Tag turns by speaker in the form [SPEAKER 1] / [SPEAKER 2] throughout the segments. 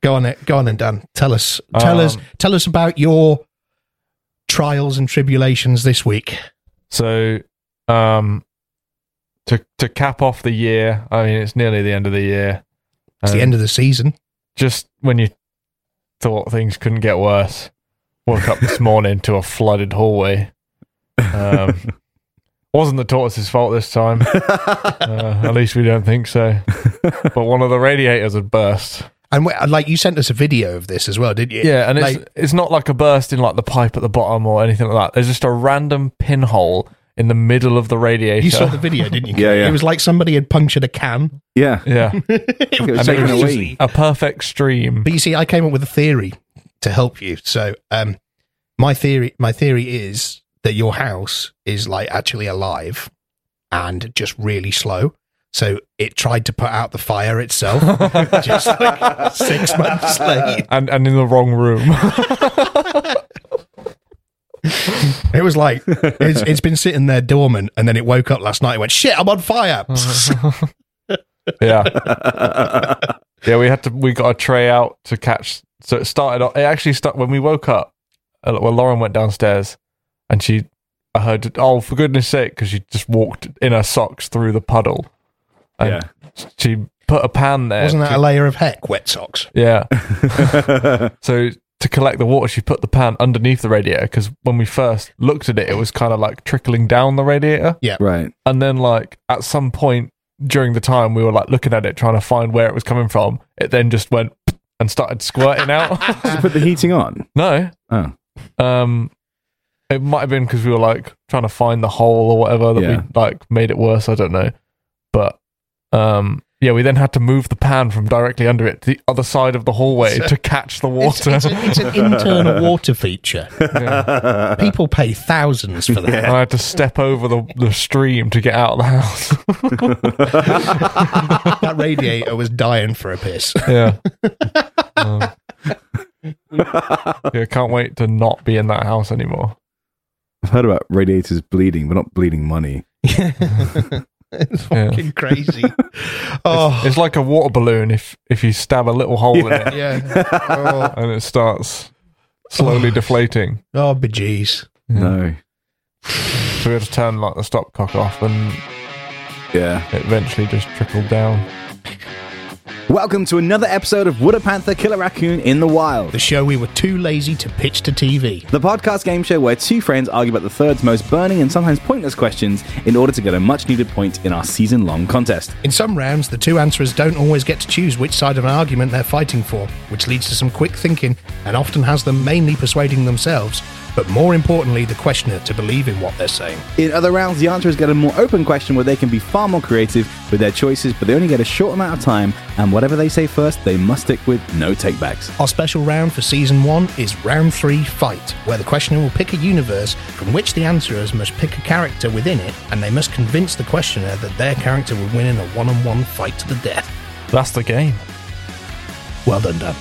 [SPEAKER 1] Go on, it. Go on, and Dan, tell us, tell us,
[SPEAKER 2] Um,
[SPEAKER 1] tell us about your trials and tribulations this week.
[SPEAKER 2] So, um, to to cap off the year, I mean, it's nearly the end of the year.
[SPEAKER 1] It's
[SPEAKER 2] Um,
[SPEAKER 1] the end of the season.
[SPEAKER 2] Just when you thought things couldn't get worse, woke up this morning to a flooded hallway. Um, wasn't the tortoise's fault this time. Uh, at least we don't think so. But one of the radiators had burst.
[SPEAKER 1] And we- like you sent us a video of this as well, did you?
[SPEAKER 2] Yeah, and it's
[SPEAKER 1] Like-
[SPEAKER 2] it's not like a burst in like the pipe at the bottom or anything like that. There's just a random pinhole in the middle of the radiator.
[SPEAKER 1] You saw the video, didn't you?
[SPEAKER 3] Yeah, yeah.
[SPEAKER 1] It was like somebody had punctured a can.
[SPEAKER 3] yeah.
[SPEAKER 2] yeah,
[SPEAKER 1] it
[SPEAKER 3] was
[SPEAKER 1] so
[SPEAKER 3] taken away.
[SPEAKER 1] easy.
[SPEAKER 2] a perfect stream.
[SPEAKER 1] But you see, I came up with a theory to help you. So, um, my theory, my theory is that your house is like actually alive and just really slow. So it tried to put out the fire itself, just like six months late.
[SPEAKER 2] and and in the wrong room.
[SPEAKER 1] It was like it's, it's been sitting there dormant, and then it woke up last night and went, "Shit, I'm on fire!"
[SPEAKER 2] yeah, yeah. We had to. We got a tray out to catch. So it started. off- It actually stuck when we woke up. uh, Well, Lauren went downstairs, and she. I heard. Oh, for goodness' sake! Because she just walked in her socks through the puddle.
[SPEAKER 3] yeah.
[SPEAKER 2] And She put a pan there.
[SPEAKER 1] Wasn't that a
[SPEAKER 2] to-
[SPEAKER 1] layer of heck? Wet socks.
[SPEAKER 2] yeah. So to collect the water, she put the pan underneath the radiator because when we first looked at it, it was kind of like trickling down the radiator.
[SPEAKER 3] right.
[SPEAKER 2] And then, like, at some point during the time, we were like looking at it, trying to find where it was coming from. It then just went and started squirting out.
[SPEAKER 3] Did you put the heating on?
[SPEAKER 2] no.
[SPEAKER 3] Oh.
[SPEAKER 2] Um, it might have been because we were like trying to find the hole or whatever that
[SPEAKER 3] Yeah.
[SPEAKER 2] we like made it worse. I don't know. But, um, yeah, we then had to move the pan from directly under it to the other side of the hallway to catch the
[SPEAKER 1] It's,
[SPEAKER 2] water.
[SPEAKER 1] it's, a- it's an internal water feature.
[SPEAKER 2] Yeah.
[SPEAKER 1] People pay thousands for that.
[SPEAKER 2] And I had to step over the, the stream to get out of the house.
[SPEAKER 1] that radiator was dying for a piss.
[SPEAKER 2] yeah. Um, yeah. Can't wait to not be in that house anymore.
[SPEAKER 3] I've heard about radiators bleeding, but not bleeding money.
[SPEAKER 1] it's fucking crazy. Oh,
[SPEAKER 2] It's like a water balloon if if you stab a little hole in it
[SPEAKER 1] yeah. Oh,
[SPEAKER 2] and it starts slowly deflating.
[SPEAKER 1] oh bejeez.
[SPEAKER 3] No.
[SPEAKER 2] So we had to turn like the stopcock off and
[SPEAKER 3] Yeah.
[SPEAKER 2] it eventually just trickled down.
[SPEAKER 3] Welcome to another episode of Would a Panther Kill a Raccoon in the Wild?
[SPEAKER 1] The show we were too lazy to pitch to TV.
[SPEAKER 3] The podcast game show where two friends argue about the third's most burning and sometimes pointless questions in order to get a much needed point in our season long contest.
[SPEAKER 1] In some rounds, the two answerers don't always get to choose which side of an argument they're fighting for, which leads to some quick thinking and often has them mainly persuading themselves, but more importantly, the questioner to believe in what they're saying.
[SPEAKER 3] In other rounds, the answerers get a more open question where they can be far more creative with their choices, but they only get a short amount of time, and whatever they say first, they must stick with no takebacks.
[SPEAKER 1] Our special round for season one is round three fight, where the questioner will pick a universe from which the answerers must pick a character within it, and they must convince the questioner that their character would win in a one on one fight to the death.
[SPEAKER 2] That's the game.
[SPEAKER 1] Well done, Dan.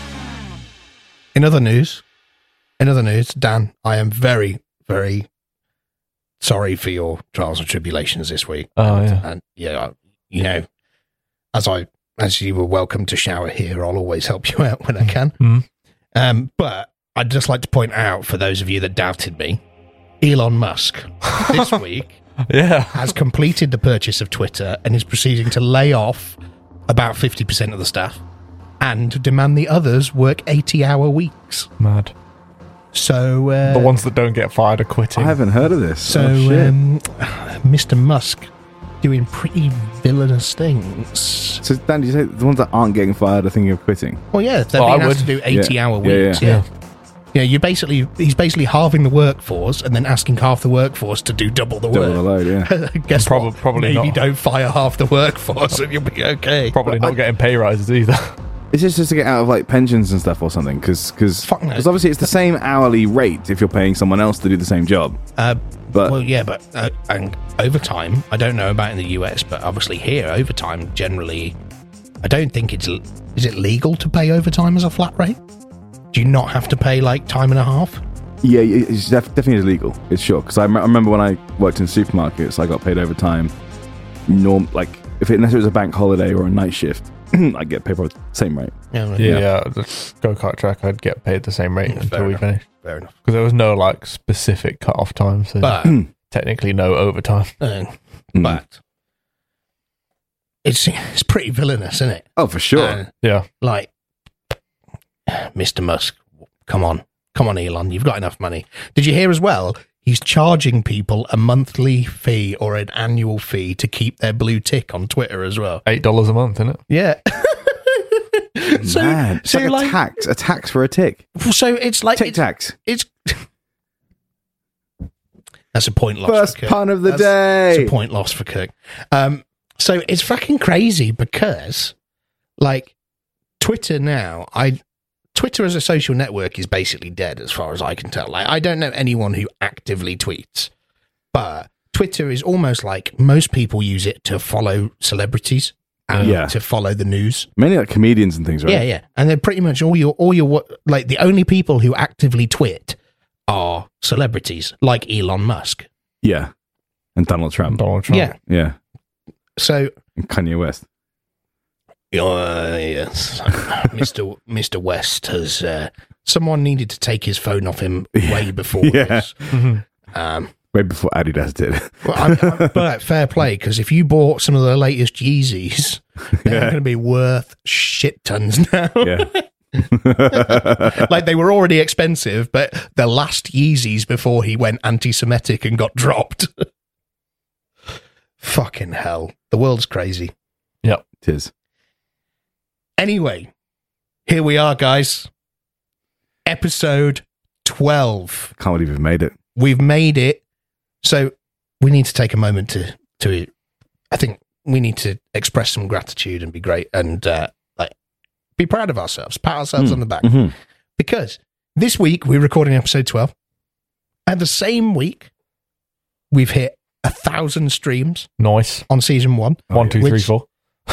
[SPEAKER 1] In other news, in other news, Dan, I am very, very sorry for your trials and tribulations this week.
[SPEAKER 2] Oh yeah.
[SPEAKER 1] And yeah, I- you know, as I as you were welcome to shower here, I'll always help you out when I can.
[SPEAKER 2] Mhm.
[SPEAKER 1] Um, but I'd just like to point out for those of you that doubted me, Elon Musk this week
[SPEAKER 2] Yeah.
[SPEAKER 1] has completed the purchase of Twitter and is proceeding to lay off about 50% of the staff and demand the others work 80 hour weeks.
[SPEAKER 2] Mad.
[SPEAKER 1] So, uh,
[SPEAKER 2] The ones that don't get fired are
[SPEAKER 3] I
[SPEAKER 2] quitting.
[SPEAKER 3] haven't heard of this.
[SPEAKER 1] so
[SPEAKER 3] Oh, shit.
[SPEAKER 1] um, Mr. Musk doing pretty villainous things.
[SPEAKER 3] so, Dan, did you say the ones that aren't getting fired are thinking of quitting?
[SPEAKER 1] Well, yeah, they're
[SPEAKER 2] Oh, I
[SPEAKER 1] being asked
[SPEAKER 2] would.
[SPEAKER 1] to do 80
[SPEAKER 3] Yeah.
[SPEAKER 1] hour
[SPEAKER 3] Yeah, yeah.
[SPEAKER 1] weeks. Yeah. yeah. you basically, he's basically halving the workforce and then asking half the workforce to do double the
[SPEAKER 3] Double the
[SPEAKER 1] work.
[SPEAKER 3] load, yeah.
[SPEAKER 1] Guess
[SPEAKER 2] Prob-
[SPEAKER 1] what?
[SPEAKER 2] probably
[SPEAKER 1] Maybe
[SPEAKER 2] not.
[SPEAKER 1] don't fire half the workforce and you'll be okay.
[SPEAKER 2] Probably not getting pay rises either.
[SPEAKER 3] Is this just to get out of like pensions and stuff or something? Because
[SPEAKER 1] Fuck no.
[SPEAKER 3] obviously it's the same hourly rate if you're paying someone else to do the same job.
[SPEAKER 1] Uh,
[SPEAKER 3] But-
[SPEAKER 1] well, yeah, but uh, and overtime. I don't know about in the US, but obviously here, overtime generally. I don't think it's l- is it legal to pay overtime as a flat rate? Do you not have to pay like time and a half?
[SPEAKER 3] Yeah, it- it's def- definitely illegal. It's sure because I rem- I remember when I worked in supermarkets, I got paid overtime. Norm, like if it, unless it was a bank holiday or a night shift, I get paid probably the same rate.
[SPEAKER 1] Yeah, right.
[SPEAKER 2] Yeah, the go kart track, I'd get paid the same rate
[SPEAKER 1] Yeah,
[SPEAKER 2] until
[SPEAKER 1] fair
[SPEAKER 2] we
[SPEAKER 1] enough.
[SPEAKER 2] finish
[SPEAKER 1] fair enough.
[SPEAKER 2] because there was no like specific cut off time, so
[SPEAKER 1] But
[SPEAKER 2] technically no overtime.
[SPEAKER 1] uh,
[SPEAKER 3] Mm.
[SPEAKER 1] but it's it's pretty villainous, isn't it?
[SPEAKER 3] Oh, for sure.
[SPEAKER 1] And,
[SPEAKER 2] Yeah,
[SPEAKER 1] like, Mr. Musk, come on, come on, Elon, you've got enough money. Did you hear as well? He's charging people a monthly fee or an annual fee to keep their blue tick on Twitter as well.
[SPEAKER 2] eight dollars a month, isn't it?
[SPEAKER 1] Yeah. so,
[SPEAKER 3] Man, it's
[SPEAKER 1] so
[SPEAKER 3] like, a
[SPEAKER 1] like,
[SPEAKER 3] tax, a tax for a tick,
[SPEAKER 1] so it's like
[SPEAKER 3] tick
[SPEAKER 1] it's,
[SPEAKER 3] tax.
[SPEAKER 1] it's that's a point lost.
[SPEAKER 3] First
[SPEAKER 1] for Kirk.
[SPEAKER 3] pun of the
[SPEAKER 1] That's-
[SPEAKER 3] day.
[SPEAKER 1] It's a point lost for Kirk. Um, so it's fucking crazy because, like, Twitter now, I Twitter as a social network is basically dead as far as I can tell. Like, I don't know anyone who actively tweets, but Twitter is almost like most people use it to follow celebrities and
[SPEAKER 3] Yeah.
[SPEAKER 1] to follow the news.
[SPEAKER 3] Mainly like comedians and things, right?
[SPEAKER 1] Yeah, yeah. And they're pretty much all your all your wo- like the only people who actively twit are celebrities like Elon Musk.
[SPEAKER 3] Yeah. And Donald Trump.
[SPEAKER 2] Donald Trump.
[SPEAKER 1] Yeah.
[SPEAKER 3] Yeah.
[SPEAKER 1] So
[SPEAKER 3] And Kanye West. Ah,
[SPEAKER 1] uh, yes, Mr. Mr. West has uh, someone needed to take his phone off him way before
[SPEAKER 3] Yeah.
[SPEAKER 1] this.
[SPEAKER 2] Mhm.
[SPEAKER 1] Um,
[SPEAKER 3] Way before Adidas did.
[SPEAKER 1] well, I'm, I'm- but fair play because if you bought some of the latest Yeezys, they're
[SPEAKER 3] Yeah.
[SPEAKER 1] going to be worth shit tons now.
[SPEAKER 3] Yeah.
[SPEAKER 1] like they were already expensive, but the last Yeezys before he went anti-Semitic and got dropped. Fucking hell, the world's crazy.
[SPEAKER 3] it is.
[SPEAKER 1] Anyway, here we are, guys. Episode twelve.
[SPEAKER 3] Can't believe we've made it.
[SPEAKER 1] We've made it. So we need to take a moment to to. I think we need to express some gratitude and be great and uh, like be proud of ourselves, pat ourselves
[SPEAKER 3] Mm.
[SPEAKER 1] on the back.
[SPEAKER 3] Mhm.
[SPEAKER 1] because this week we're recording episode 12 and the same week we've hit a thousand streams
[SPEAKER 2] Nice.
[SPEAKER 1] on season one
[SPEAKER 2] One, two,
[SPEAKER 1] Which-
[SPEAKER 2] three, four.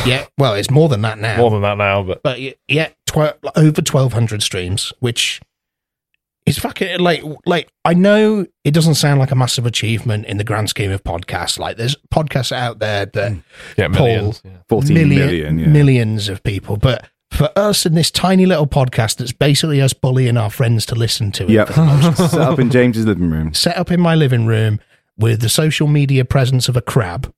[SPEAKER 1] yeah well it's more than that now
[SPEAKER 2] More than that now, but
[SPEAKER 1] but y- yeah tw- over 1200 streams which is fucking like like i know it doesn't sound like a massive achievement in the grand scheme of podcasts like there's podcasts out there that
[SPEAKER 2] yeah,
[SPEAKER 1] Paul.
[SPEAKER 2] millions. Yeah.
[SPEAKER 3] 14
[SPEAKER 1] million-
[SPEAKER 3] Mm, million, yeah.
[SPEAKER 1] millions of people but for us in this tiny little podcast that's basically us bullying our friends to listen to it
[SPEAKER 3] Yep. Set up in James's living room.
[SPEAKER 1] set up in my living room with the social media presence of a crab.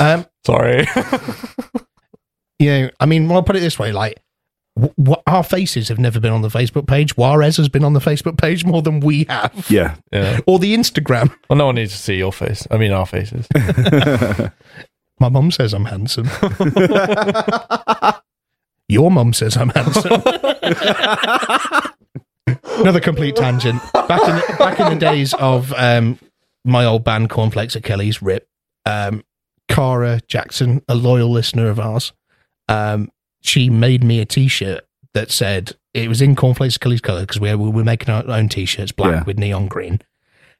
[SPEAKER 1] um,
[SPEAKER 2] Sorry.
[SPEAKER 1] you know, I mean, well, I'll put it this way: like, w- w- our faces have never been on the Facebook page. Juarez has been on the Facebook page more than we have,
[SPEAKER 3] Yeah.
[SPEAKER 2] yeah.
[SPEAKER 1] or the Instagram.
[SPEAKER 2] Well, no one needs to see your face. I mean, our faces.
[SPEAKER 1] My mum says I'm handsome. Your mum says I'm handsome. Another complete tangent. Back in the, back in the days of um, my old band Cornflakes at Kelly's Rip, um, Cara Jackson, a loyal listener of ours, um, she made me a T-shirt that said it was in Cornflakes at Kelly's color because we were, we were making our own T-shirts, black
[SPEAKER 3] Yeah.
[SPEAKER 1] with neon green,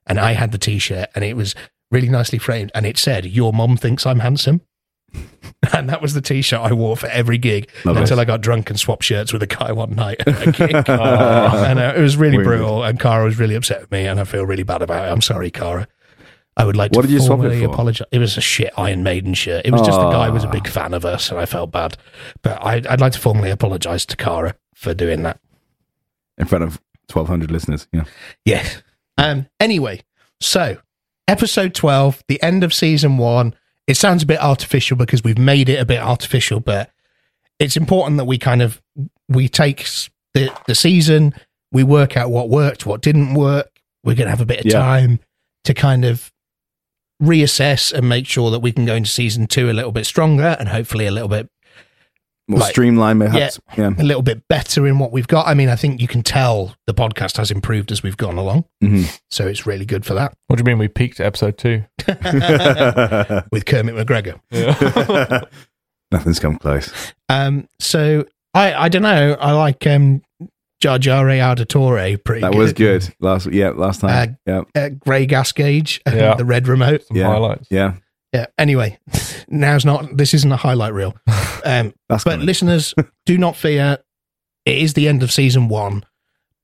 [SPEAKER 1] and I had the T-shirt and it was really nicely framed and it said "Your mom thinks I'm handsome." And that was the T-shirt I wore for every gig
[SPEAKER 3] Lovely.
[SPEAKER 1] until I got drunk and swapped shirts with a guy one night at a gig.
[SPEAKER 3] Oh.
[SPEAKER 1] and uh, it was really
[SPEAKER 3] Wounded.
[SPEAKER 1] brutal. And Cara was really upset with me, and I feel really bad about it. I'm sorry, Cara. I would like
[SPEAKER 3] What
[SPEAKER 1] to
[SPEAKER 3] did you swap it
[SPEAKER 1] formally
[SPEAKER 3] for?
[SPEAKER 1] apologize. It was a shit Iron Maiden shirt. It was just the guy was a big fan of us, and I felt bad. But I, I'd like to formally apologize to Cara for doing that.
[SPEAKER 3] in front of 1,200 listeners. Yeah.
[SPEAKER 1] Yes. Um. Anyway, so episode twelve, the end of season one. It sounds a bit artificial because we've made it a bit artificial, but it's important that we kind of we take s- the the season, we work out what worked, what didn't work. We're gonna have a bit of
[SPEAKER 3] Yeah.
[SPEAKER 1] time to kind of reassess and make sure that we can go into season two a little bit stronger and hopefully a little bit
[SPEAKER 3] More
[SPEAKER 1] Like-
[SPEAKER 3] streamlined, perhaps. Yeah.
[SPEAKER 1] a little bit better in what we've got. I mean, I think you can tell the podcast has improved as we've gone along.
[SPEAKER 3] Mhm.
[SPEAKER 1] So it's really good for that.
[SPEAKER 2] What do you mean we peaked at episode two?
[SPEAKER 1] with Kermit McGregor.
[SPEAKER 2] Yeah.
[SPEAKER 3] Mm-hmm. Nothing's come close.
[SPEAKER 1] Um, so I, I don't know. I like um, Jar Jar E Auditore pretty.
[SPEAKER 3] That
[SPEAKER 1] good.
[SPEAKER 3] was good. Last, yeah, last time. yeah.
[SPEAKER 1] Uh, Grey gas gauge,
[SPEAKER 2] Yeah.
[SPEAKER 1] the red remote.
[SPEAKER 2] Some
[SPEAKER 3] Yeah.
[SPEAKER 2] highlights.
[SPEAKER 3] Yeah.
[SPEAKER 1] Yeah. Anyway, now's not. This isn't a highlight reel. Um,
[SPEAKER 3] That's
[SPEAKER 1] but
[SPEAKER 3] coming.
[SPEAKER 1] listeners, do not fear. It is the end of season one,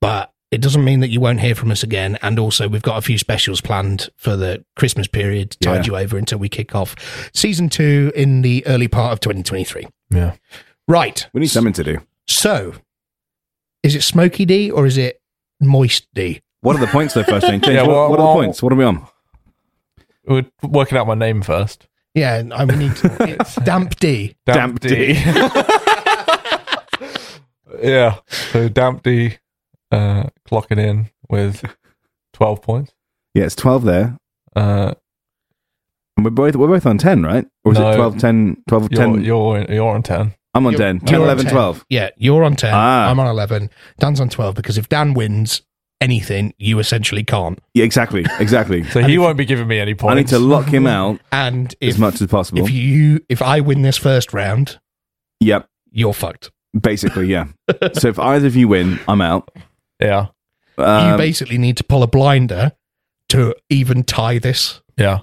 [SPEAKER 1] but it doesn't mean that you won't hear from us again. And also, we've got a few specials planned for the Christmas period to tide
[SPEAKER 3] Yeah.
[SPEAKER 1] you over until we kick off season two in the early part of 2023.
[SPEAKER 2] Yeah.
[SPEAKER 1] Right.
[SPEAKER 3] We need something to do.
[SPEAKER 1] So, is it Smoky D or is it Moist D?
[SPEAKER 3] What are the points though, first Jane? James,
[SPEAKER 2] Yeah,
[SPEAKER 3] what,
[SPEAKER 2] well,
[SPEAKER 3] what are the
[SPEAKER 2] well-
[SPEAKER 3] points? What are we on?
[SPEAKER 2] We're working out my name first.
[SPEAKER 1] Yeah, and I we need it's Damp D.
[SPEAKER 3] Damp D.
[SPEAKER 2] yeah. So Damp D uh, clocking in with 12 points.
[SPEAKER 3] Yeah, it's 12 there.
[SPEAKER 2] Uh,
[SPEAKER 3] And we're both, we're both on 10, right? Or is
[SPEAKER 2] No.
[SPEAKER 3] it 12, 10, 12,
[SPEAKER 2] you're,
[SPEAKER 3] 10?
[SPEAKER 2] you're, you're on 10.
[SPEAKER 3] I'm on
[SPEAKER 1] You're-
[SPEAKER 3] 10.
[SPEAKER 1] you're
[SPEAKER 3] 10,
[SPEAKER 1] on
[SPEAKER 3] 11,
[SPEAKER 1] 10.
[SPEAKER 3] 12.
[SPEAKER 1] Yeah, you're on 10.
[SPEAKER 3] Ah.
[SPEAKER 1] I'm on 11. Dan's on 12 because if Dan wins anything, you essentially can't.
[SPEAKER 3] Yeah, exactly. Exactly.
[SPEAKER 2] So he won't be giving me any points.
[SPEAKER 3] I need to lock him out
[SPEAKER 1] And
[SPEAKER 3] as
[SPEAKER 1] if,
[SPEAKER 3] much as possible.
[SPEAKER 1] if you if I win this first round,
[SPEAKER 3] yep.
[SPEAKER 1] you're fucked.
[SPEAKER 3] Basically, yeah. so if either of you win, I'm out.
[SPEAKER 2] Yeah.
[SPEAKER 1] you
[SPEAKER 3] Um,
[SPEAKER 1] basically need to pull a blinder to even tie this.
[SPEAKER 2] Yeah.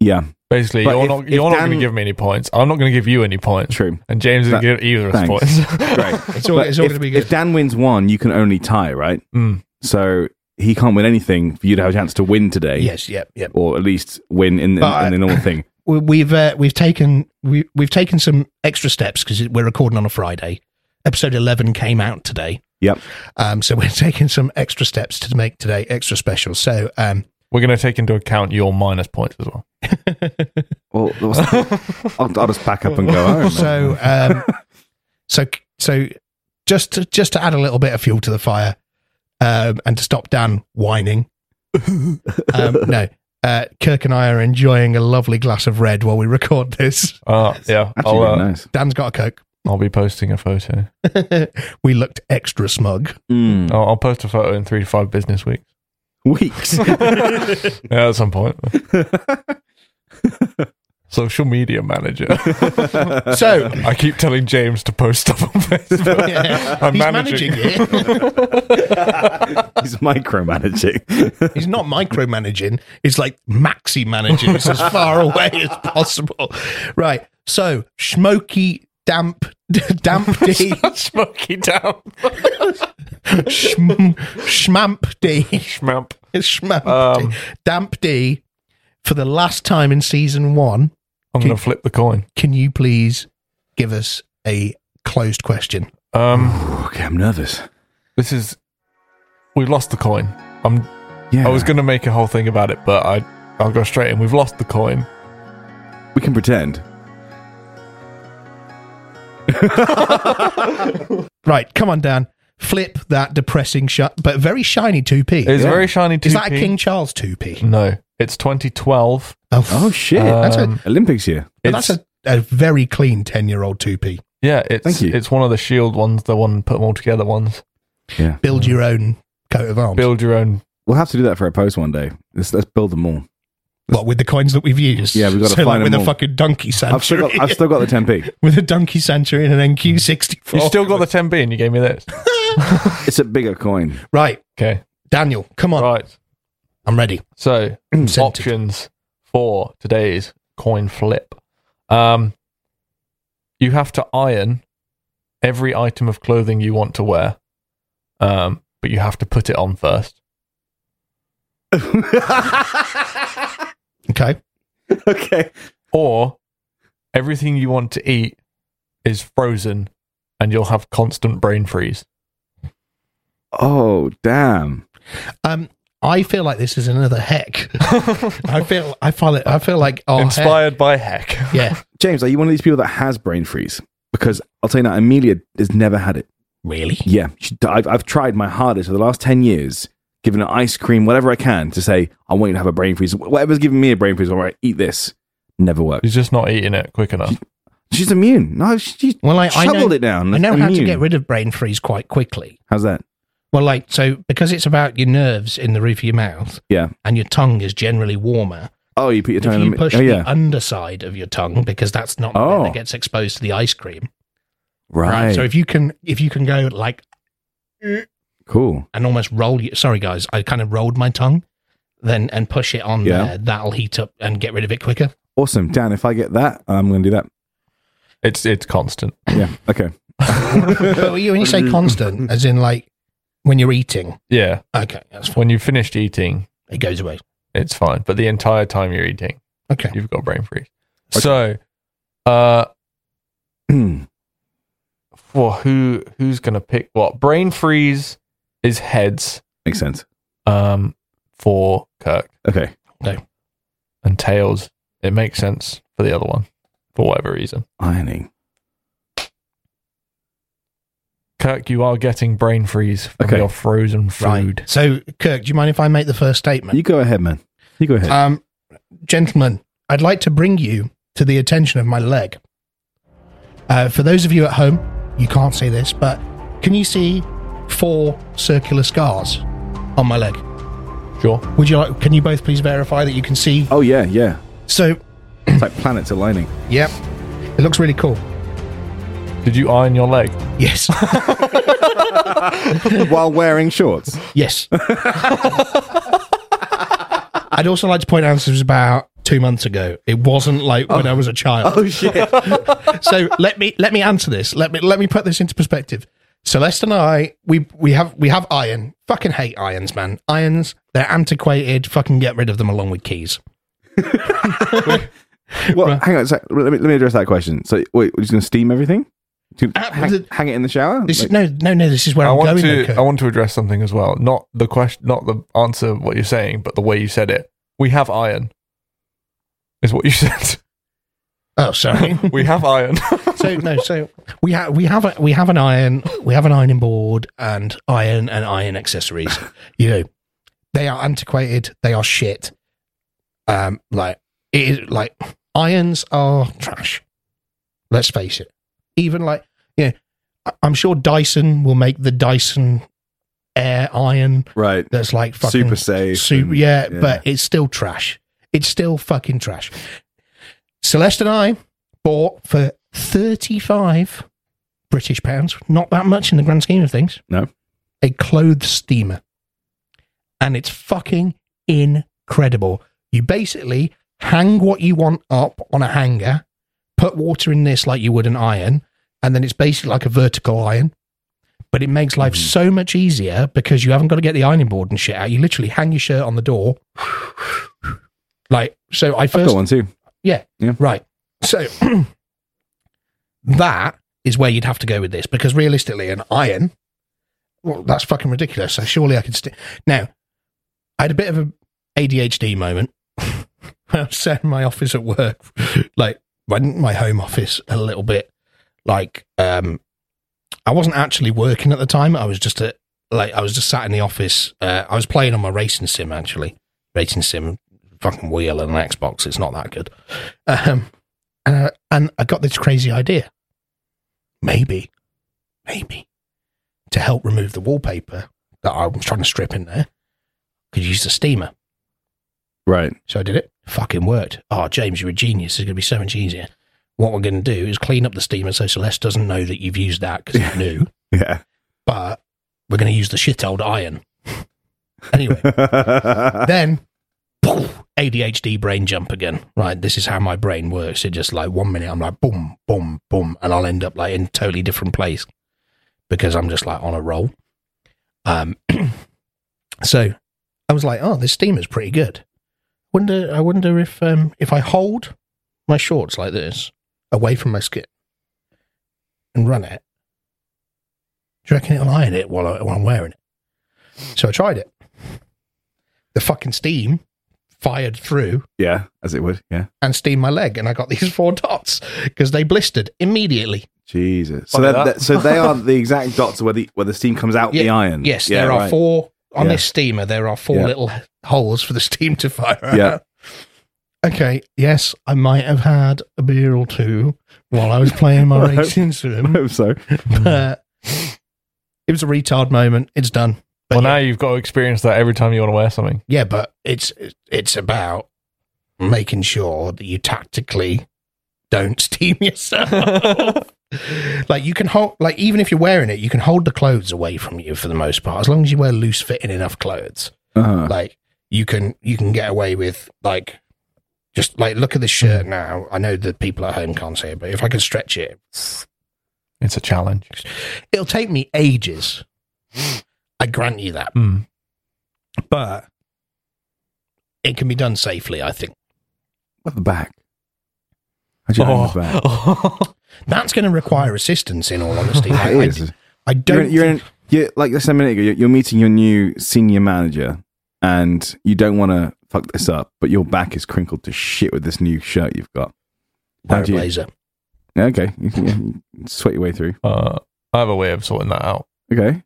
[SPEAKER 3] yeah,
[SPEAKER 2] Basically,
[SPEAKER 3] But
[SPEAKER 2] you're
[SPEAKER 3] if-
[SPEAKER 2] not,
[SPEAKER 3] if
[SPEAKER 2] you're not going to
[SPEAKER 3] Dan-
[SPEAKER 2] give me any points. I'm not going to give you any points.
[SPEAKER 3] true.
[SPEAKER 2] And James
[SPEAKER 3] That-
[SPEAKER 2] didn't give either of us
[SPEAKER 3] thanks.
[SPEAKER 2] points.
[SPEAKER 3] Great.
[SPEAKER 1] It's all,
[SPEAKER 3] But
[SPEAKER 1] it's all
[SPEAKER 3] if,
[SPEAKER 1] going to be
[SPEAKER 3] if
[SPEAKER 1] good. Hmm.
[SPEAKER 3] Dan wins one, you can only tie, right?
[SPEAKER 2] Mm.
[SPEAKER 3] So he can't win anything for you to have a chance to win today,
[SPEAKER 1] Yes, yep, yep.
[SPEAKER 3] or at least win in, in,
[SPEAKER 1] But
[SPEAKER 3] in
[SPEAKER 1] I-
[SPEAKER 3] the normal thing.
[SPEAKER 1] We- We've uh, we've taken we, we've taken some extra steps because we're recording on a Friday. Episode eleven came out today,
[SPEAKER 3] Yep.
[SPEAKER 1] um, so we're taking some extra steps to make today extra special. So, um,
[SPEAKER 2] We're going to take into account your minus points as well.
[SPEAKER 3] Well, I'll, I'll just back up and go. "All right, mate."
[SPEAKER 1] so, um, so, so, just to, just to add a little bit of fuel to the fire, um, and to stop Dan whining. um, no, uh, Kirk and I are enjoying a lovely glass of red while we record this.
[SPEAKER 2] Uh, yeah.
[SPEAKER 3] actually, Hmm.
[SPEAKER 2] I'll,
[SPEAKER 3] really
[SPEAKER 2] uh,
[SPEAKER 3] nice.
[SPEAKER 1] Dan's got a
[SPEAKER 2] I'll be posting a photo.
[SPEAKER 1] coke. we looked extra smug.
[SPEAKER 3] Mm.
[SPEAKER 2] I'll, I'll post a photo in three to five business weeks.
[SPEAKER 3] Weeks.
[SPEAKER 2] Yeah, at some point. Social media manager.
[SPEAKER 1] So.
[SPEAKER 2] I keep telling James to post stuff on Facebook. I'm
[SPEAKER 1] He's
[SPEAKER 2] managing.
[SPEAKER 1] managing it.
[SPEAKER 3] He's micromanaging.
[SPEAKER 1] He's not micromanaging. It's like maxi managing. It's as far away as possible. Right. So, smoky, damp, damp D.
[SPEAKER 2] Smoky down.
[SPEAKER 1] Schm- Schmamp D.
[SPEAKER 2] Schmamp.
[SPEAKER 1] Schmamp
[SPEAKER 2] Um,
[SPEAKER 1] D. Damp D. For the last time in season one,
[SPEAKER 2] I'm going to flip the coin.
[SPEAKER 1] can you please give us a closed question?
[SPEAKER 2] Um,
[SPEAKER 3] okay, I'm nervous.
[SPEAKER 2] this is. We've lost the coin. I'm.
[SPEAKER 3] Yeah,
[SPEAKER 2] I was going to make a whole thing about it, but I. I'll go straight in. We've lost the coin.
[SPEAKER 3] we can pretend.
[SPEAKER 1] Right. Come on, Dan. Flip that depressing, shi- but very shiny 2P.
[SPEAKER 2] It's
[SPEAKER 1] Is,
[SPEAKER 2] a very shiny. 2P.
[SPEAKER 1] that a King Charles 2P?
[SPEAKER 2] No, it's 2012.
[SPEAKER 1] Oh,
[SPEAKER 3] Oh shit!
[SPEAKER 1] that's a-
[SPEAKER 2] Um,
[SPEAKER 3] Olympics year.
[SPEAKER 1] But Oh, that's
[SPEAKER 2] it's-
[SPEAKER 1] a, a very clean 10 year old 2P.
[SPEAKER 2] yeah. It's
[SPEAKER 3] Thank you.
[SPEAKER 2] it's one of the shield ones, the one put them all together ones.
[SPEAKER 3] Yeah,
[SPEAKER 1] Build your own coat of arms.
[SPEAKER 2] Build your own.
[SPEAKER 3] we'll have to do that for a post one day. Let's, let's build them all.
[SPEAKER 1] what, with the coins that we've used?
[SPEAKER 3] Yeah, we've gotta
[SPEAKER 1] so, like,
[SPEAKER 3] find 'em
[SPEAKER 1] With
[SPEAKER 3] all.
[SPEAKER 1] a fucking donkey
[SPEAKER 3] I've still
[SPEAKER 1] sanctuary.
[SPEAKER 3] got. I've still Mm. got the 10p.
[SPEAKER 1] with a donkey sanctuary and an NQ64.
[SPEAKER 2] You still got the 10B, and you gave me this.
[SPEAKER 3] It's a bigger coin.
[SPEAKER 1] Right,
[SPEAKER 2] Okay,
[SPEAKER 1] Daniel, come on.
[SPEAKER 2] right.
[SPEAKER 1] I'm ready.
[SPEAKER 2] So
[SPEAKER 3] Mm,
[SPEAKER 1] Scented.
[SPEAKER 2] options for today's coin flip. Um, you have to iron every item of clothing you want to wear, um, but you have to put it on first.
[SPEAKER 1] Okay.
[SPEAKER 3] okay.
[SPEAKER 2] Or everything you want to eat is frozen, and you'll have constant brain freeze.
[SPEAKER 3] Oh damn.
[SPEAKER 1] Um, I feel like this is another Oh, heck. I feel I feel it I feel like oh heck.
[SPEAKER 2] Inspired by heck.
[SPEAKER 1] yeah.
[SPEAKER 3] James, are you one of these people that has brain freeze? Because I'll tell you now, Amelia has never had it.
[SPEAKER 1] Really?
[SPEAKER 3] Yeah, she, I've, I've tried my hardest for the last 10 years, giving her ice cream, whatever I can, to say, I want you to have a brain freeze. Whatever's giving me a brain freeze, all right, eat this. Never worked.
[SPEAKER 2] He's just not eating it quick enough.
[SPEAKER 3] She's immune. No, she, she
[SPEAKER 1] Well, I, I know,
[SPEAKER 3] shoveled it down.
[SPEAKER 1] I know how to
[SPEAKER 3] Immune.
[SPEAKER 1] get rid of brain freeze quite quickly.
[SPEAKER 3] How's that?
[SPEAKER 1] Well, like so because it's about your nerves in the roof of your mouth
[SPEAKER 3] Yeah.
[SPEAKER 1] and your tongue is generally warmer.
[SPEAKER 3] Oh, you put your tongue
[SPEAKER 1] If
[SPEAKER 3] in
[SPEAKER 1] you
[SPEAKER 3] the mi-
[SPEAKER 1] push
[SPEAKER 3] Oh, yeah.
[SPEAKER 1] the underside of your tongue because that's not the
[SPEAKER 3] Oh.
[SPEAKER 1] bit that gets exposed to the ice cream.
[SPEAKER 3] right.
[SPEAKER 1] So if you can if you can go like
[SPEAKER 3] cool.
[SPEAKER 1] and almost roll you sorry guys i kind of rolled my tongue then and push it on
[SPEAKER 3] Yeah.
[SPEAKER 1] there that'll heat up and get rid of it quicker
[SPEAKER 3] Awesome. Dan, if I get that, I'm going to do that.
[SPEAKER 2] It's it's constant.
[SPEAKER 3] Yeah. Okay.
[SPEAKER 1] but when you when you say constant as in like when you're eating.
[SPEAKER 2] Yeah.
[SPEAKER 1] Okay, that's fine.
[SPEAKER 2] When you've finished eating,
[SPEAKER 1] It goes away.
[SPEAKER 2] it's fine. But the entire time you're eating,
[SPEAKER 1] Okay.
[SPEAKER 2] you've got brain freeze. So, uh, well, who who's gonna pick what? Brain freeze is heads.
[SPEAKER 3] Makes sense.
[SPEAKER 2] Um, for Kirk
[SPEAKER 3] Okay.
[SPEAKER 2] and tails. It makes sense for the other one for whatever reason.
[SPEAKER 3] Ironing.
[SPEAKER 2] Kirk, you are getting brain freeze from
[SPEAKER 3] Okay.
[SPEAKER 2] your frozen food.
[SPEAKER 1] Right. So, Kirk, do you mind if I make the first statement?
[SPEAKER 3] You go ahead, man. You go ahead.
[SPEAKER 1] Um, gentlemen, I'd like to bring you to the attention of my leg. Uh, for those of you at home, you can't see this, but can you see four circular scars on my leg?
[SPEAKER 2] Sure.
[SPEAKER 1] Would you like? Can you both please verify that you can see?
[SPEAKER 3] oh yeah, yeah.
[SPEAKER 1] So,
[SPEAKER 3] It's like planets aligning.
[SPEAKER 1] yep, it looks really cool.
[SPEAKER 2] Did you iron your leg?
[SPEAKER 1] Yes,
[SPEAKER 3] While wearing shorts.
[SPEAKER 1] yes. I'd also like to point out this was about two months ago. It wasn't like when I was a child.
[SPEAKER 3] shit.
[SPEAKER 1] so let me let me answer this. Let me let me put this into perspective. Celeste and I, we we have we have iron. Fucking hate irons, man. Irons, they're antiquated. Fucking get rid of them along with keys.
[SPEAKER 3] Well, hang on. a sec. let me let me address that question. So, wait, we're just gonna steam everything? Do-
[SPEAKER 1] Uh,
[SPEAKER 3] hang,
[SPEAKER 1] the-
[SPEAKER 3] hang it in the shower?
[SPEAKER 1] This
[SPEAKER 3] Like-
[SPEAKER 1] no no no. This is where
[SPEAKER 2] I
[SPEAKER 1] I am
[SPEAKER 2] want
[SPEAKER 1] going.
[SPEAKER 2] to.
[SPEAKER 1] though, Kurt.
[SPEAKER 2] I want to address something as well. Not the question. Not the answer. of What you're saying, but the way you said it. We have iron. Is what you said.
[SPEAKER 1] oh, sorry.
[SPEAKER 2] we have iron.
[SPEAKER 1] so no. So we have we have a, we have an iron. We have an ironing board and iron and iron accessories. you know, they are antiquated. They are shit. Um, like it is like irons are trash. Let's face it. Even like yeah, I- I'm sure Dyson will make the Dyson air iron
[SPEAKER 3] right.
[SPEAKER 1] that's like fucking
[SPEAKER 3] Super safe.
[SPEAKER 1] Super,
[SPEAKER 3] and-
[SPEAKER 1] yeah, but it's still trash. It's still fucking trash. Celeste and I bought for 35 British pounds, not that much in the grand scheme of things.
[SPEAKER 3] No.
[SPEAKER 1] A clothes steamer. And it's fucking incredible. You basically hang what you want up on a hanger, put water in this like you would an iron, and then it's basically like a vertical iron. But it makes life so much easier because you haven't got to get the ironing board and shit out. You literally hang your shirt on the door. like, so I
[SPEAKER 3] I've
[SPEAKER 1] first
[SPEAKER 3] got one too.
[SPEAKER 1] Right. So that is where you'd have to go with this because realistically, an iron, well, that's fucking ridiculous. So surely I could. St- now, I had a bit of a ADHD moment. I was sat in my office at work, like my, my home office, a little bit. Like, um, I wasn't actually working at the time. I was just a, like I was just sat in the office. Uh, I was playing on my racing sim actually, racing sim, fucking wheel and an Xbox. It's not that good. Um, and, I, and I got this crazy idea. Maybe, maybe to help remove the wallpaper that I was trying to strip in there, could use the steamer.
[SPEAKER 3] Right.
[SPEAKER 1] So I did it. Fucking worked. Oh, James, you're a genius. It's going to be so much easier. What we're going to do is clean up the steamer so Celeste doesn't know that you've used that because it's new,
[SPEAKER 3] Yeah.
[SPEAKER 1] but we're going to use the shit old iron. anyway,
[SPEAKER 3] yeah.
[SPEAKER 1] then poof, ADHD brain jump again. Right, this is how my brain works. It just like one minute I'm like boom, boom, boom, and I'll end up like in a totally different place because I'm just like on a roll. Um, so I was like, oh, this steamer's pretty good. Wonder, I wonder if um if I hold my shorts like this away from my skin and run it, do you reckon it'll iron it while, I, while I'm wearing it? So I tried it the fucking steam fired through
[SPEAKER 3] As it would. Yeah.
[SPEAKER 1] and steamed my leg, and I got these four dots because they blistered immediately.
[SPEAKER 3] Jesus. So
[SPEAKER 2] Fuck
[SPEAKER 3] that,
[SPEAKER 2] it
[SPEAKER 3] that,
[SPEAKER 2] up.
[SPEAKER 3] so they are the exact dots where the where the steam comes out
[SPEAKER 1] Yeah.
[SPEAKER 3] the iron.
[SPEAKER 1] Yes,
[SPEAKER 3] Yeah,
[SPEAKER 1] there are
[SPEAKER 3] right.
[SPEAKER 1] four on
[SPEAKER 3] Yeah.
[SPEAKER 1] this steamer. There are four
[SPEAKER 3] Yeah.
[SPEAKER 1] little holes for the steam to fire. out.
[SPEAKER 3] Yeah.
[SPEAKER 1] Okay. Yes, I might have had a beer or two while I was playing my
[SPEAKER 3] Right.
[SPEAKER 1] racing sim,
[SPEAKER 3] hope so.
[SPEAKER 1] but
[SPEAKER 3] Hmm.
[SPEAKER 1] it was a retard moment. It's done. But
[SPEAKER 2] well,
[SPEAKER 1] yeah,
[SPEAKER 2] now you've got to experience that every time you want to wear something.
[SPEAKER 1] yeah, but it's it's about making sure that you tactically don't steam yourself. like you can hold like even if you're wearing it you can hold the clothes away from you for the most part as long as you wear loose fitting enough clothes
[SPEAKER 3] Uh-huh.
[SPEAKER 1] like you can you can get away with like just like look at this shirt now i know the people at home can't see it but if i can stretch it
[SPEAKER 2] It's a challenge.
[SPEAKER 1] it'll take me ages I grant you that.
[SPEAKER 2] Hmm.
[SPEAKER 1] But it can be done safely, I think.
[SPEAKER 3] What the back? How'd you
[SPEAKER 1] Oh.
[SPEAKER 3] hang the back?
[SPEAKER 1] That's going to require assistance, in all honesty. I,
[SPEAKER 3] It
[SPEAKER 1] I-
[SPEAKER 3] is.
[SPEAKER 1] I
[SPEAKER 3] You're,
[SPEAKER 1] don't.
[SPEAKER 3] in- you're in, you're, like I said a minute ago, you're, you're meeting your new senior manager and you don't want to fuck this up, but your back is crinkled to shit with this new shirt you've got. How
[SPEAKER 1] wear a
[SPEAKER 3] do you-
[SPEAKER 1] blazer.
[SPEAKER 3] Okay. You can- you can sweat your way through.
[SPEAKER 2] Uh, I have a way of sorting that out.
[SPEAKER 3] Okay.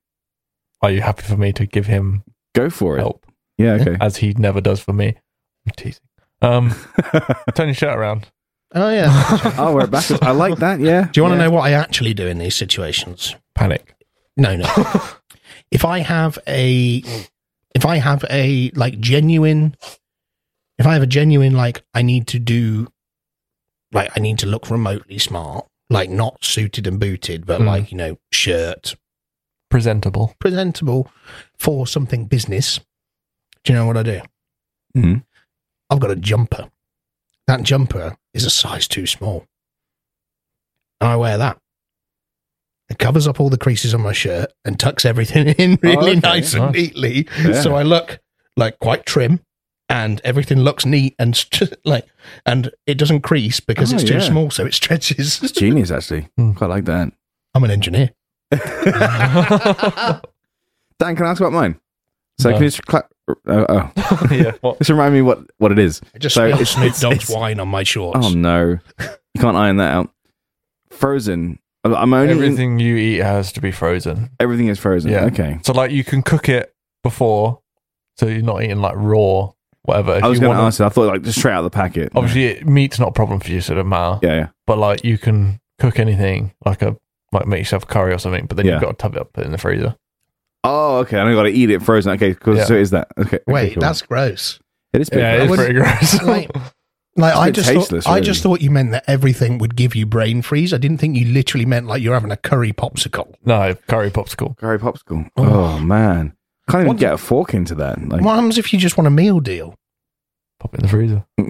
[SPEAKER 2] Are you happy for me to give him
[SPEAKER 3] Go for it.
[SPEAKER 2] help
[SPEAKER 3] Yeah, okay.
[SPEAKER 2] as he never does for me? I'm teasing. Um, turn your shirt around.
[SPEAKER 1] Oh yeah.
[SPEAKER 3] I'll wear it backwards. I like that, yeah.
[SPEAKER 1] Do you want to
[SPEAKER 3] yeah.
[SPEAKER 1] know what I actually do in these situations?
[SPEAKER 2] Panic.
[SPEAKER 1] No, no. if I have a, if I have a like genuine, if I have a genuine like I need to do, like I need to look remotely smart, like not suited and booted, but
[SPEAKER 3] Hmm.
[SPEAKER 2] Mm.
[SPEAKER 1] like you know shirt
[SPEAKER 2] Presentable.
[SPEAKER 1] presentable for something business. Do you know what I do?
[SPEAKER 3] Mhm.
[SPEAKER 1] I've got a jumper. That jumper is a size too small. And I wear that. It covers up all the creases on my shirt and tucks everything in really
[SPEAKER 3] Oh, okay.
[SPEAKER 1] nice and
[SPEAKER 2] Nice.
[SPEAKER 1] neatly.
[SPEAKER 3] Yeah.
[SPEAKER 1] So I look like quite trim and everything looks neat and st- like and it doesn't crease because
[SPEAKER 3] Oh,
[SPEAKER 1] it's too
[SPEAKER 3] yeah.
[SPEAKER 1] small so it stretches.
[SPEAKER 3] It's genius, actually.
[SPEAKER 2] Hmm.
[SPEAKER 3] Quite like that.
[SPEAKER 1] I'm an engineer.
[SPEAKER 2] yeah.
[SPEAKER 3] Dan, can I ask about mine? So can
[SPEAKER 2] No.
[SPEAKER 3] you just clap? Uh, oh,
[SPEAKER 2] What?
[SPEAKER 3] just remind me what, what it is.
[SPEAKER 1] I just
[SPEAKER 3] So
[SPEAKER 1] spilled
[SPEAKER 3] it's-
[SPEAKER 1] Snoop
[SPEAKER 3] it's-
[SPEAKER 1] Dogg's
[SPEAKER 3] it's-
[SPEAKER 1] wine on my shorts.
[SPEAKER 3] Oh no, you can't iron that out. Frozen. I'm only everything,
[SPEAKER 2] Everything you eat has to be frozen.
[SPEAKER 3] everything is frozen.
[SPEAKER 2] Yeah.
[SPEAKER 3] Okay.
[SPEAKER 2] So like you can cook it before, so you're not eating like raw whatever. If
[SPEAKER 3] I was
[SPEAKER 2] you
[SPEAKER 3] going to
[SPEAKER 2] wanna-
[SPEAKER 3] ask. It. I thought like just straight out of the packet.
[SPEAKER 2] Obviously, it, meat's not a problem for you, so it doesn't matter.
[SPEAKER 3] Yeah. yeah.
[SPEAKER 2] But like you can cook anything, like a like make yourself curry or something. But then
[SPEAKER 3] Yeah.
[SPEAKER 2] you've got to tub it up, put it in the freezer.
[SPEAKER 3] Oh, okay. And I got to eat it frozen. Okay. Cool.
[SPEAKER 2] Yeah.
[SPEAKER 3] So it is that. Okay. okay,
[SPEAKER 1] Wait,
[SPEAKER 3] cool.
[SPEAKER 1] that's gross.
[SPEAKER 3] it is. Big,
[SPEAKER 2] yeah,
[SPEAKER 3] yeah.
[SPEAKER 2] it's
[SPEAKER 1] I
[SPEAKER 2] pretty gross.
[SPEAKER 1] like, like
[SPEAKER 3] It's a
[SPEAKER 1] I
[SPEAKER 3] bit
[SPEAKER 1] just thought,
[SPEAKER 3] tasteless,
[SPEAKER 1] I just thought you meant that everything would give you brain freeze. I didn't think you literally meant like you're having a curry popsicle.
[SPEAKER 2] no, curry popsicle.
[SPEAKER 3] Curry popsicle. Oh,
[SPEAKER 1] Oh.
[SPEAKER 3] man, can't even
[SPEAKER 1] What-
[SPEAKER 3] get a fork into that. Like,
[SPEAKER 1] What happens if you just want a meal deal?
[SPEAKER 2] Pop it in the freezer.
[SPEAKER 3] oh,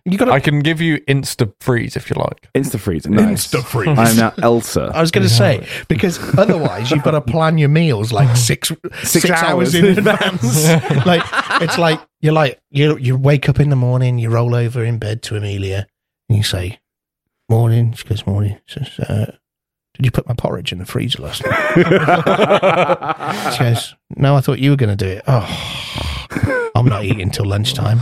[SPEAKER 1] you got to
[SPEAKER 2] I can give you insta freeze if you like.
[SPEAKER 3] Insta freeze. Nice.
[SPEAKER 1] insta freeze.
[SPEAKER 3] I'm
[SPEAKER 1] I
[SPEAKER 3] now Elsa.
[SPEAKER 1] was going to say because otherwise you've got to plan your meals like six six hours
[SPEAKER 3] hours.
[SPEAKER 1] in advance. like it's like you're like you you wake up in the morning, you roll over in bed to Amelia, and you say, "Morning," she goes, "Morning." She says, uh, "Did you put my porridge in the freezer last night?" She goes, No, I thought you were going to do it. Oh, I'm not eating till lunchtime.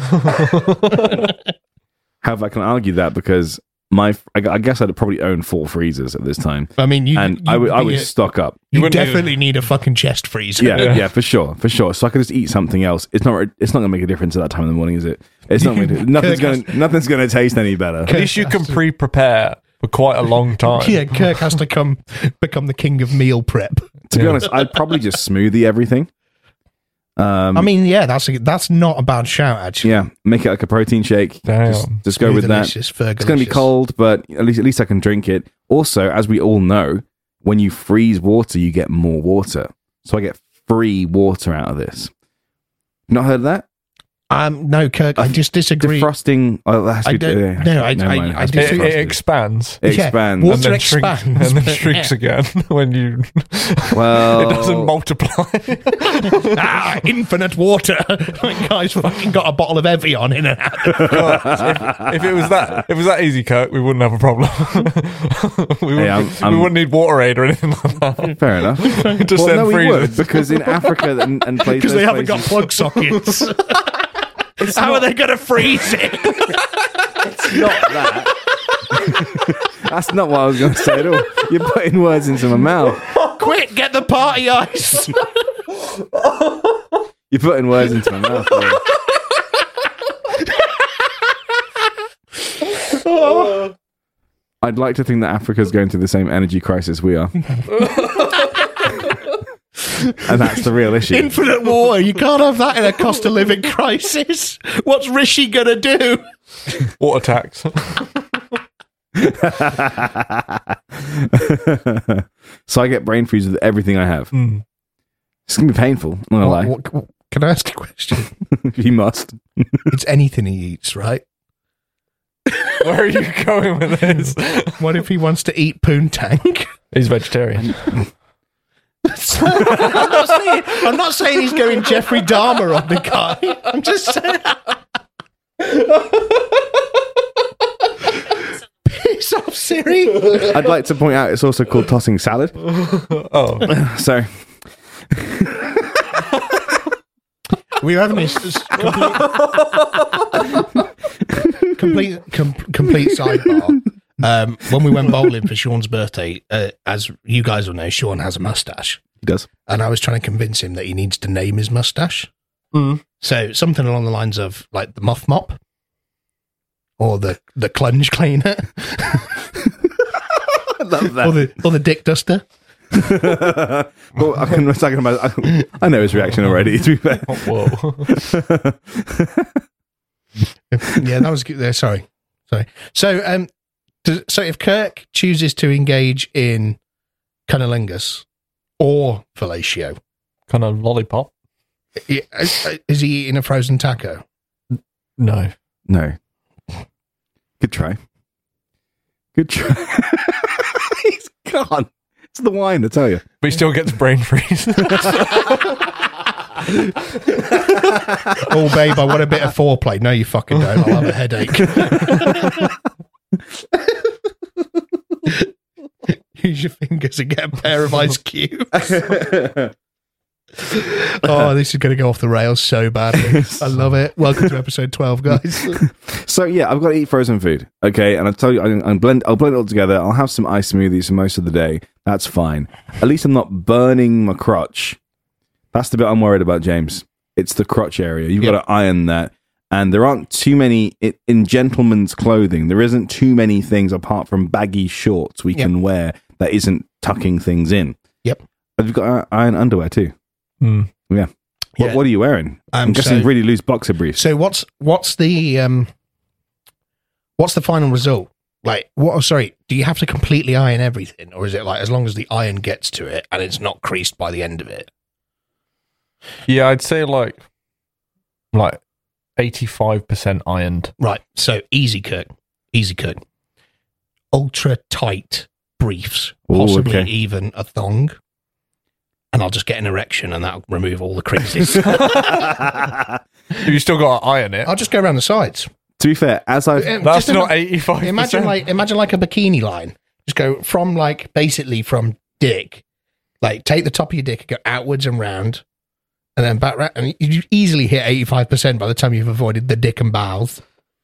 [SPEAKER 3] However, I can argue that because my, I gu- I guess I'd probably own four freezers at this time,
[SPEAKER 1] I mean, you,
[SPEAKER 3] and
[SPEAKER 1] you
[SPEAKER 3] I would, I
[SPEAKER 1] be
[SPEAKER 3] would
[SPEAKER 1] a-
[SPEAKER 3] stock up.
[SPEAKER 1] you
[SPEAKER 2] wouldn't
[SPEAKER 1] definitely need a fucking chest freezer.
[SPEAKER 3] Yeah, yeah,
[SPEAKER 2] Yeah.
[SPEAKER 3] for sure, for sure. So I could just eat something else. It's not, it's not gonna make a difference at that time in the morning, is it? It's not. Gonna, nothing's gonna, nothing's gonna taste any better.
[SPEAKER 2] At least you can pre prepare for quite a long time.
[SPEAKER 1] Yeah, Kirk has to come become the king of meal prep.
[SPEAKER 3] To be
[SPEAKER 2] Yeah.
[SPEAKER 3] honest, I'd probably just smoothie everything. Um,
[SPEAKER 1] I mean, yeah, that's a, that's not a bad shout actually.
[SPEAKER 3] yeah, make it like a protein shake.
[SPEAKER 2] Damn.
[SPEAKER 3] Just, just go with that.
[SPEAKER 1] Delicious, Fergalicious.
[SPEAKER 3] It's going to be cold, but at least at least I can drink it. Also, as we all know, when you freeze water, you get more water. So I get free water out of this. Not heard of that?
[SPEAKER 1] Um, no, Kirk, I just disagree.
[SPEAKER 3] Defrosting. Oh, that's
[SPEAKER 1] I
[SPEAKER 3] good.
[SPEAKER 1] don't-
[SPEAKER 3] yeah,
[SPEAKER 1] no, I-
[SPEAKER 3] never
[SPEAKER 1] I-
[SPEAKER 3] mind.
[SPEAKER 1] I
[SPEAKER 3] That's
[SPEAKER 1] do-
[SPEAKER 2] It,
[SPEAKER 3] defrosted.
[SPEAKER 2] it expands.
[SPEAKER 3] It
[SPEAKER 1] Yeah.
[SPEAKER 3] expands.
[SPEAKER 1] Water
[SPEAKER 2] shrinks-
[SPEAKER 1] expands.
[SPEAKER 2] and then shrinks again when you.
[SPEAKER 3] Well,
[SPEAKER 2] it doesn't multiply.
[SPEAKER 1] ah, infinite water. That guy's fucking got a bottle of Evian in it.
[SPEAKER 2] if it was that if it was that easy, Kirk, we wouldn't have a problem. we, wouldn't,
[SPEAKER 3] I'm-
[SPEAKER 2] we
[SPEAKER 3] I'm-
[SPEAKER 2] wouldn't need water aid or anything like that.
[SPEAKER 3] Fair enough.
[SPEAKER 2] Just
[SPEAKER 3] well,
[SPEAKER 2] send
[SPEAKER 3] no, we would
[SPEAKER 2] freezers.
[SPEAKER 3] because in Africa and, and places
[SPEAKER 1] because they haven't got
[SPEAKER 3] places,
[SPEAKER 1] plug sockets. How are they going to freeze it?
[SPEAKER 3] not that. That's not what I was going to say at all. You're putting words into my mouth.
[SPEAKER 1] Quick, get the party ice.
[SPEAKER 3] You're putting words into my mouth. Bro. I'd like to think that Africa's going through the same energy crisis we are. and that's the real issue.
[SPEAKER 1] Infinite water. You can't have that in a cost of living crisis. What's Rishi going to do?
[SPEAKER 2] Water tax.
[SPEAKER 3] so I get brain freeze with everything I have. It's going to be painful. I'm not going to lie.
[SPEAKER 1] can I ask a question?
[SPEAKER 3] you must.
[SPEAKER 1] It's anything he eats, right?
[SPEAKER 2] Where are you going with this?
[SPEAKER 1] What if he wants to eat poontang?
[SPEAKER 2] He's vegetarian.
[SPEAKER 1] So, I'm, not saying, I'm not saying he's going Jeffrey Dahmer on the guy. I'm just saying. Piss off, Siri.
[SPEAKER 3] I'd like to point out it's also called tossing salad.
[SPEAKER 2] Oh,
[SPEAKER 3] So
[SPEAKER 1] We were having this this complete, complete, com- complete sidebar. Um, when we went bowling for Sean's birthday, uh, as you guys will know, Sean has a mustache,
[SPEAKER 3] he does.
[SPEAKER 1] and I was trying to convince him that he needs to name his mustache.
[SPEAKER 2] Mm.
[SPEAKER 1] So something along the lines of like the muff mop or the the clunge cleaner
[SPEAKER 3] I love
[SPEAKER 1] or the or the dick duster.
[SPEAKER 3] well, I can, I can imagine, I, I know his reaction already. To be fair,
[SPEAKER 2] whoa.
[SPEAKER 1] yeah, that was good. There, sorry, sorry. So, um, does, so if Kirk chooses to engage in cunnilingus or fellatio,
[SPEAKER 2] kind of lollipop.
[SPEAKER 1] i- i- is he eating a frozen taco?
[SPEAKER 2] No.
[SPEAKER 3] no. Good try. Good try. He's gone. It's the wine, I tell you.
[SPEAKER 2] But he still gets brain freeze.
[SPEAKER 1] Oh, babe, I want a bit of foreplay. No, you fucking don't. I'll have a headache. Use your fingers and get a pair of ice cubes. Oh, this is going to go off the rails so badly. I love it. Welcome to episode 12, guys.
[SPEAKER 3] So yeah, I've got to eat frozen food. Okay, and I tell you, I, I blend. I'll blend it all together. I'll have some ice smoothies for most of the day. That's fine. At least I'm not burning my crotch. That's the bit I'm worried about, James. It's the crotch area. You've got to iron that. And there aren't too many i in gentleman's clothing. There isn't too many things apart from baggy shorts we
[SPEAKER 1] Yep.
[SPEAKER 3] can wear that isn't tucking things in.
[SPEAKER 1] Yep.
[SPEAKER 3] I've got to iron underwear too.
[SPEAKER 2] Hmm.
[SPEAKER 3] What,
[SPEAKER 1] Yeah.
[SPEAKER 3] what are you wearing? I'm guessing
[SPEAKER 1] so-
[SPEAKER 3] really loose boxer briefs.
[SPEAKER 1] So what's what's the um what's the final result? Like what oh sorry, do you have to completely iron everything or is it like as long as the iron gets to it and it's not creased by the end of it?
[SPEAKER 2] Yeah, I'd say like like eighty five percent ironed.
[SPEAKER 1] Right. So easy cook. Easy cook. Ultra tight briefs,
[SPEAKER 3] Ooh,
[SPEAKER 1] possibly
[SPEAKER 3] okay.
[SPEAKER 1] even a thong. And I'll just get an erection and that'll remove all the creases.
[SPEAKER 2] You still got to iron it.
[SPEAKER 1] I'll just go around the sides.
[SPEAKER 3] to be fair, as I've
[SPEAKER 1] Um,
[SPEAKER 2] That's
[SPEAKER 1] just
[SPEAKER 2] not
[SPEAKER 1] ima-
[SPEAKER 2] eighty five.
[SPEAKER 1] imagine like imagine like a bikini line. Just go from like basically from dick, like take the top of your dick and go outwards and round, and then back round, and you easily hit eighty five percent by the time you've avoided the dick and bowels.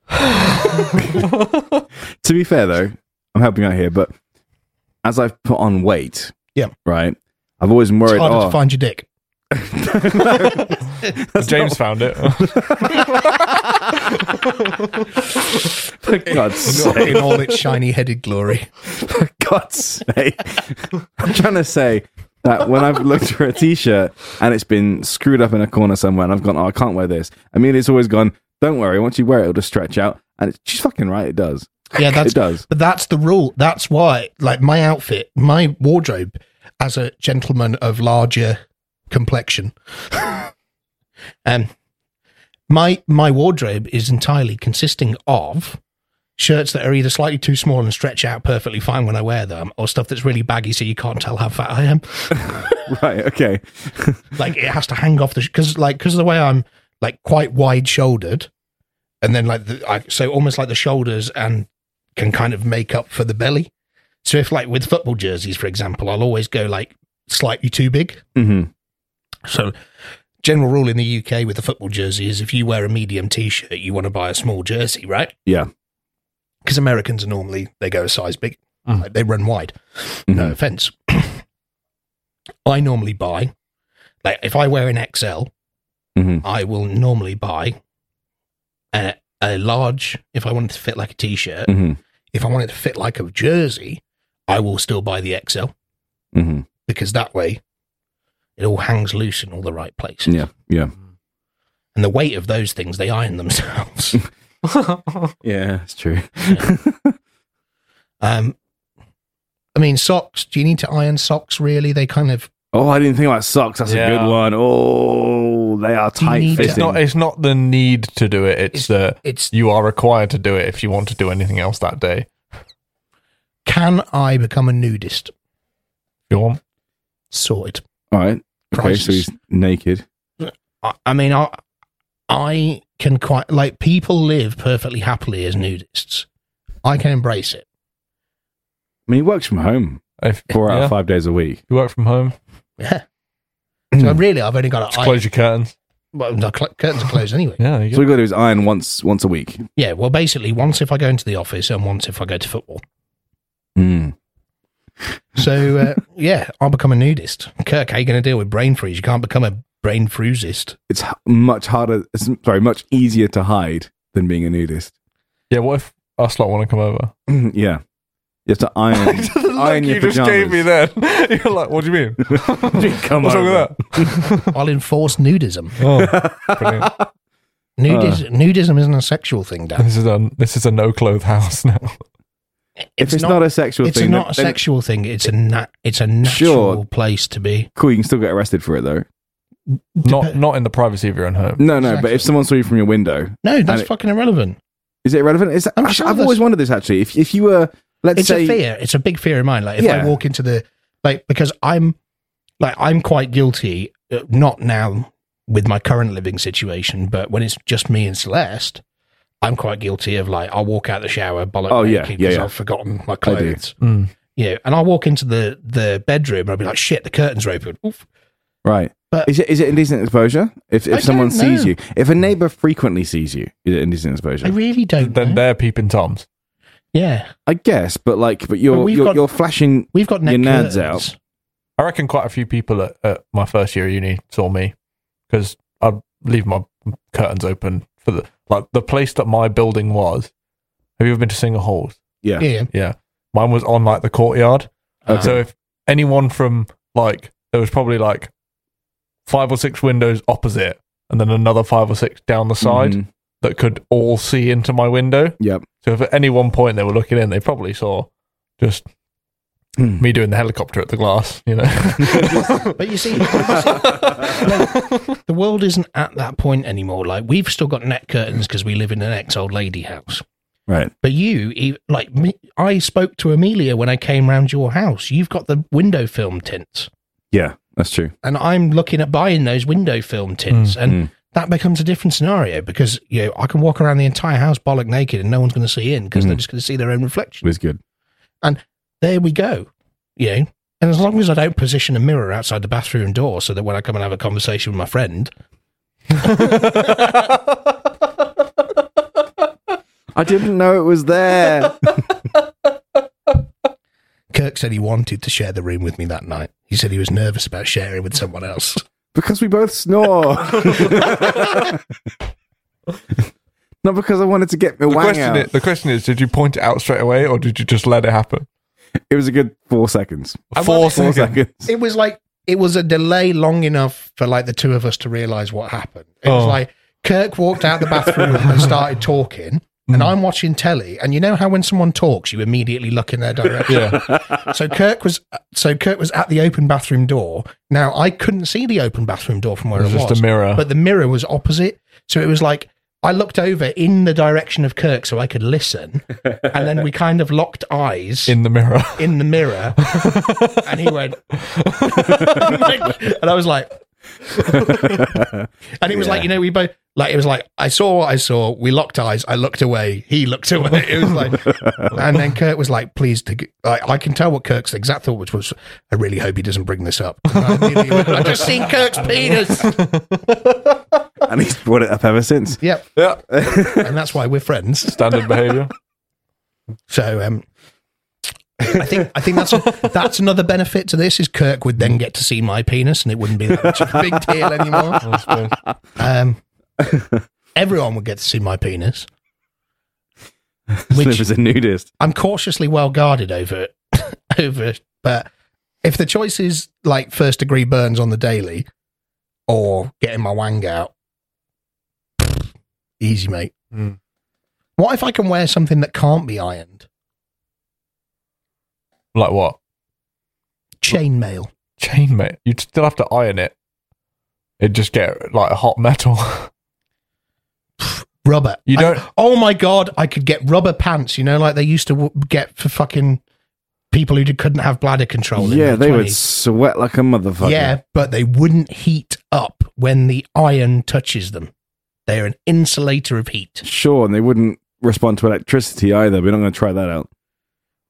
[SPEAKER 3] to be fair though, I'm helping out here, but as I've put on weight,
[SPEAKER 1] Yeah.
[SPEAKER 3] right, I've always been
[SPEAKER 1] It's
[SPEAKER 3] worried.
[SPEAKER 1] harder to
[SPEAKER 3] Oh,
[SPEAKER 1] find your dick.
[SPEAKER 2] James found it.
[SPEAKER 3] for God's
[SPEAKER 1] Not in
[SPEAKER 3] sake,
[SPEAKER 1] all its shiny headed glory.
[SPEAKER 3] for God's sake! I'm trying to say that when I've looked for a t-shirt and it's been screwed up in a corner somewhere, and I've gone, "Oh, I can't wear this." Amelia's always gone, "Don't worry, once you wear it, it'll just stretch out." And it's, she's fucking right, it does.
[SPEAKER 1] Yeah, that's
[SPEAKER 3] it does.
[SPEAKER 1] But that's the rule. That's why, like, my outfit, my wardrobe as a gentleman of larger complexion, um, my my wardrobe is entirely consisting of shirts that are either slightly too small and stretch out perfectly fine when I wear them, or stuff that's really baggy so you can't tell how fat I am.
[SPEAKER 3] Right? Okay.
[SPEAKER 1] Like, it has to hang off the because, like, because of the way I'm like quite wide shouldered, and then like the, I, so almost like the shoulders and can kind of make up for the belly. So if like with football jerseys, for example, I'll always go like slightly too big.
[SPEAKER 3] hmm
[SPEAKER 1] So general rule in the UK with the football jersey is if you wear a medium t-shirt, you want to buy a small jersey, right?
[SPEAKER 3] Yeah.
[SPEAKER 1] Because Americans are normally they go a size big,
[SPEAKER 2] Mm.
[SPEAKER 1] like, they run wide. No
[SPEAKER 3] Mhm.
[SPEAKER 1] offense. I normally buy like if I wear an XL,
[SPEAKER 3] Mhm.
[SPEAKER 1] I will normally buy a, a large if I want it to fit like a t-shirt
[SPEAKER 3] hmm
[SPEAKER 1] if I want it to fit like a jersey, I will still buy the XL
[SPEAKER 3] hmm
[SPEAKER 1] because that way it all hangs loose in all the right places.
[SPEAKER 3] Yeah. Yeah.
[SPEAKER 1] And the weight of those things, they iron themselves.
[SPEAKER 3] Yeah. It's true.
[SPEAKER 1] um, I mean, socks, do you need to iron socks really? They kind of,
[SPEAKER 3] Oh, I didn't think about socks. That's a
[SPEAKER 2] Yeah.
[SPEAKER 3] good one. Oh, they are
[SPEAKER 1] Do you
[SPEAKER 3] tight
[SPEAKER 1] need to-
[SPEAKER 2] it's
[SPEAKER 3] fitting.
[SPEAKER 2] not. It's not the need to do it. It's the
[SPEAKER 1] it's,
[SPEAKER 2] you are required to do it if you want to do anything else that day. If
[SPEAKER 1] can I become a nudist?
[SPEAKER 2] you want.
[SPEAKER 1] Sorted.
[SPEAKER 3] All right. Okay, so
[SPEAKER 1] Prices.
[SPEAKER 3] he's naked.
[SPEAKER 1] I, I mean, I I can quite like people live perfectly happily as nudists. I can embrace it.
[SPEAKER 3] I mean, he works from home
[SPEAKER 2] If
[SPEAKER 3] four out
[SPEAKER 2] yeah,
[SPEAKER 3] of five days a week.
[SPEAKER 2] you work from home,
[SPEAKER 1] Yeah. so really, I've only got
[SPEAKER 2] just
[SPEAKER 1] to I,
[SPEAKER 2] close your curtains.
[SPEAKER 1] well, the cl- curtains are closed anyway.
[SPEAKER 2] Yeah, there you
[SPEAKER 3] So
[SPEAKER 2] go.
[SPEAKER 3] we got to do is iron once once a week.
[SPEAKER 1] Yeah. Well, basically, once if I go into the office and once if I go to football.
[SPEAKER 3] Mm.
[SPEAKER 1] So uh, yeah, I'll become a nudist. Kirk, how you going to deal with brain freeze? You can't become a brain freezist.
[SPEAKER 3] It's h- much harder. It's, sorry, much easier to hide than being a nudist.
[SPEAKER 2] yeah, what if us lot want to come over?
[SPEAKER 3] yeah, you have to iron.
[SPEAKER 2] The look
[SPEAKER 3] iron your
[SPEAKER 2] you just gave me then. You're like, what do you mean?
[SPEAKER 3] Come
[SPEAKER 2] What's wrong
[SPEAKER 3] over.
[SPEAKER 2] with that?
[SPEAKER 1] I'll enforce nudism.
[SPEAKER 2] Oh, brilliant.
[SPEAKER 1] Nudis- nudism isn't a sexual thing, Dan.
[SPEAKER 2] this is a this is a no clothes house now.
[SPEAKER 1] It's
[SPEAKER 3] If it's not, a sexual
[SPEAKER 1] it's
[SPEAKER 3] thing,
[SPEAKER 1] not
[SPEAKER 3] then-
[SPEAKER 1] a
[SPEAKER 3] then-
[SPEAKER 1] sexual thing. It's a na- it's a natural
[SPEAKER 3] Sure.
[SPEAKER 1] place to be.
[SPEAKER 3] Cool, you can still get arrested for it though.
[SPEAKER 2] Not not in the privacy of your own home.
[SPEAKER 3] No, no, but
[SPEAKER 1] Exactly.
[SPEAKER 3] if someone saw you from your window,
[SPEAKER 1] No, that's
[SPEAKER 3] it-
[SPEAKER 1] fucking irrelevant.
[SPEAKER 3] is it relevant? Is that,
[SPEAKER 1] I'm
[SPEAKER 3] i
[SPEAKER 1] sure
[SPEAKER 3] have
[SPEAKER 1] that's-
[SPEAKER 3] always wondered this actually. If if you were, let's
[SPEAKER 1] It's
[SPEAKER 3] say,
[SPEAKER 1] a fear. It's a big fear of mine. Like if
[SPEAKER 3] Yeah.
[SPEAKER 1] I walk into the like because I'm like I'm quite guilty. uh, Not now with my current living situation, but when it's just me and Celeste, I'm quite guilty of like I'll walk out the shower, bollock
[SPEAKER 3] Oh, yeah,
[SPEAKER 1] naked
[SPEAKER 3] yeah,
[SPEAKER 1] because
[SPEAKER 3] yeah.
[SPEAKER 1] I've forgotten my
[SPEAKER 3] do.
[SPEAKER 1] clothes.
[SPEAKER 2] Mm.
[SPEAKER 1] Yeah, and I'll walk into the the bedroom and I'll be like, shit, the curtains are open. Oof.
[SPEAKER 3] right?
[SPEAKER 1] But-
[SPEAKER 3] is it is it indecent exposure? If
[SPEAKER 1] I
[SPEAKER 3] if someone
[SPEAKER 1] don't
[SPEAKER 3] sees
[SPEAKER 1] know.
[SPEAKER 3] you, if a neighbor frequently sees you, is it indecent exposure?
[SPEAKER 1] I
[SPEAKER 3] I,
[SPEAKER 1] really don't.
[SPEAKER 2] Then
[SPEAKER 1] know.
[SPEAKER 2] they're peeping toms.
[SPEAKER 1] yeah,
[SPEAKER 3] guess, but like, but you're
[SPEAKER 1] But we've
[SPEAKER 3] you're,
[SPEAKER 1] got-
[SPEAKER 3] you're flashing.
[SPEAKER 1] we've got neck
[SPEAKER 3] Your nads
[SPEAKER 1] curtains.
[SPEAKER 3] out.
[SPEAKER 2] I reckon quite a few people at, at my first year of uni saw me because I'd leave my curtains open for the like the place that my building was. Have you ever been to Singer Halls?
[SPEAKER 3] Yeah,
[SPEAKER 1] Yeah,
[SPEAKER 2] Yeah, mine was on like the courtyard.
[SPEAKER 1] Okay.
[SPEAKER 2] So if anyone from like there was probably like five or six windows opposite, and then another five or six down the side
[SPEAKER 3] Mhm.
[SPEAKER 2] that could all see into my window.
[SPEAKER 3] Yep.
[SPEAKER 2] So if at any one point they were looking in, they probably saw just
[SPEAKER 3] Hmm.
[SPEAKER 2] me doing the helicopter at the glass. You know.
[SPEAKER 1] Um, But you see,
[SPEAKER 3] Mm-hmm.
[SPEAKER 1] the world isn't at that point anymore. Like we've still got net curtains because we live in an ex-old lady house.
[SPEAKER 3] Right.
[SPEAKER 1] But you, e- like me, I spoke to Amelia when I came round your house. You've got the window film tints,
[SPEAKER 3] Yeah, that's true.
[SPEAKER 1] and I'm looking at buying those window film tints, and
[SPEAKER 3] mm.
[SPEAKER 1] that becomes a different scenario because you know I can walk around the entire house bollock naked and no one's going to see in because they're
[SPEAKER 3] Mhm.
[SPEAKER 1] just going to see their own reflection.
[SPEAKER 3] It is good.
[SPEAKER 1] There we go. You know. And as long as I don't position a mirror outside the bathroom door so that when I come and have a conversation with my friend,
[SPEAKER 3] I didn't know it was there.
[SPEAKER 1] Kirk said he wanted to share the room with me that night. He said he was nervous about sharing with someone else.
[SPEAKER 3] Because we both snore. Not because I wanted to get my
[SPEAKER 2] The
[SPEAKER 3] wang
[SPEAKER 2] question,
[SPEAKER 3] out.
[SPEAKER 2] is, the question is, did you point it out straight away or did you just let it happen?
[SPEAKER 3] It was a good four seconds.
[SPEAKER 1] I
[SPEAKER 2] Four
[SPEAKER 1] want-
[SPEAKER 3] Four
[SPEAKER 2] seconds.
[SPEAKER 3] seconds.
[SPEAKER 1] It was like it was a delay long enough for like the two of us to realize what happened. It was
[SPEAKER 2] Oh.
[SPEAKER 1] like Kirk walked out the bathroom and started talking, and
[SPEAKER 2] Mm.
[SPEAKER 1] I'm watching telly. And you know how when someone talks, you immediately look in their direction.
[SPEAKER 2] Yeah.
[SPEAKER 1] so Kirk was so Kirk was at the open bathroom door. Now I couldn't see the open bathroom door from where
[SPEAKER 2] It was
[SPEAKER 1] it was.
[SPEAKER 2] just a mirror.
[SPEAKER 1] but the mirror was opposite. So it was like I looked over in the direction of Kirk so I could listen. And then we kind of locked eyes in,
[SPEAKER 2] in the mirror.
[SPEAKER 1] the mirror. and he went, like- and I was like, and it was like, you know, we both, like, it was like, I saw what I saw. We locked eyes. I looked away. He looked away. It was like, and then Kirk was like, please, to, g- like, I can tell what Kirk's exact thought, which was, I really hope he doesn't bring this up. And I immediately went, I've just seen Kirk's penis.
[SPEAKER 3] and he's brought it up ever since.
[SPEAKER 1] Yep.
[SPEAKER 2] yeah.
[SPEAKER 1] And that's why we're friends.
[SPEAKER 2] Standard behavior.
[SPEAKER 1] So um, I think I think that's that's another benefit to this is Kirk would then get to see my penis and it wouldn't be that much of a big deal anymore.
[SPEAKER 2] I suppose.
[SPEAKER 1] Um, everyone would get to see my penis,
[SPEAKER 3] Sniff
[SPEAKER 1] which
[SPEAKER 3] is a nudist.
[SPEAKER 1] I'm cautiously well guarded over over. But if the choice is like first degree burns on the daily or getting my wang out, easy mate.
[SPEAKER 2] Mm.
[SPEAKER 1] What if I can wear something that can't be ironed?
[SPEAKER 2] Like what?
[SPEAKER 1] Chainmail.
[SPEAKER 2] Chainmate. You'd still have to iron it. It'd just get like hot metal.
[SPEAKER 1] rubber.
[SPEAKER 2] You
[SPEAKER 1] I-
[SPEAKER 2] don't-
[SPEAKER 1] oh my god! I could get rubber pants. You know, like they used to w- get for fucking people who couldn't have bladder control. in
[SPEAKER 3] yeah,
[SPEAKER 1] their
[SPEAKER 3] they would
[SPEAKER 1] 20s.
[SPEAKER 3] sweat like a motherfucker.
[SPEAKER 1] Yeah, but they wouldn't heat up when the iron touches them. They're an insulator of heat.
[SPEAKER 3] Sure, and they wouldn't respond to electricity either. We're not going to try that out.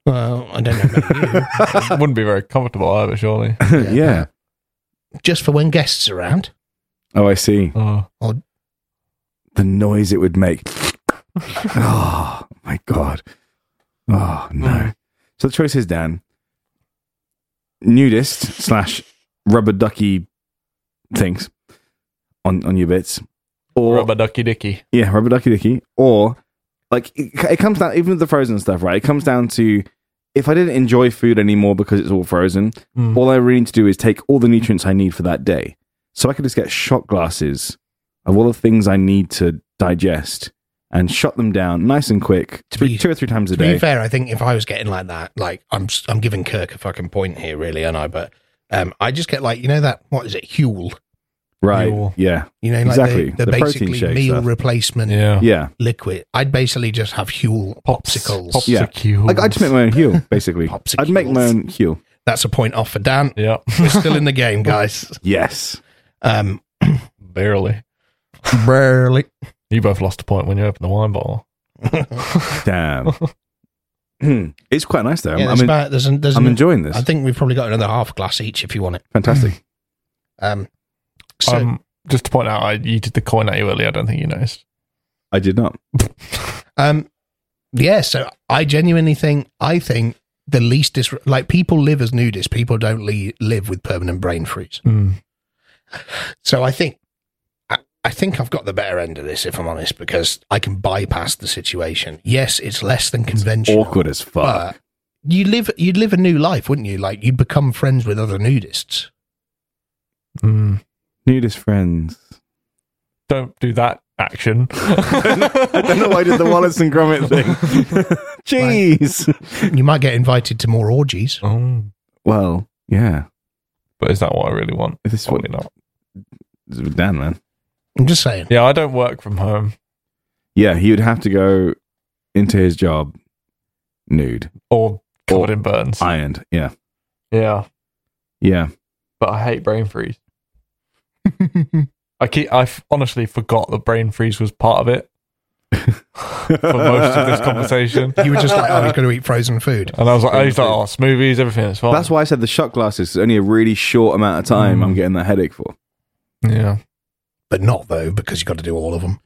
[SPEAKER 1] Well, I don't know about you.
[SPEAKER 2] It wouldn't be very comfortable either, surely.
[SPEAKER 3] yeah.
[SPEAKER 1] Just for when guests are around.
[SPEAKER 3] Oh, I see.
[SPEAKER 2] Oh.
[SPEAKER 3] The noise it would make. oh, my God. Oh, no. So the choice is Dan. Nudist slash rubber ducky things on, on your bits. Or
[SPEAKER 2] Rubber ducky dicky.
[SPEAKER 3] Yeah, rubber ducky dicky. Or like it, it comes down even with the frozen stuff, right? It comes down to if I didn't enjoy food anymore because it's all frozen,
[SPEAKER 2] Mm.
[SPEAKER 3] all I really need to do is take all the nutrients I need for that day. So I could just get shot glasses of all the things I need to digest and shot them down nice and quick,
[SPEAKER 1] To
[SPEAKER 3] three,
[SPEAKER 1] be-
[SPEAKER 3] two or three times a
[SPEAKER 1] To be
[SPEAKER 3] day.
[SPEAKER 1] fair, I think if I was getting like that, like I'm, s- I'm giving Kirk a fucking point here, really, aren't I? But um, I just get like you know that what is it, Huel?
[SPEAKER 3] Right.
[SPEAKER 2] Fuel.
[SPEAKER 3] Yeah.
[SPEAKER 1] You know, like
[SPEAKER 3] Exactly.
[SPEAKER 1] the, the,
[SPEAKER 3] The protein
[SPEAKER 1] basically
[SPEAKER 3] shake
[SPEAKER 1] meal
[SPEAKER 3] stuff.
[SPEAKER 1] replacement
[SPEAKER 2] Yeah.
[SPEAKER 3] Yeah.
[SPEAKER 1] liquid. I'd basically just have Huel popsicles.
[SPEAKER 2] Pops-
[SPEAKER 3] Yeah.
[SPEAKER 2] Popsicles.
[SPEAKER 3] Like I just make my own hue, basically.
[SPEAKER 1] Popsicles.
[SPEAKER 3] I'd make my own hue.
[SPEAKER 1] That's a point off for Dan.
[SPEAKER 2] Yeah.
[SPEAKER 1] We're still in the game, guys.
[SPEAKER 3] Yes.
[SPEAKER 1] Um,
[SPEAKER 2] Barely.
[SPEAKER 1] barely.
[SPEAKER 2] You both lost a point when you opened the wine bottle.
[SPEAKER 3] Damn. Hmm. it's quite nice though.
[SPEAKER 1] Yeah,
[SPEAKER 3] I'm,
[SPEAKER 1] there's
[SPEAKER 3] I'm,
[SPEAKER 1] about, there's, an, there's
[SPEAKER 3] I'm
[SPEAKER 1] an-
[SPEAKER 3] enjoying this.
[SPEAKER 1] I think we've probably got another half glass each if you want it.
[SPEAKER 3] Fantastic.
[SPEAKER 1] Um, so
[SPEAKER 2] um, just to point out, I you did the coin at you earlier. I don't think you noticed.
[SPEAKER 3] I did not.
[SPEAKER 1] Um, yeah, so I genuinely think I think the least dis- like people live as nudists, people don't le- live with permanent brain freeze.
[SPEAKER 2] Mm.
[SPEAKER 1] So I think I, I think I've got the better end of this if I'm honest because I can bypass the situation. Yes, it's less than conventional.
[SPEAKER 3] Awkward as fuck.
[SPEAKER 1] But you live you'd live a new life, wouldn't you? Like you'd become friends with other nudists.
[SPEAKER 2] Mm.
[SPEAKER 3] Nudist friends.
[SPEAKER 2] Don't do that action.
[SPEAKER 3] I don't know why I did the Wallace and Gromit thing. Jeez.
[SPEAKER 1] You might get invited to more orgies.
[SPEAKER 2] Mm.
[SPEAKER 3] Well, yeah.
[SPEAKER 2] But is that what I really want?
[SPEAKER 3] This is what
[SPEAKER 2] Probably not.
[SPEAKER 3] this is with Dan, man.
[SPEAKER 1] I'm just saying.
[SPEAKER 2] Yeah, I don't work from home
[SPEAKER 3] Yeah, he would have to go into his job nude,
[SPEAKER 2] or covered in burns.
[SPEAKER 3] ironed. Yeah.
[SPEAKER 2] yeah,
[SPEAKER 3] Yeah.
[SPEAKER 2] but I hate brain freeze. I keep. I f- honestly forgot that brain freeze was part of it
[SPEAKER 3] For
[SPEAKER 2] for most of this conversation.
[SPEAKER 1] You were just like, oh, he's going to eat frozen food.
[SPEAKER 2] And I was like, I
[SPEAKER 3] Brain
[SPEAKER 2] was like,
[SPEAKER 3] freeze.
[SPEAKER 2] oh, smoothies, everything. It's fine.
[SPEAKER 3] That's why I said the shot glasses is only a really short amount of time
[SPEAKER 2] Mm.
[SPEAKER 3] I'm getting that headache for.
[SPEAKER 2] yeah.
[SPEAKER 1] But not, though, because you've got to do all of them.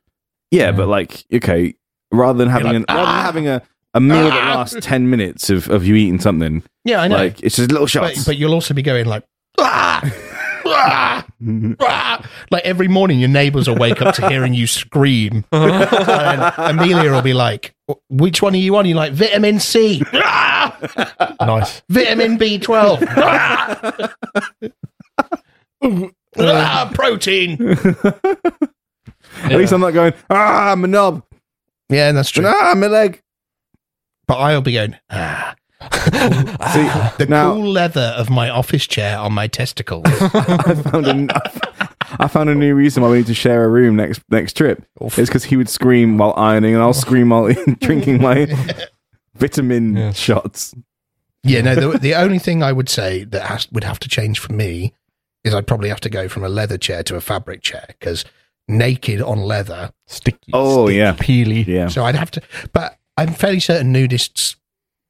[SPEAKER 3] Yeah,
[SPEAKER 2] Yeah.
[SPEAKER 3] but like, okay, rather than having
[SPEAKER 1] like,
[SPEAKER 3] an, rather than
[SPEAKER 1] "Ah!
[SPEAKER 3] having a, a meal that
[SPEAKER 1] Ah!"
[SPEAKER 3] lasts ten minutes of, of you eating something,
[SPEAKER 1] Yeah, I know.
[SPEAKER 3] like it's just little
[SPEAKER 1] but,
[SPEAKER 3] shots.
[SPEAKER 1] but you'll also be going like, ah, ah, ah. like every morning your neighbors will wake up to hearing you scream. and then Amelia will be like, which one are you on? You're like, vitamin C, ah,
[SPEAKER 2] Nice.
[SPEAKER 1] vitamin B12, ah, ah, protein.
[SPEAKER 3] At least I'm not going, ah, my knob,
[SPEAKER 1] Yeah, that's true.
[SPEAKER 3] ah, my leg.
[SPEAKER 1] But I'll be going, ah.
[SPEAKER 3] See,
[SPEAKER 1] The
[SPEAKER 3] Ah. Now-
[SPEAKER 1] cool leather of my office chair on my testicles.
[SPEAKER 3] I found a n- I found a new reason why we need to share a room next next trip. It's because he would scream while ironing, and I'll scream while drinking my vitamin
[SPEAKER 2] Yes.
[SPEAKER 3] shots.
[SPEAKER 1] Yeah, no. The, the only thing I would say that has, would have to change for me is I'd probably have to go from a leather chair to a fabric chair because naked on leather.
[SPEAKER 2] Sticky.
[SPEAKER 3] Oh,
[SPEAKER 2] sticky,
[SPEAKER 3] yeah.
[SPEAKER 2] Peely.
[SPEAKER 3] Yeah,
[SPEAKER 1] So I'd have to, but I'm fairly certain nudists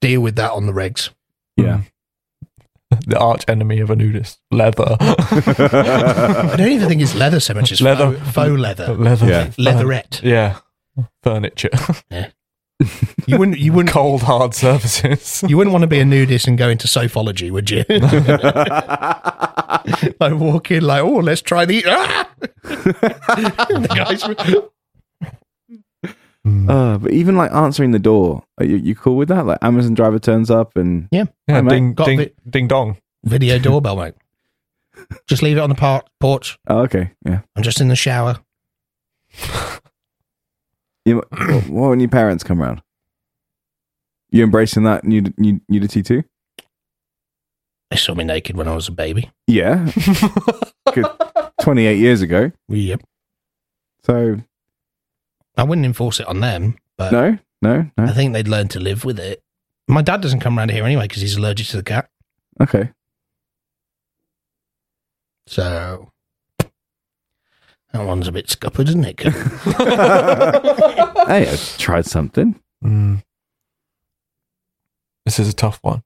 [SPEAKER 1] deal with that on the regs.
[SPEAKER 3] yeah.
[SPEAKER 2] The arch enemy of a nudist. Leather.
[SPEAKER 1] I don't even think it's leather so much as
[SPEAKER 2] Leather.
[SPEAKER 1] faux, faux leather,
[SPEAKER 2] Leather.
[SPEAKER 3] Yeah.
[SPEAKER 1] leatherette.
[SPEAKER 2] Yeah. Furniture.
[SPEAKER 1] You wouldn't, you wouldn't,
[SPEAKER 2] Cold, hard surfaces.
[SPEAKER 1] you wouldn't want to be a nudist and go into sophology, would you?
[SPEAKER 3] Uh,
[SPEAKER 1] like walk in, like, oh, let's try the. Ah! the guys, were- Mm.
[SPEAKER 3] Uh, but even like answering the door, are you, you cool with that? Like Amazon driver turns up and
[SPEAKER 2] Yeah,
[SPEAKER 3] Hey, mate,
[SPEAKER 2] ding,
[SPEAKER 1] got
[SPEAKER 2] ding,
[SPEAKER 1] the-
[SPEAKER 2] ding dong.
[SPEAKER 1] video doorbell, mate. Just leave it on the par- porch.
[SPEAKER 3] oh, okay, yeah.
[SPEAKER 1] I'm just in the shower.
[SPEAKER 3] You, what when your parents come round? You embracing that nud- nud- nudity too?
[SPEAKER 1] They saw me naked when I was a baby.
[SPEAKER 3] Yeah, Good. twenty-eight years ago.
[SPEAKER 1] Yep.
[SPEAKER 3] So
[SPEAKER 1] I wouldn't enforce it on them, but
[SPEAKER 3] no, no, no.
[SPEAKER 1] I think they'd learn to live with it. My dad doesn't come around here anyway because he's allergic to the cat.
[SPEAKER 3] Okay.
[SPEAKER 1] So that one's a bit scuppered, isn't it? Cooper?
[SPEAKER 3] Hey, I tried something.
[SPEAKER 2] Mm. This is a tough one.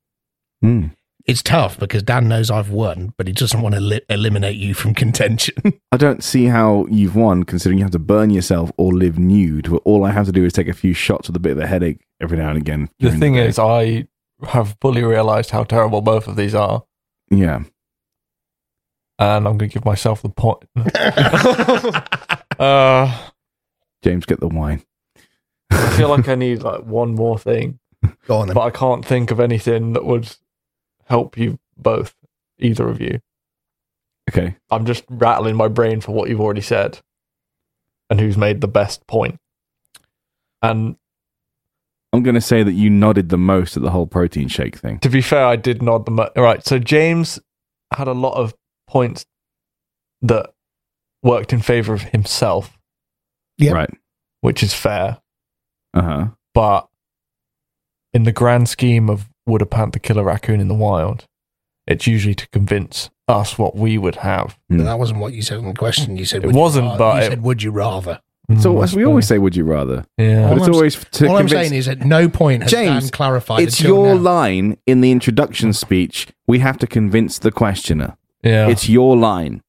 [SPEAKER 3] Hmm.
[SPEAKER 1] it's tough because Dan knows I've won, but he doesn't want to li- eliminate you from contention.
[SPEAKER 3] I don't see how you've won, considering you have to burn yourself or live nude. Where all I have to do is take a few shots with a bit of a headache every now and again.
[SPEAKER 2] The
[SPEAKER 3] during
[SPEAKER 2] thing
[SPEAKER 3] day.
[SPEAKER 2] is, I have fully realised how terrible both of these are,
[SPEAKER 3] yeah,
[SPEAKER 2] and I'm going to give myself the point. uh,
[SPEAKER 3] James, get the wine.
[SPEAKER 2] I feel like I need like one more thing,
[SPEAKER 1] Go on then.
[SPEAKER 2] but I can't think of anything that would help you both, either of you.
[SPEAKER 3] Okay,
[SPEAKER 2] I'm just rattling my brain for what you've already said and who's made the best point. And
[SPEAKER 3] I'm going to say that you nodded the most at the whole protein shake thing.
[SPEAKER 2] to be fair, I did nod the mo- right. So James had a lot of points that worked in favor of himself,
[SPEAKER 1] Yep.
[SPEAKER 3] Right.
[SPEAKER 2] which is fair.
[SPEAKER 3] Uh huh.
[SPEAKER 2] But in the grand scheme of would a panther kill a raccoon in the wild, it's usually to convince us what we would have.
[SPEAKER 1] But that wasn't what you said in the question. You said
[SPEAKER 2] mm. It
[SPEAKER 1] "Would you
[SPEAKER 2] wasn't,
[SPEAKER 1] rather?"
[SPEAKER 2] but
[SPEAKER 1] you
[SPEAKER 2] it-
[SPEAKER 1] said, "Would you rather?"
[SPEAKER 3] So as we always say, would you rather?
[SPEAKER 2] Mm, yeah.
[SPEAKER 3] But
[SPEAKER 1] All
[SPEAKER 3] it's
[SPEAKER 1] I'm s-
[SPEAKER 3] always to
[SPEAKER 1] All I'm
[SPEAKER 3] convince-
[SPEAKER 1] saying is, at no point has
[SPEAKER 3] James,
[SPEAKER 1] Dan clarified.
[SPEAKER 3] It's
[SPEAKER 1] until
[SPEAKER 3] your
[SPEAKER 1] now.
[SPEAKER 3] line in the introduction speech. We have to convince the questioner.
[SPEAKER 2] Yeah.
[SPEAKER 3] It's your line.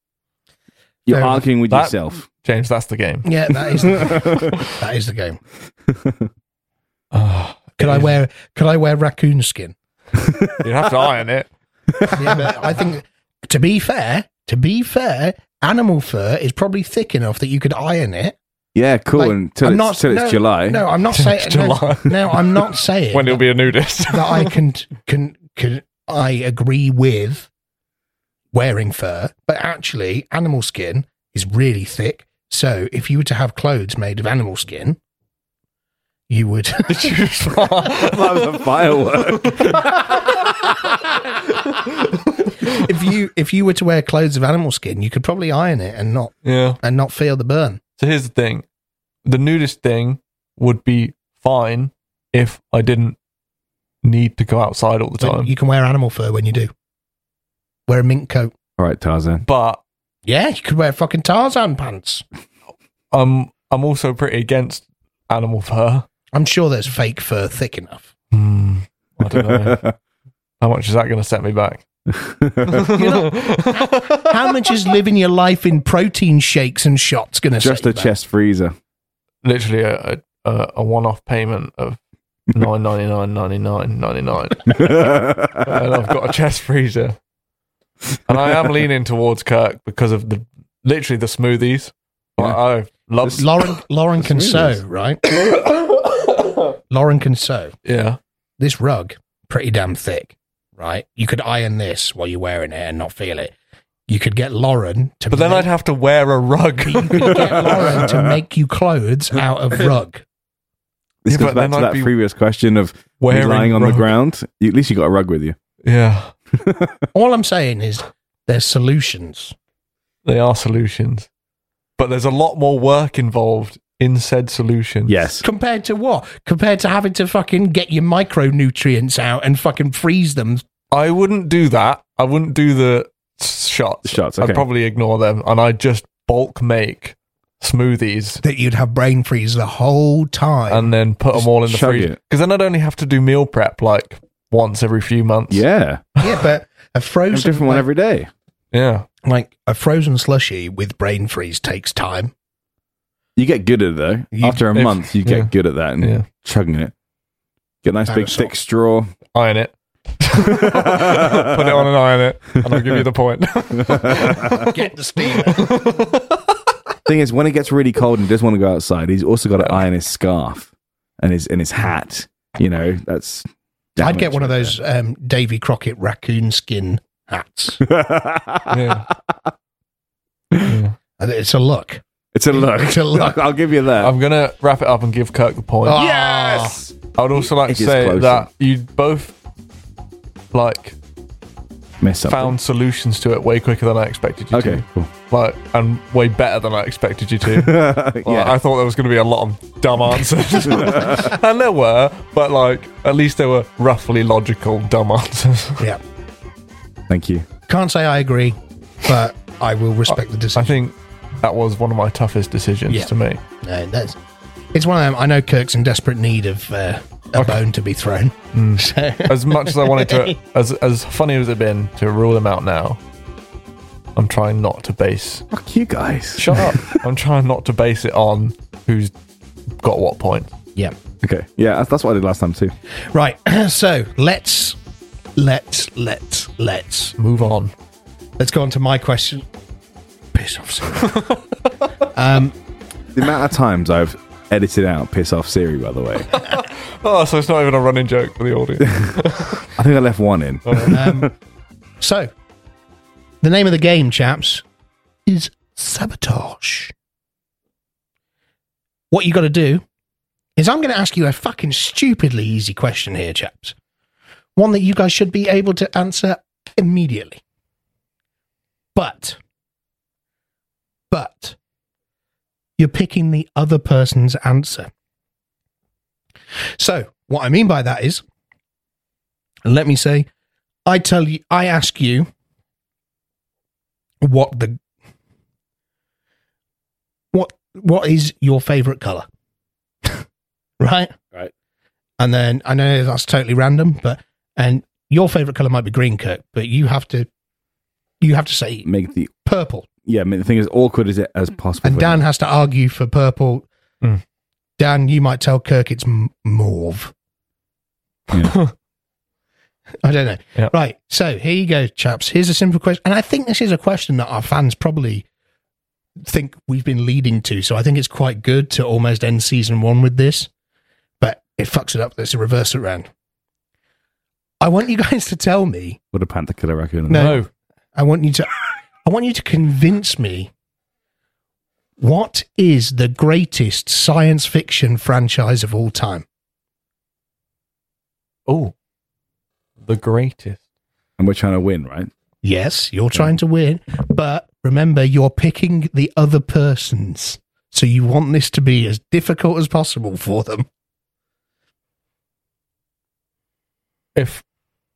[SPEAKER 3] You're
[SPEAKER 1] Fair enough.
[SPEAKER 3] arguing with
[SPEAKER 2] That-
[SPEAKER 3] yourself.
[SPEAKER 2] James, that's the game.
[SPEAKER 1] Yeah, that is that is the game.
[SPEAKER 2] Ah,
[SPEAKER 1] Could I wear could I wear raccoon skin?
[SPEAKER 2] You'd have to iron it.
[SPEAKER 1] Yeah, but I think to be fair, to be fair, animal fur is probably thick enough that you could iron it.
[SPEAKER 3] Yeah, cool.
[SPEAKER 1] Like,
[SPEAKER 3] until
[SPEAKER 1] I'm
[SPEAKER 3] it's,
[SPEAKER 1] not-
[SPEAKER 3] till
[SPEAKER 1] no,
[SPEAKER 3] it's July.
[SPEAKER 1] No, I'm not saying
[SPEAKER 2] July.
[SPEAKER 1] no, no, I'm not saying
[SPEAKER 2] Eh? when he'll be a nudist.
[SPEAKER 1] that I can can can I agree with wearing fur, but actually animal skin is really thick. So if you were to have clothes made of animal skin, you would
[SPEAKER 3] that was a firework.
[SPEAKER 1] if you if you were to wear clothes of animal skin, you could probably iron it and not
[SPEAKER 2] yeah.
[SPEAKER 1] and not feel the burn.
[SPEAKER 2] So here's the thing the nudist thing would be fine if I didn't need to go outside all the
[SPEAKER 1] But
[SPEAKER 2] time.
[SPEAKER 1] you can wear animal fur when you do. Wear a mink coat.
[SPEAKER 3] All right, Tarzan.
[SPEAKER 2] But
[SPEAKER 1] Yeah, you could wear fucking Tarzan pants.
[SPEAKER 2] um, I'm also pretty against animal fur.
[SPEAKER 1] I'm sure there's fake fur thick enough.
[SPEAKER 2] Hmm. I don't know. How much is that going to set me back?
[SPEAKER 1] How much is living your life in protein shakes and shots going to
[SPEAKER 3] Just
[SPEAKER 1] set
[SPEAKER 3] a
[SPEAKER 1] you back?
[SPEAKER 3] chest freezer.
[SPEAKER 2] Literally a, a- a, a one off payment of. Nine ninety nine ninety nine ninety nine, and I've got a chest freezer, and I am leaning towards Kirk because of the literally the smoothies.
[SPEAKER 3] Yeah.
[SPEAKER 2] I, I love
[SPEAKER 1] Lauren Lauren can sew, right? Lauren can sew.
[SPEAKER 2] Yeah.
[SPEAKER 1] this rug pretty damn thick, right? You could iron this while you're wearing it and not feel it. You could get Lauren to
[SPEAKER 2] But then I'd
[SPEAKER 1] make,
[SPEAKER 2] have to wear a rug.
[SPEAKER 1] you could get Lauren to make you clothes out of rug.
[SPEAKER 3] This
[SPEAKER 2] Yeah,
[SPEAKER 3] goes
[SPEAKER 2] but
[SPEAKER 3] back
[SPEAKER 2] then
[SPEAKER 3] to
[SPEAKER 2] I'd
[SPEAKER 3] that
[SPEAKER 2] be
[SPEAKER 3] previous question of you
[SPEAKER 2] Wearing
[SPEAKER 3] lying on
[SPEAKER 2] rug.
[SPEAKER 3] the ground. You, at least you got a rug with you.
[SPEAKER 2] Yeah.
[SPEAKER 1] All I'm saying is there's solutions.
[SPEAKER 2] They are solutions. But there's a lot more work involved in said solutions.
[SPEAKER 3] Yes.
[SPEAKER 1] Compared to what? Compared to having to fucking get your micronutrients out and fucking freeze them.
[SPEAKER 2] I wouldn't do that. I wouldn't do the s- shots.
[SPEAKER 3] Shots, okay.
[SPEAKER 2] I'd probably ignore them and I'd just bulk make smoothies
[SPEAKER 1] That you'd have brain freeze the whole time.
[SPEAKER 2] and then put them
[SPEAKER 3] Just
[SPEAKER 2] all in the
[SPEAKER 3] chug
[SPEAKER 2] freezer.
[SPEAKER 3] it.
[SPEAKER 2] Because then I'd only have to do meal prep like once every few months.
[SPEAKER 3] Yeah.
[SPEAKER 1] yeah, but a
[SPEAKER 3] A
[SPEAKER 1] frozen
[SPEAKER 3] different one every day.
[SPEAKER 2] Yeah.
[SPEAKER 1] like a frozen slushy with brain freeze takes time.
[SPEAKER 3] You get good at it though.
[SPEAKER 1] You-
[SPEAKER 3] After a
[SPEAKER 2] if-
[SPEAKER 3] month, you get
[SPEAKER 2] yeah.
[SPEAKER 3] good at that and
[SPEAKER 2] Yeah.
[SPEAKER 3] chugging it. Get a nice big
[SPEAKER 1] Parasol.
[SPEAKER 3] thick straw.
[SPEAKER 2] Iron it. put it on and iron it. And I'll give you the point.
[SPEAKER 1] Get the steam.
[SPEAKER 3] Thing is, when it gets really cold and he doesn't want to go outside, he's also got to iron his scarf and his and his hat. You know, that's.
[SPEAKER 1] I'd get
[SPEAKER 3] damage
[SPEAKER 1] one of
[SPEAKER 3] right
[SPEAKER 1] those um, Davy Crockett raccoon skin hats.
[SPEAKER 3] there.
[SPEAKER 2] yeah. yeah.
[SPEAKER 1] And it's a look.
[SPEAKER 3] it's a look.
[SPEAKER 1] It's a look.
[SPEAKER 3] I'll give you that.
[SPEAKER 2] I'm gonna wrap it up and give Kirk the point.
[SPEAKER 1] Oh.
[SPEAKER 2] I would also like
[SPEAKER 3] It
[SPEAKER 2] to
[SPEAKER 3] is
[SPEAKER 2] say
[SPEAKER 3] closer.
[SPEAKER 2] that you both like
[SPEAKER 3] Miss something.
[SPEAKER 2] found solutions to it way quicker than I expected you
[SPEAKER 3] Okay,
[SPEAKER 2] to.
[SPEAKER 3] cool.
[SPEAKER 2] Like, and way better than I expected you to. Like,
[SPEAKER 3] yeah.
[SPEAKER 2] I thought there was going to be a lot of dumb answers. and there were, but like, at least there were roughly logical dumb answers.
[SPEAKER 1] Yeah.
[SPEAKER 3] Thank you.
[SPEAKER 1] Can't say I agree, but I will respect the
[SPEAKER 2] I
[SPEAKER 1] decision.
[SPEAKER 2] think that was one of my toughest decisions
[SPEAKER 1] Yeah.
[SPEAKER 2] to make.
[SPEAKER 1] No, that's, it's one of them. I know Kirk's in desperate need of uh, a bone to be thrown. So,
[SPEAKER 2] As much as I wanted to, as, as funny as it been to rule them out now, I'm trying not to base.
[SPEAKER 3] Fuck you guys.
[SPEAKER 2] Shut up. I'm trying not to base it on who's got what point.
[SPEAKER 1] yeah.
[SPEAKER 3] Okay. Yeah, that's, that's what I did last time too.
[SPEAKER 1] Right. so let's let's let's let's
[SPEAKER 2] Move on.
[SPEAKER 1] let's go on to my question. Piss off. Sarah.
[SPEAKER 3] The amount of times I've edited out piss off Siri, by the way.
[SPEAKER 2] Oh, so it's not even a running joke for the audience.
[SPEAKER 3] I think I left one in.
[SPEAKER 1] so the name of the game, chaps, is sabotage. What you got to do is I'm going to ask you a fucking stupidly easy question here, chaps. One that you guys should be able to answer immediately. But, but, you're picking the other person's answer. So, what I mean by that is, let me say, I tell you, I ask you what the what what is your favorite color, right?
[SPEAKER 3] Right.
[SPEAKER 1] And then I know that's totally random, but and your favorite color might be green, Kirk, but you have to you have to say
[SPEAKER 3] Make the
[SPEAKER 1] purple,
[SPEAKER 3] yeah, make the thing as awkward as it as possible.
[SPEAKER 1] and
[SPEAKER 3] for
[SPEAKER 1] Dan
[SPEAKER 3] you.
[SPEAKER 1] has to argue for purple.
[SPEAKER 2] Mm.
[SPEAKER 1] Dan, you might tell Kirk it's m- mauve. I don't know.
[SPEAKER 2] Yeah.
[SPEAKER 1] Right. So here you go, chaps. Here's a simple question. And I think this is a question that our fans probably think we've been leading to. So I think it's quite good to almost end season one with this. But it fucks it up. There's a reverse it round. I want you guys to tell me.
[SPEAKER 3] What a panther killer raccoon.
[SPEAKER 1] No.
[SPEAKER 2] No.
[SPEAKER 1] I want you to I want you to convince me what is the greatest science fiction franchise of all time?
[SPEAKER 2] Oh, the greatest.
[SPEAKER 3] And we're trying to win, right?
[SPEAKER 1] Yes, you're trying to win, but remember, you're picking the other person's. So you want this to be as difficult as possible for them.
[SPEAKER 2] If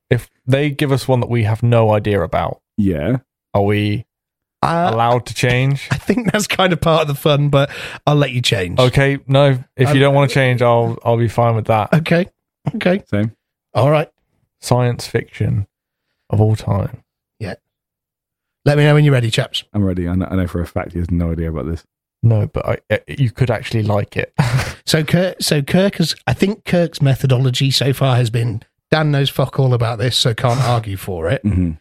[SPEAKER 2] if they give us one that we have no idea about,
[SPEAKER 3] Yeah.
[SPEAKER 2] are we
[SPEAKER 1] Uh,
[SPEAKER 2] allowed to change?
[SPEAKER 1] I think that's kind of part of the fun, but I'll let you change.
[SPEAKER 2] Okay, no. If
[SPEAKER 1] Um,
[SPEAKER 2] you don't want to change, I'll I'll be fine with that.
[SPEAKER 1] Okay. Okay.
[SPEAKER 3] Same.
[SPEAKER 1] All right.
[SPEAKER 2] Science fiction of all time.
[SPEAKER 1] Let me know when you're ready, chaps.
[SPEAKER 3] I'm ready. I know, I know for a fact he has no idea about this.
[SPEAKER 2] No, but I, eh, you could actually like it.
[SPEAKER 1] So Kirk, so Kirk has, I think Kirk's methodology so far has been Dan knows fuck all about this, so can't argue for it.
[SPEAKER 3] Mm-hmm.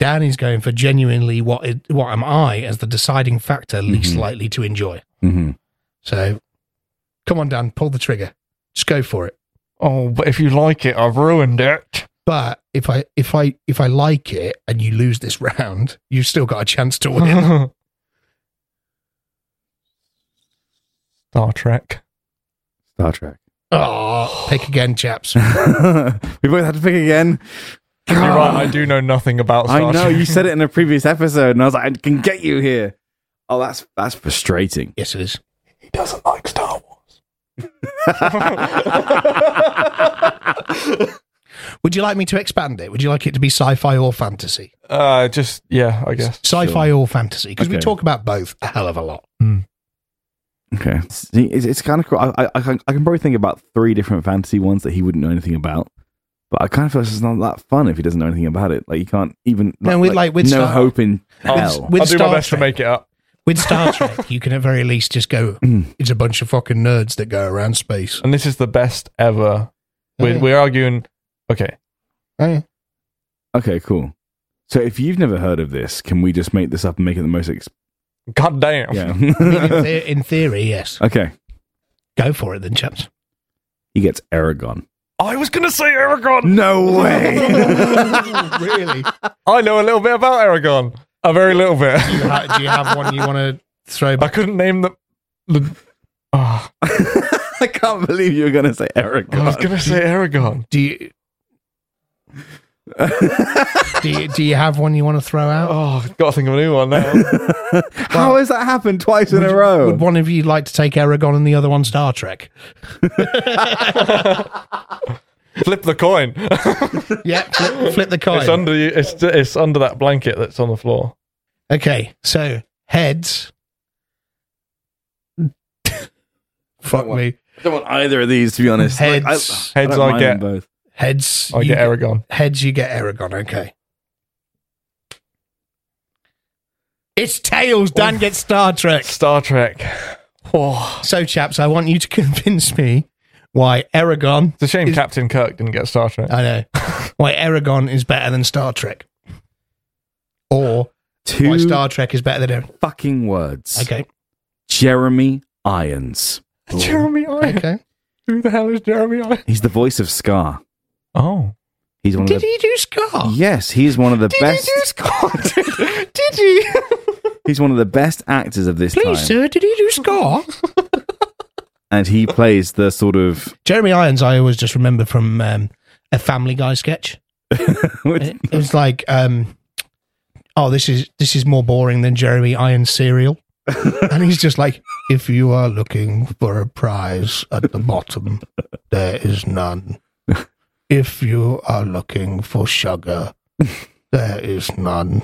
[SPEAKER 1] Dan is going for genuinely what is, what am I as the deciding factor least
[SPEAKER 3] Mhm.
[SPEAKER 1] likely to enjoy.
[SPEAKER 3] Mm-hmm.
[SPEAKER 1] So come on, Dan, pull the trigger. Just go for it.
[SPEAKER 2] oh, but if you like it, I've ruined it.
[SPEAKER 1] But if I if I if I like it and you lose this round, you've still got a chance to win.
[SPEAKER 2] Star Trek.
[SPEAKER 3] Star Trek.
[SPEAKER 1] oh, pick again, chaps.
[SPEAKER 3] we both had to pick again.
[SPEAKER 2] You're right, I do know nothing about Star
[SPEAKER 3] I know
[SPEAKER 2] Trek.
[SPEAKER 3] you said it in a previous episode, and I was like, I can get you here. Oh, that's that's frustrating.
[SPEAKER 1] Yes, it is.
[SPEAKER 2] He doesn't like Star Wars.
[SPEAKER 1] Would you like me to expand it? Would you like it to be sci-fi or fantasy?
[SPEAKER 2] Uh, just yeah, I guess.
[SPEAKER 1] Sci-fi or fantasy? Because we
[SPEAKER 3] Okay.
[SPEAKER 1] talk about both a hell of a lot.
[SPEAKER 3] Okay, See, it's, it's kind of cool. I, I, I can I can probably think about three different fantasy ones that he wouldn't know anything about. But I kind of feel it's not that fun if he doesn't know anything about it. Like you can't even.
[SPEAKER 1] No, with, like, with
[SPEAKER 3] no
[SPEAKER 1] Star-
[SPEAKER 3] hope in hell.
[SPEAKER 1] With
[SPEAKER 2] I'll do
[SPEAKER 1] Star
[SPEAKER 2] my best
[SPEAKER 1] Trek.
[SPEAKER 2] to make it up.
[SPEAKER 1] With Star Trek, you can at very least just go.
[SPEAKER 3] Mm.
[SPEAKER 1] It's a bunch of fucking nerds that go around space.
[SPEAKER 2] And this is the best ever. We're,
[SPEAKER 1] Okay.
[SPEAKER 2] we're arguing. Okay,
[SPEAKER 3] okay, cool. So if you've never heard of this, can we just make this up and make it the most? Ex-
[SPEAKER 2] god
[SPEAKER 1] Oh.
[SPEAKER 2] damn.
[SPEAKER 1] I mean, in,
[SPEAKER 3] yeah.
[SPEAKER 1] the- in theory, yes.
[SPEAKER 3] okay.
[SPEAKER 1] Go for it then, chaps.
[SPEAKER 3] He gets Aragon.
[SPEAKER 2] I was gonna say Aragon.
[SPEAKER 3] No way.
[SPEAKER 1] really?
[SPEAKER 2] I know a little bit about Aragon. A very little bit.
[SPEAKER 1] do you have one you want to throw
[SPEAKER 2] I
[SPEAKER 1] back?
[SPEAKER 2] couldn't name the. the Ah,
[SPEAKER 3] I can't believe you were going to say
[SPEAKER 2] I was
[SPEAKER 3] Aragon.
[SPEAKER 2] gonna say Aragon.
[SPEAKER 1] Do you? Do you, do you have one you want to throw out?
[SPEAKER 2] Oh, got to think of a new one now.
[SPEAKER 3] How has that happened twice in a
[SPEAKER 1] Would
[SPEAKER 3] row?
[SPEAKER 1] one of you like to take Aragon and the other one Star Trek?
[SPEAKER 2] Flip the coin.
[SPEAKER 1] Yeah, flip, flip the
[SPEAKER 2] It's
[SPEAKER 1] coin.
[SPEAKER 2] under you. It's it's under that blanket that's on the floor.
[SPEAKER 1] Okay, so heads. Fuck me.
[SPEAKER 3] I don't want either of these to be honest. Like, I-
[SPEAKER 1] Heads.
[SPEAKER 3] I,
[SPEAKER 2] Heads,
[SPEAKER 3] don't
[SPEAKER 2] I
[SPEAKER 3] mind
[SPEAKER 2] get-
[SPEAKER 3] them both.
[SPEAKER 1] Heads.
[SPEAKER 3] Oh,
[SPEAKER 2] I
[SPEAKER 1] you
[SPEAKER 2] get Aragon.
[SPEAKER 1] Heads, you get Aragon. Okay. It's tails.
[SPEAKER 3] Oh.
[SPEAKER 1] Dan gets Star Trek.
[SPEAKER 2] Star Trek. Oh,
[SPEAKER 1] So, chaps, I want you to convince me why Aragon.
[SPEAKER 2] it's a shame
[SPEAKER 1] Is- Uh,
[SPEAKER 2] Captain Kirk didn't get Star Trek.
[SPEAKER 1] I know why Aragon is better than Star Trek, or why
[SPEAKER 3] Two
[SPEAKER 1] Star Trek is better than.
[SPEAKER 3] fucking words.
[SPEAKER 1] Okay.
[SPEAKER 3] Jeremy Irons.
[SPEAKER 2] Jeremy Irons.
[SPEAKER 1] Okay.
[SPEAKER 2] Who the hell is Jeremy Irons?
[SPEAKER 3] He's the voice of Scar.
[SPEAKER 2] Oh.
[SPEAKER 3] He's one of
[SPEAKER 1] Did
[SPEAKER 3] the
[SPEAKER 1] he do Scar?
[SPEAKER 3] Yes, he's one of the best
[SPEAKER 2] Did, did you?
[SPEAKER 3] he's one of the best actors of this
[SPEAKER 1] Please,
[SPEAKER 3] time.
[SPEAKER 1] sir, did he do Scar?
[SPEAKER 3] And he plays the sort of
[SPEAKER 1] Jeremy Irons, I always just remember from um, a Family Guy sketch. It, it was like, um, oh, this is this is more boring than Jeremy Irons cereal, and he's just like, if you are looking for a prize at the bottom, there is none. If you are looking for sugar, there is none.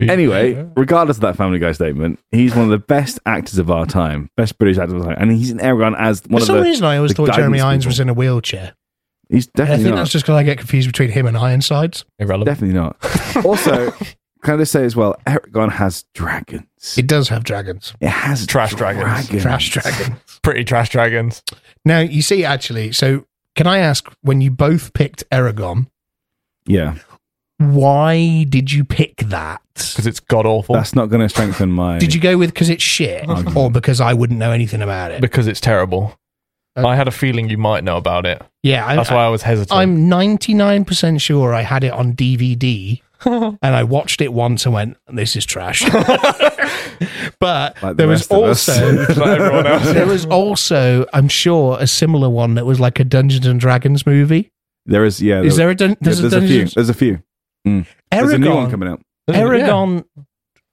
[SPEAKER 3] Anyway, regardless of that Family Guy statement, he's one of the best actors of our time, best British actors of our time, and he's in Aragon as
[SPEAKER 1] For
[SPEAKER 3] one of
[SPEAKER 1] some
[SPEAKER 3] the.
[SPEAKER 1] reason, I always
[SPEAKER 3] the
[SPEAKER 1] thought Jeremy
[SPEAKER 3] guidance
[SPEAKER 1] Irons
[SPEAKER 3] people.
[SPEAKER 1] was in a wheelchair.
[SPEAKER 3] He's
[SPEAKER 1] I
[SPEAKER 3] definitely
[SPEAKER 1] think
[SPEAKER 3] not.
[SPEAKER 1] that's just because I get confused between him and Ironsides.
[SPEAKER 2] irrelevant.
[SPEAKER 3] Definitely not. also, can I just say as well, Aragon has dragons. It,
[SPEAKER 1] It does have dragons,
[SPEAKER 3] has
[SPEAKER 2] Trash dragons.
[SPEAKER 1] trash dragons.
[SPEAKER 2] Pretty trash dragons.
[SPEAKER 1] Now you see, actually, so can I ask when you both picked Aragon,
[SPEAKER 3] Yeah,
[SPEAKER 1] why did you pick that?
[SPEAKER 2] Because it's god awful.
[SPEAKER 3] that's not going to strengthen my.
[SPEAKER 1] Did you go with because it's shit,
[SPEAKER 3] Argument.
[SPEAKER 1] or because I wouldn't know anything about it?
[SPEAKER 2] because it's terrible.
[SPEAKER 1] Okay.
[SPEAKER 2] I had a feeling you might know about it.
[SPEAKER 1] Yeah, Uh, I,
[SPEAKER 2] That's why I was hesitant.
[SPEAKER 1] I, am ninety nine percent sure I had it on DVD, and I watched it once and went, "This is trash." but
[SPEAKER 3] Like the
[SPEAKER 1] there was
[SPEAKER 3] rest of us.
[SPEAKER 1] also.
[SPEAKER 2] Like everyone else.
[SPEAKER 1] There was also, I'm sure, a similar one that was like a Dungeons and Dragons movie.
[SPEAKER 3] There is. Yeah.
[SPEAKER 1] Is there a, dun-
[SPEAKER 3] yeah,
[SPEAKER 1] there's a
[SPEAKER 3] there's a few.
[SPEAKER 1] Dungeons?
[SPEAKER 3] There's a few. There's a new one coming out.
[SPEAKER 1] Aragon,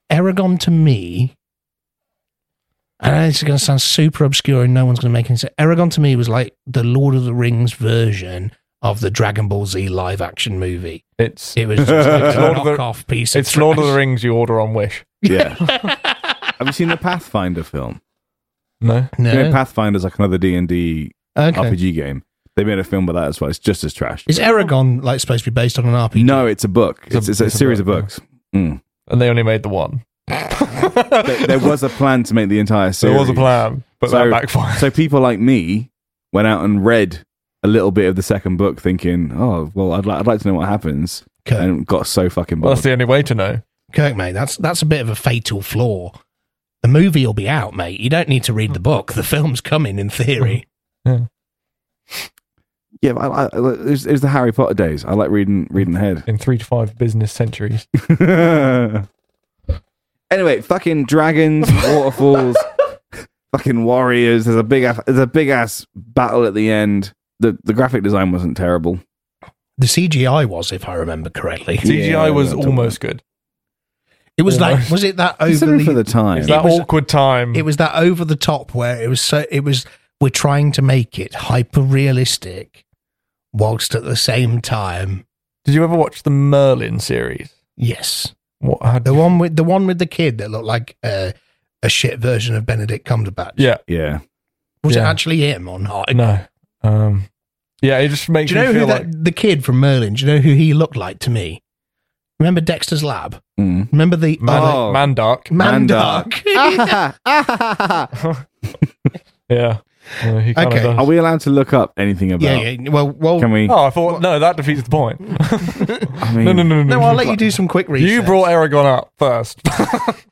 [SPEAKER 1] Aragon to me, I know this is going to sound super obscure and no one's going to make any sense. Aragon to me was like the Lord of the Rings version of the Dragon Ball Z live action movie.
[SPEAKER 2] Yeah. It's
[SPEAKER 1] It was just like a
[SPEAKER 2] Lord of the-
[SPEAKER 1] knockoff piece.
[SPEAKER 2] it's Lord of the Rings you order on Wish.
[SPEAKER 3] Yeah. Have you seen the Pathfinder film?
[SPEAKER 2] No.
[SPEAKER 1] No.
[SPEAKER 3] You know, Pathfinder's like another D and D
[SPEAKER 1] okay.
[SPEAKER 3] RPG game. They made a film about that as well. It's just as trash.
[SPEAKER 1] Is Aragon like supposed to be based on an RPG?
[SPEAKER 3] No, it's a book.
[SPEAKER 2] It's a-
[SPEAKER 3] It's, it's a,
[SPEAKER 2] it's a
[SPEAKER 3] series
[SPEAKER 2] book,
[SPEAKER 3] of books. Mm.
[SPEAKER 2] And they only made the one.
[SPEAKER 3] There, there was a plan to make the entire
[SPEAKER 2] So
[SPEAKER 3] series.
[SPEAKER 2] there was a plan, but
[SPEAKER 3] So-
[SPEAKER 2] that backfired.
[SPEAKER 3] So people like me went out and read a little bit of the second book, thinking, "Oh, well, I'd, li- I'd like to know what happens,"
[SPEAKER 1] Kirk,
[SPEAKER 3] and got so fucking
[SPEAKER 2] Well,
[SPEAKER 3] bored.
[SPEAKER 2] that's the only way to know.
[SPEAKER 1] Kirk, mate, that's that's a bit of a fatal flaw. The movie will be out, mate. You don't need to read the book. The film's coming in theory.
[SPEAKER 2] Mm.
[SPEAKER 3] yeah, but I, I, it, was, it was the Harry Potter days. I like reading reading ahead.
[SPEAKER 2] In three to five business centuries.
[SPEAKER 3] anyway, fucking dragons, waterfalls, fucking warriors. There's a big ass, there's a big ass battle at the end. The the graphic design wasn't terrible.
[SPEAKER 1] The CGI was, if I remember correctly.
[SPEAKER 2] CGI
[SPEAKER 3] Yeah,
[SPEAKER 2] was
[SPEAKER 3] that's all.
[SPEAKER 2] almost good.
[SPEAKER 1] It was like,
[SPEAKER 2] Almost.
[SPEAKER 1] was it that
[SPEAKER 3] Considering
[SPEAKER 1] overly?
[SPEAKER 3] for the time,
[SPEAKER 2] It's that
[SPEAKER 1] was-
[SPEAKER 2] awkward time.
[SPEAKER 1] it was that over the top where it was so. It was we're trying to make it hyper realistic, whilst at the same time,
[SPEAKER 2] Did you ever watch the Merlin series?
[SPEAKER 1] yes,
[SPEAKER 2] What? How,
[SPEAKER 1] the one with the one with the kid that looked like uh, a shit version of Benedict Cumberbatch.
[SPEAKER 2] yeah.
[SPEAKER 3] yeah,
[SPEAKER 1] was it
[SPEAKER 2] Yeah.
[SPEAKER 1] actually him on Heart?
[SPEAKER 2] No. Um. Yeah. It just makes
[SPEAKER 1] Do you know
[SPEAKER 2] me
[SPEAKER 1] who
[SPEAKER 2] feel like.
[SPEAKER 1] that, the kid from Merlin? Do you know who he looked like to me? Remember Dexter's Lab?
[SPEAKER 3] Mm.
[SPEAKER 1] Remember the uh,
[SPEAKER 2] Man,
[SPEAKER 3] Oh.
[SPEAKER 2] Mandark.
[SPEAKER 1] Mandark?
[SPEAKER 2] Yeah. Uh, he kinda
[SPEAKER 1] Okay.
[SPEAKER 2] does.
[SPEAKER 3] Are we allowed to look up anything about?
[SPEAKER 1] yeah, yeah. Well, well.
[SPEAKER 3] Can we?
[SPEAKER 2] Oh, I thought no. That defeats the point.
[SPEAKER 3] I mean,
[SPEAKER 2] no, no, no, no.
[SPEAKER 1] no, I'll let you do some quick research.
[SPEAKER 2] You brought Aragon up first.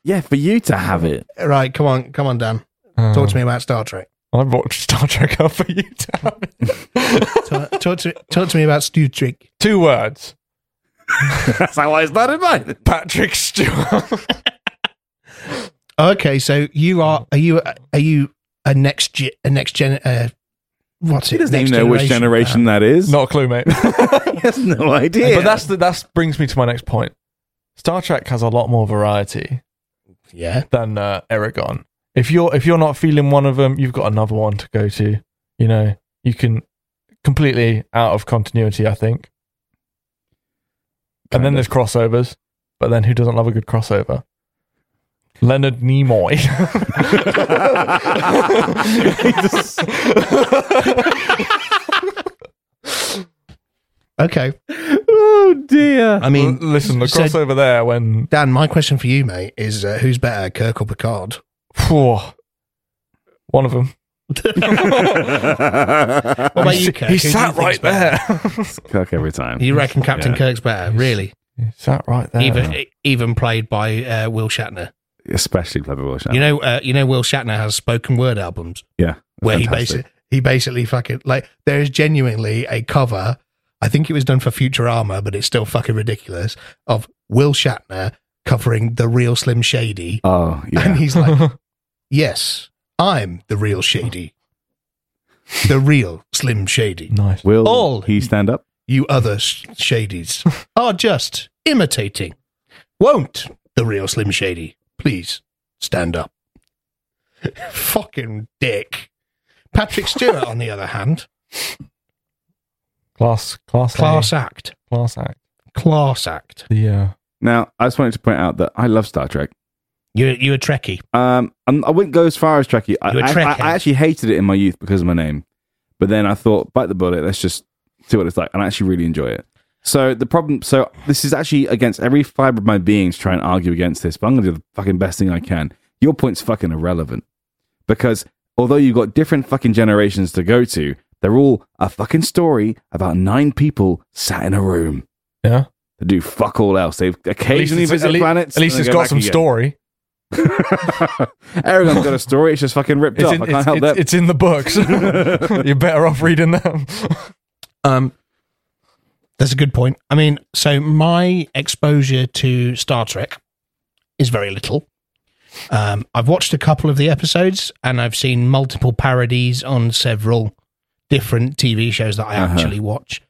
[SPEAKER 3] Yeah, for you to have it.
[SPEAKER 1] right. Come on, come on, Dan. Talk to me about Star Trek.
[SPEAKER 2] I brought Star Trek up for you to have it.
[SPEAKER 1] talk, talk to talk to me about Stew Trick.
[SPEAKER 2] Two words.
[SPEAKER 3] That's how I started mine.
[SPEAKER 2] Patrick Stewart.
[SPEAKER 1] Okay, so you are are you are you a next gen, a next gen uh, what's it?
[SPEAKER 3] He doesn't
[SPEAKER 1] Next
[SPEAKER 3] even know which generation that is.
[SPEAKER 2] Not a clue, mate.
[SPEAKER 3] he has no idea.
[SPEAKER 2] But that's the, that's brings me to my next point. Star Trek has a lot more variety
[SPEAKER 1] Uh, Yeah.
[SPEAKER 2] than uh, Eragon. If you're if you're not feeling one of them, you've got another one to go to. You know, you can completely out of continuity, I think. and then
[SPEAKER 3] Kind
[SPEAKER 2] there's
[SPEAKER 3] of.
[SPEAKER 2] crossovers, but then who doesn't love a good crossover? Leonard Nimoy.
[SPEAKER 1] Okay.
[SPEAKER 3] oh dear.
[SPEAKER 1] I mean,
[SPEAKER 2] L- listen, the
[SPEAKER 1] so-
[SPEAKER 2] crossover there when
[SPEAKER 1] Dan, my question for you, mate, is uh, who's better, Kirk or Picard?
[SPEAKER 2] phew, one of them
[SPEAKER 1] What about
[SPEAKER 2] he,
[SPEAKER 1] you,
[SPEAKER 2] s-
[SPEAKER 1] Kirk? Who do
[SPEAKER 2] he
[SPEAKER 1] you
[SPEAKER 2] sat
[SPEAKER 1] think's
[SPEAKER 2] right there.
[SPEAKER 3] Kirk every time.
[SPEAKER 1] You reckon Captain
[SPEAKER 3] Yeah.
[SPEAKER 1] Kirk's better? Really?
[SPEAKER 2] he sat right there.
[SPEAKER 1] Even even played by uh, Will Shatner.
[SPEAKER 3] Especially clever Will Shatner.
[SPEAKER 1] You know, uh, you know, Will Shatner has spoken word albums
[SPEAKER 3] yeah.
[SPEAKER 1] where he
[SPEAKER 3] fantastic.
[SPEAKER 1] basically he basically fucking like there is genuinely a cover. I think it was done for Futurama, but it's still fucking ridiculous. Of Will Shatner covering the real Slim Shady,
[SPEAKER 3] Oh
[SPEAKER 1] and
[SPEAKER 3] yeah.
[SPEAKER 1] he's like, "Yes, I'm the real Shady, the real Slim Shady.
[SPEAKER 2] nice.
[SPEAKER 3] Will
[SPEAKER 1] All-
[SPEAKER 3] he stand up?
[SPEAKER 1] You other sh- Shadies are just imitating. Won't the real Slim Shady please stand up? fucking dick." Patrick Stewart, on the other hand,
[SPEAKER 2] Class, class,
[SPEAKER 1] class
[SPEAKER 2] class,
[SPEAKER 1] act.
[SPEAKER 2] class act.
[SPEAKER 1] Class act.
[SPEAKER 2] The uh,
[SPEAKER 3] Now, I just wanted to point out that I love Star Trek.
[SPEAKER 1] You you a Trekkie.
[SPEAKER 3] Um, I'm, I wouldn't go as far as Trekkie. I,
[SPEAKER 1] You're a
[SPEAKER 3] I,
[SPEAKER 1] Trekkie.
[SPEAKER 3] I, I actually hated it in my youth because of my name, but then I thought, bite the bullet. Let's just see what it's like, and I actually really enjoy it. So the problem, so this is actually against every fiber of my being to try and argue against this, but I'm going to do the fucking best thing I can. Your point's fucking irrelevant because although you've got different fucking generations to go to, they're all a fucking story about nine people sat in a room.
[SPEAKER 2] yeah.
[SPEAKER 3] They do fuck all else. They
[SPEAKER 2] At least
[SPEAKER 3] occasionally
[SPEAKER 2] it's-
[SPEAKER 3] visit
[SPEAKER 2] at lea-
[SPEAKER 3] planets.
[SPEAKER 2] At least
[SPEAKER 3] and
[SPEAKER 2] it's
[SPEAKER 3] then go
[SPEAKER 2] got
[SPEAKER 3] back
[SPEAKER 2] some
[SPEAKER 3] again.
[SPEAKER 2] story.
[SPEAKER 3] Aragon's got a story. It's just fucking ripped
[SPEAKER 2] It's
[SPEAKER 3] off.
[SPEAKER 2] in,
[SPEAKER 3] I
[SPEAKER 2] it's,
[SPEAKER 3] can't help
[SPEAKER 2] it's-
[SPEAKER 3] that.
[SPEAKER 2] it's in the books. You're better off reading them.
[SPEAKER 1] Um, that's a good point. I mean, so my exposure to Star Trek is very little. Um, I've watched a couple of the episodes, and I've seen multiple parodies on several different TV shows that I
[SPEAKER 3] Uh-huh.
[SPEAKER 1] actually watch.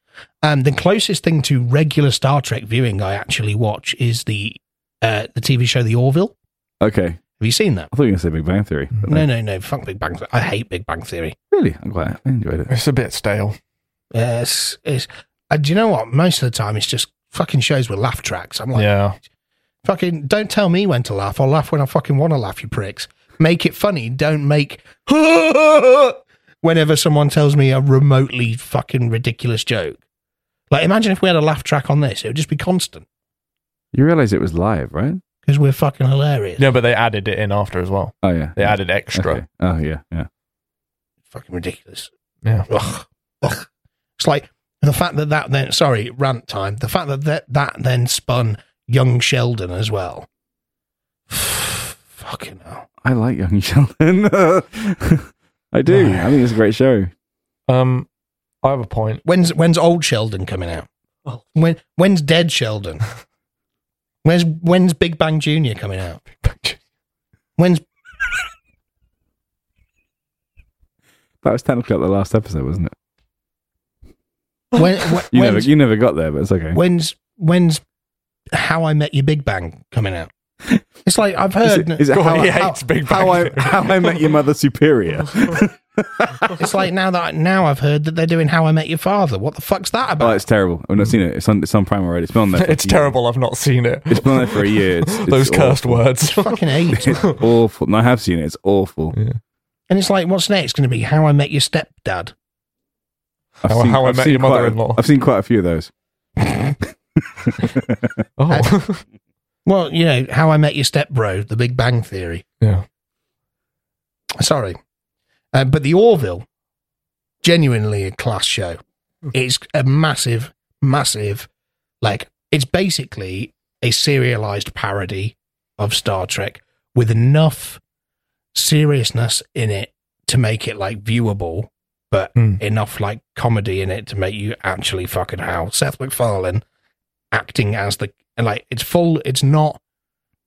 [SPEAKER 1] Um, the closest thing to regular Star Trek viewing I actually watch is the uh, the TV show The Orville.
[SPEAKER 3] Okay.
[SPEAKER 1] Have you seen that?
[SPEAKER 3] I thought you were going to say Big Bang Theory. but
[SPEAKER 1] No, no, no. Fuck Big Bang. Theory. I hate Big Bang Theory.
[SPEAKER 3] Really? I'm glad. I enjoyed it.
[SPEAKER 2] it's a bit stale.
[SPEAKER 1] Yes, it's. Uh, do you know what? Most of the time, it's just fucking shows with laugh tracks. I'm like,
[SPEAKER 2] yeah.
[SPEAKER 1] fucking, don't tell me when to laugh. I'll laugh when I fucking want to laugh. You pricks. Make it funny. Don't make whenever someone tells me a remotely fucking ridiculous joke. Like, imagine if we had a laugh track on this. It would just be constant
[SPEAKER 3] You realize it was live, right?
[SPEAKER 1] because we're fucking hilarious.
[SPEAKER 2] No, but they added it in after as well.
[SPEAKER 3] Oh, yeah.
[SPEAKER 2] They added
[SPEAKER 3] Okay.
[SPEAKER 2] extra.
[SPEAKER 3] Oh, yeah. Yeah.
[SPEAKER 1] Fucking ridiculous.
[SPEAKER 2] Yeah.
[SPEAKER 1] Ugh. Ugh. It's like the fact that that then sorry rant time. The fact that that, that then spun young Sheldon as well. Fucking hell.
[SPEAKER 3] I like Young Sheldon. I do. I think it's a great show.
[SPEAKER 2] Um, I have a point.
[SPEAKER 1] When's when's old Sheldon coming out?
[SPEAKER 3] Oh.
[SPEAKER 1] When when's dead Sheldon? Where's when's Big Bang Junior coming out? When's
[SPEAKER 3] That was technically like the last episode, wasn't it?
[SPEAKER 1] when,
[SPEAKER 3] You never,
[SPEAKER 1] when's,
[SPEAKER 3] you never got there, but it's okay.
[SPEAKER 1] when's when's How I Met Your Big Bang coming out? It's like I've
[SPEAKER 3] Is
[SPEAKER 1] heard.
[SPEAKER 3] it, is it
[SPEAKER 2] God,
[SPEAKER 3] how,
[SPEAKER 2] he
[SPEAKER 3] how,
[SPEAKER 2] hates Big
[SPEAKER 3] how,
[SPEAKER 2] Bang
[SPEAKER 3] I,
[SPEAKER 2] Theory.
[SPEAKER 3] how I Met Your Mother Superior?
[SPEAKER 1] it's like now that I, now I've heard that they're doing How I Met Your Father. What the fuck's that
[SPEAKER 3] oh,
[SPEAKER 1] about?
[SPEAKER 3] it's terrible. I've not seen it. It's on, it's on Prime already. It's been on there. for
[SPEAKER 2] It's
[SPEAKER 3] a year.
[SPEAKER 2] terrible. I've not seen it.
[SPEAKER 3] It's been on there for a year. It's, it's
[SPEAKER 2] Those cursed
[SPEAKER 3] awful.
[SPEAKER 2] words.
[SPEAKER 1] fucking eight.
[SPEAKER 3] Awful. No, I have seen it. It's awful.
[SPEAKER 1] And it's like, what's next going to be? How I Met Your Stepdad.
[SPEAKER 3] I've
[SPEAKER 2] How- How I Met
[SPEAKER 3] seen
[SPEAKER 2] Your
[SPEAKER 3] quite a-
[SPEAKER 2] Mother-in-Law.
[SPEAKER 3] I've seen quite a few of those.
[SPEAKER 2] oh,
[SPEAKER 1] Well, you know, How I Met Your Stepbro, The Big Bang Theory.
[SPEAKER 2] yeah.
[SPEAKER 1] Sorry. Uh, but The Orville, genuinely a class show. It's a massive, massive, like, it's basically a serialized parody of Star Trek with enough seriousness in it to make it, like, viewable, but
[SPEAKER 2] Mm.
[SPEAKER 1] enough, like, comedy in it to make you actually fucking howl. Seth MacFarlane acting as the, and, like, it's full, it's not,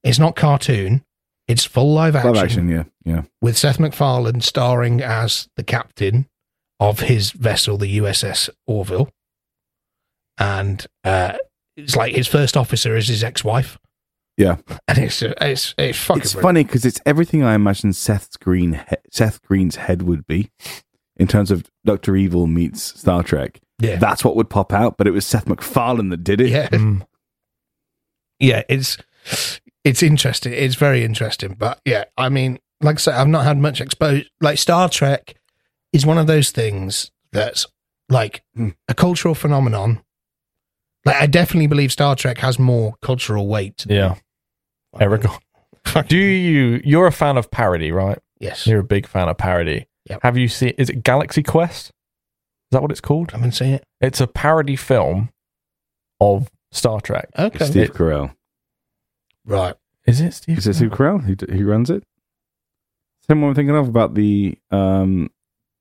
[SPEAKER 1] it's not cartoon. It's full
[SPEAKER 3] Live action, yeah, yeah.
[SPEAKER 1] with Seth MacFarlane starring as the captain of his vessel, the USS Orville, and uh, it's like his first officer is his ex-wife.
[SPEAKER 3] Yeah.
[SPEAKER 1] and it's it's it's fucking
[SPEAKER 3] it's
[SPEAKER 1] brilliant.
[SPEAKER 3] funny because it's everything I imagine Seth Green he- Seth Green's head would be in terms of Doctor Evil meets Star Trek.
[SPEAKER 1] Yeah.
[SPEAKER 3] That's what would pop out, but it was Seth MacFarlane that did it.
[SPEAKER 1] Yeah,
[SPEAKER 2] Mm.
[SPEAKER 1] yeah, it's it's interesting. It's very interesting, but yeah, I mean, like I say, I've not had much exposure. Like Star Trek is one of those things that's like
[SPEAKER 3] Hmm.
[SPEAKER 1] a cultural phenomenon. Like I definitely believe Star Trek has more cultural weight.
[SPEAKER 2] Yeah.
[SPEAKER 1] than-
[SPEAKER 2] Eric. Do you? You're a fan of parody, right?
[SPEAKER 1] Yes,
[SPEAKER 2] You're a big fan of parody.
[SPEAKER 1] Yep.
[SPEAKER 2] Have you seen? Is it Galaxy Quest? Is that what it's called?
[SPEAKER 1] I haven't seen it.
[SPEAKER 2] It's a parody film of Star Trek.
[SPEAKER 1] Okay,
[SPEAKER 3] Steve
[SPEAKER 2] It-
[SPEAKER 3] Carell.
[SPEAKER 1] right.
[SPEAKER 2] Is it Steve?
[SPEAKER 3] Is it Steve Carell who, d- who runs it? Same one I'm thinking of about the um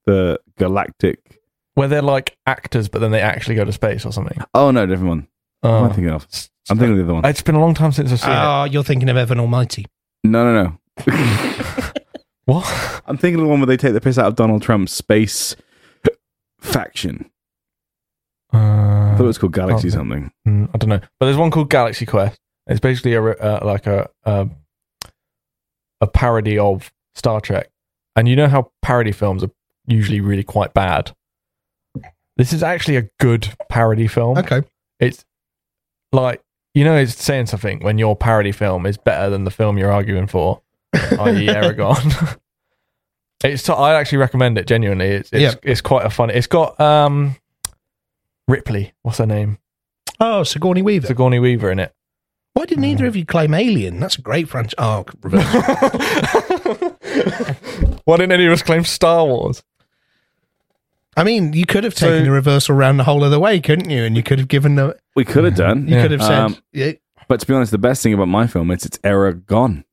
[SPEAKER 3] the galactic.
[SPEAKER 2] Where they're like actors, but then they actually go to space or something.
[SPEAKER 3] Oh no, different one. What
[SPEAKER 2] Uh,
[SPEAKER 1] Oh.
[SPEAKER 3] am I thinking of?
[SPEAKER 2] s-
[SPEAKER 3] I'm thinking Oh. of the other one.
[SPEAKER 2] it's been a long time since I've seen it.
[SPEAKER 1] Ah, you're thinking of Evan Almighty.
[SPEAKER 3] No, no, no.
[SPEAKER 2] What?
[SPEAKER 3] I'm thinking of the one where they take the piss out of Donald Trump's space faction. I
[SPEAKER 2] Uh,
[SPEAKER 3] thought it was called Galaxy
[SPEAKER 2] okay.
[SPEAKER 3] something.
[SPEAKER 2] mm, I don't know, but there's one called Galaxy Quest. It's basically a re- uh, like a um, a parody of Star Trek, and you know how parody films are usually really quite bad. This is actually a good parody film.
[SPEAKER 1] Okay,
[SPEAKER 2] It's like you know, it's saying something when your parody film is better than the film you're arguing for, i.e., Aragon. it's so- I actually recommend it genuinely. It's it's, it's quite a fun. It's got um Ripley. What's her name?
[SPEAKER 1] Oh, Sigourney Weaver.
[SPEAKER 2] Sigourney Weaver in it.
[SPEAKER 1] Why didn't either of you claim Alien? That's a great franchise. Oh, reverse.
[SPEAKER 2] Why didn't any of us claim Star Wars?
[SPEAKER 1] I mean, you could have
[SPEAKER 2] So-
[SPEAKER 1] taken the reversal round the whole other way, couldn't you? And you could have given the.
[SPEAKER 3] We could have done.
[SPEAKER 1] You
[SPEAKER 2] Yeah.
[SPEAKER 1] could have said,
[SPEAKER 3] Um,
[SPEAKER 1] yeah,
[SPEAKER 3] But to be honest, the best thing about my film is its era gone.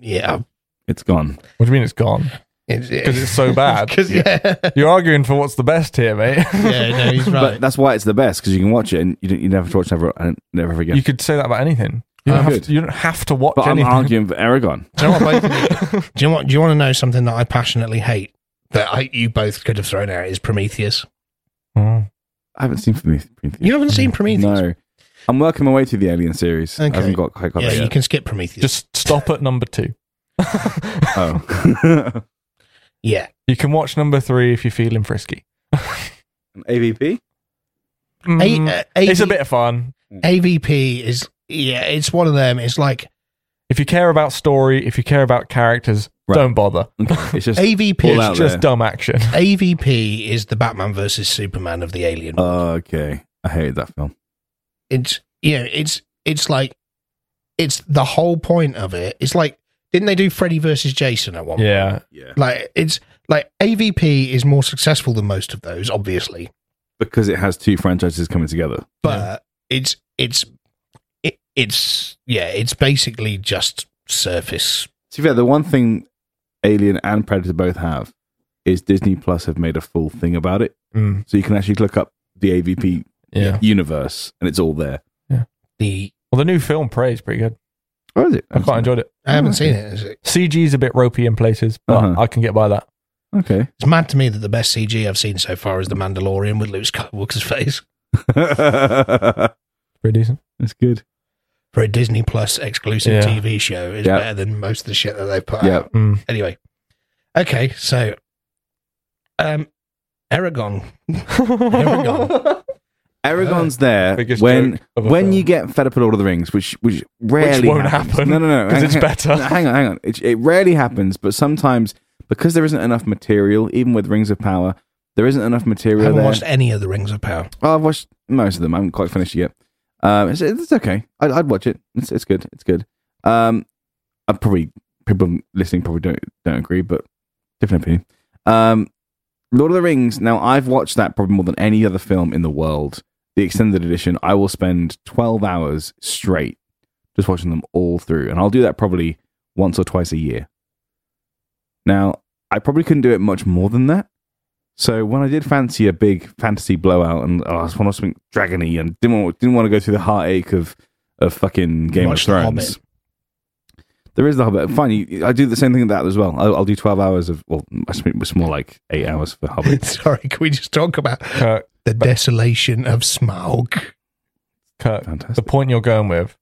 [SPEAKER 1] yeah, um,
[SPEAKER 3] It's gone.
[SPEAKER 2] What do you mean it's gone?
[SPEAKER 1] because
[SPEAKER 2] Because it's so bad.
[SPEAKER 1] yeah, yeah,
[SPEAKER 2] You're arguing for what's the best here, mate.
[SPEAKER 1] no, he's
[SPEAKER 3] But
[SPEAKER 1] right.
[SPEAKER 3] that's why it's the best because you can watch it and you, don't, you never have to watch never and never forget.
[SPEAKER 2] You could say that about anything. You
[SPEAKER 3] Oh,
[SPEAKER 2] don't, have
[SPEAKER 3] good.
[SPEAKER 2] to, you don't have to watch
[SPEAKER 3] but I'm
[SPEAKER 2] anything.
[SPEAKER 3] arguing for Aragon.
[SPEAKER 1] do you know what? Both of you, do you want? Do you want to know something that I passionately hate that I, you both could have thrown out is Prometheus.
[SPEAKER 2] Mm.
[SPEAKER 3] I haven't seen Prometheus.
[SPEAKER 1] You haven't seen Prometheus.
[SPEAKER 3] No, I'm working my way through the Alien series.
[SPEAKER 1] Okay.
[SPEAKER 3] I haven't got quite got
[SPEAKER 1] yeah,
[SPEAKER 3] there
[SPEAKER 1] you
[SPEAKER 3] yet.
[SPEAKER 1] can skip Prometheus.
[SPEAKER 2] Just stop at number two.
[SPEAKER 3] Oh,
[SPEAKER 1] yeah,
[SPEAKER 2] You can watch number three if you're feeling frisky.
[SPEAKER 3] AVP.
[SPEAKER 1] A-
[SPEAKER 2] Mm,
[SPEAKER 1] uh,
[SPEAKER 2] it's a
[SPEAKER 1] AV
[SPEAKER 2] bit of fun.
[SPEAKER 1] AVP is yeah, it's one of them. It's like
[SPEAKER 2] If you care about story, if you care about characters,
[SPEAKER 3] Right.
[SPEAKER 2] don't bother.
[SPEAKER 3] Okay, It's just
[SPEAKER 1] AVP.
[SPEAKER 3] All
[SPEAKER 2] it's
[SPEAKER 3] out
[SPEAKER 2] just
[SPEAKER 3] there.
[SPEAKER 2] dumb action.
[SPEAKER 1] AVP is the Batman versus Superman of the Alien.
[SPEAKER 2] Oh.
[SPEAKER 3] okay. I hated that film.
[SPEAKER 1] it's you know it's it's like it's the whole point of it it's like didn't they do freddy versus jason at one point
[SPEAKER 2] Yeah.
[SPEAKER 3] Yeah,
[SPEAKER 1] like it's like avp is more successful than most of those obviously
[SPEAKER 3] because it has two franchises coming together.
[SPEAKER 1] but it's it's it, it's yeah it's basically just surface
[SPEAKER 3] To be fair, the one thing Alien and Predator both have is Disney Plus have made a full thing about it,
[SPEAKER 2] Mm,
[SPEAKER 3] so you can actually look up the AVP
[SPEAKER 2] yeah.
[SPEAKER 3] universe and it's all there.
[SPEAKER 1] the
[SPEAKER 2] Well, the new film Prey is pretty good.
[SPEAKER 3] Oh, is it?
[SPEAKER 2] I quite enjoyed it.
[SPEAKER 1] i haven't seen it, is it
[SPEAKER 2] CG's a bit ropey in places, but
[SPEAKER 3] Uh-huh.
[SPEAKER 2] I can get by that.
[SPEAKER 3] Okay.
[SPEAKER 1] it's mad to me that the best cg i've seen so far is the mandalorian with luke skywalker's face
[SPEAKER 2] Pretty decent.
[SPEAKER 3] That's good.
[SPEAKER 1] for a disney plus exclusive
[SPEAKER 2] Yeah.
[SPEAKER 1] tv show is
[SPEAKER 3] Yeah.
[SPEAKER 1] better than most of the shit that they've put out
[SPEAKER 3] Yeah.
[SPEAKER 2] Mm.
[SPEAKER 1] anyway okay so um aragon Aragon.
[SPEAKER 3] Aragon's there
[SPEAKER 2] Biggest
[SPEAKER 3] when
[SPEAKER 2] joke of a
[SPEAKER 3] when
[SPEAKER 2] film.
[SPEAKER 3] you get fed up at Lord of the Rings, which which rarely
[SPEAKER 2] won't
[SPEAKER 3] happens.
[SPEAKER 2] happen,
[SPEAKER 3] No, no, no,
[SPEAKER 2] 'cause
[SPEAKER 3] hang-
[SPEAKER 2] it's
[SPEAKER 3] hang-
[SPEAKER 2] better.
[SPEAKER 3] no, Hang on, hang on. It, it rarely happens, but sometimes because there isn't enough material, even with Rings of Power, there isn't enough
[SPEAKER 1] I
[SPEAKER 3] material.
[SPEAKER 1] haven't
[SPEAKER 3] there.
[SPEAKER 1] watched any of the Rings of Power.
[SPEAKER 3] Oh, I've watched most of them. I haven't quite finished it yet. Um, it's, it's okay. I'd, I'd watch it. It's, it's good. It's good. Um, I probably people listening probably don't don't agree, but different opinion. Um, Lord of the Rings. Now I've watched that probably more than any other film in the world. The extended edition. I will spend twelve hours straight just watching them all through, and I'll do that probably once or twice a year. Now I probably couldn't do it much more than that. So when I did fancy a big fantasy blowout, and oh, I just wanted something dragony, and didn't want, didn't want to go through the heartache of of fucking Game
[SPEAKER 1] Watch The
[SPEAKER 3] of Thrones. There is the Hobbit. Fine, you, I do the same thing with that as well. I'll, I'll do twelve hours of. Well, I think it's more like eight hours for Hobbit.
[SPEAKER 1] Sorry, can we just talk about
[SPEAKER 2] Kirk,
[SPEAKER 1] the desolation of Smaug?
[SPEAKER 2] Kirk, the
[SPEAKER 3] Fantastic.
[SPEAKER 2] point you're going with,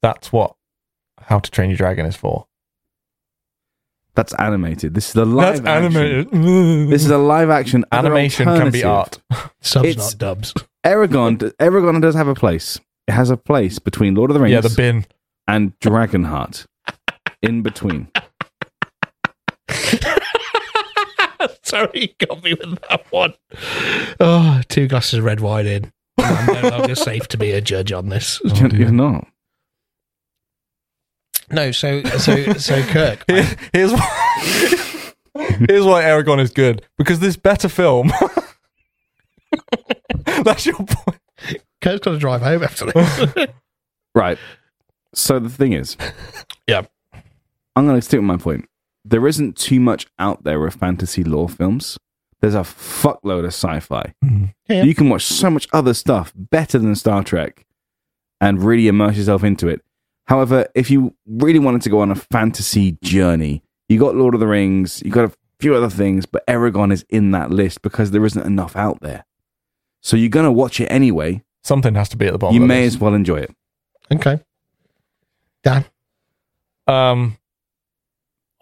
[SPEAKER 2] that's what How to Train Your Dragon is for.
[SPEAKER 3] That's animated. This is the live.
[SPEAKER 2] that's
[SPEAKER 3] action.
[SPEAKER 2] animated.
[SPEAKER 3] This is a live action. Other
[SPEAKER 2] Animation can be
[SPEAKER 3] alternative.
[SPEAKER 2] art.
[SPEAKER 1] Subs
[SPEAKER 3] It's-
[SPEAKER 1] not dubs.
[SPEAKER 3] Aragon. Aragon does have a place. It has a place between Lord of the Rings
[SPEAKER 2] Yeah, the bin.
[SPEAKER 3] and Dragonheart. In between.
[SPEAKER 2] Oh,
[SPEAKER 1] Sorry, you got me with that one. Oh, two glasses of red wine in. I'm no longer safe to be a judge on this.
[SPEAKER 2] Oh,
[SPEAKER 3] you're,
[SPEAKER 2] dear.
[SPEAKER 3] you're not.
[SPEAKER 1] No, so so so Kirk.
[SPEAKER 2] Here- Here's why, here's why Aragon is good because this better film. That's your point.
[SPEAKER 1] Kirk's got to drive home after this.
[SPEAKER 3] Right. So the thing is,
[SPEAKER 1] Yeah.
[SPEAKER 3] I'm going to stick with my point. There isn't too much out there of fantasy lore films. There's a fuckload of sci-fi.
[SPEAKER 1] Yeah.
[SPEAKER 3] You can watch so much other stuff better than Star Trek, and really immerse yourself into it. However, if you really wanted to go on a fantasy journey, you got Lord of the Rings, you got a few other things, but Aragon is in that list because there isn't enough out there. So you're going to watch it anyway.
[SPEAKER 2] Something has to be at the bottom.
[SPEAKER 3] You
[SPEAKER 2] of
[SPEAKER 3] may
[SPEAKER 2] this.
[SPEAKER 3] as well enjoy it.
[SPEAKER 1] okay. Dan.
[SPEAKER 2] Um,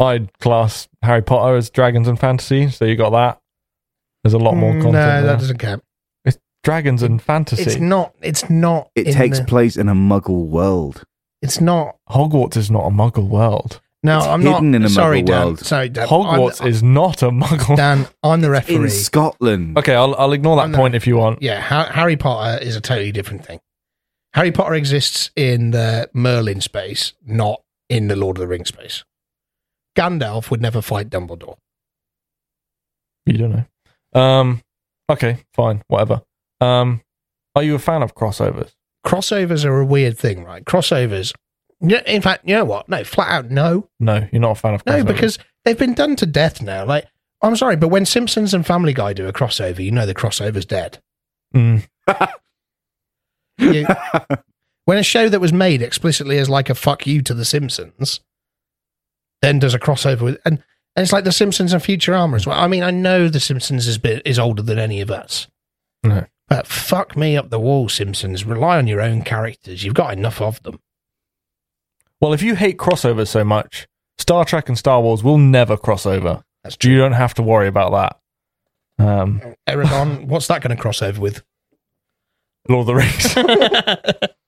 [SPEAKER 2] I'd class Harry Potter as dragons and fantasy, so you got that. There's a lot more
[SPEAKER 1] Mm,
[SPEAKER 2] content.
[SPEAKER 1] No,
[SPEAKER 2] there.
[SPEAKER 1] that doesn't count.
[SPEAKER 2] Dragons and fantasy.
[SPEAKER 1] It's not. It's not.
[SPEAKER 3] It
[SPEAKER 1] in
[SPEAKER 3] takes
[SPEAKER 1] the-
[SPEAKER 3] place in a muggle world.
[SPEAKER 1] it's not.
[SPEAKER 2] Hogwarts is not a Muggle world.
[SPEAKER 1] No,
[SPEAKER 3] It's
[SPEAKER 1] I'm
[SPEAKER 3] hidden
[SPEAKER 1] not.
[SPEAKER 3] in a
[SPEAKER 1] sorry,
[SPEAKER 3] muggle
[SPEAKER 1] Dan.
[SPEAKER 3] world.
[SPEAKER 1] Sorry, Dan.
[SPEAKER 2] Hogwarts
[SPEAKER 1] Um, I'm,
[SPEAKER 2] is not a Muggle.
[SPEAKER 1] Dan. I'm the referee.
[SPEAKER 3] In Scotland.
[SPEAKER 2] okay, I'll, I'll ignore that
[SPEAKER 1] I'm not-
[SPEAKER 2] point if you want.
[SPEAKER 1] yeah, Ha- Harry Potter is a totally different thing. Harry Potter exists in the Merlin space, not in the Lord of the Rings space. Gandalf would never fight Dumbledore.
[SPEAKER 2] You don't know. Um, okay, fine, whatever. Um, are you a fan of crossovers?
[SPEAKER 1] Crossovers are a weird thing, right? Crossovers. Yeah, in fact, you know what? No, flat out no.
[SPEAKER 2] No, you're not a fan of
[SPEAKER 1] No,
[SPEAKER 2] crossovers.
[SPEAKER 1] because they've been done to death now. Like, I'm sorry, but when Simpsons and Family Guy do a crossover, you know the crossover's dead.
[SPEAKER 2] Mm,
[SPEAKER 1] You- when a show that was made explicitly as like a fuck you to The Simpsons, then does a crossover with and and it's like The Simpsons and Futurama as well. I mean, I know The Simpsons is bit is older than any of us.
[SPEAKER 2] No.
[SPEAKER 1] But fuck me up the wall, Simpsons. Rely on your own characters. You've got enough of them.
[SPEAKER 2] well, if you hate crossovers so much, Star Trek and Star Wars will never crossover.
[SPEAKER 1] That's true. Oh.
[SPEAKER 2] You don't have to worry about that. Um,
[SPEAKER 1] Aragon, what's that going to cross over with?
[SPEAKER 2] Lord of the Rings.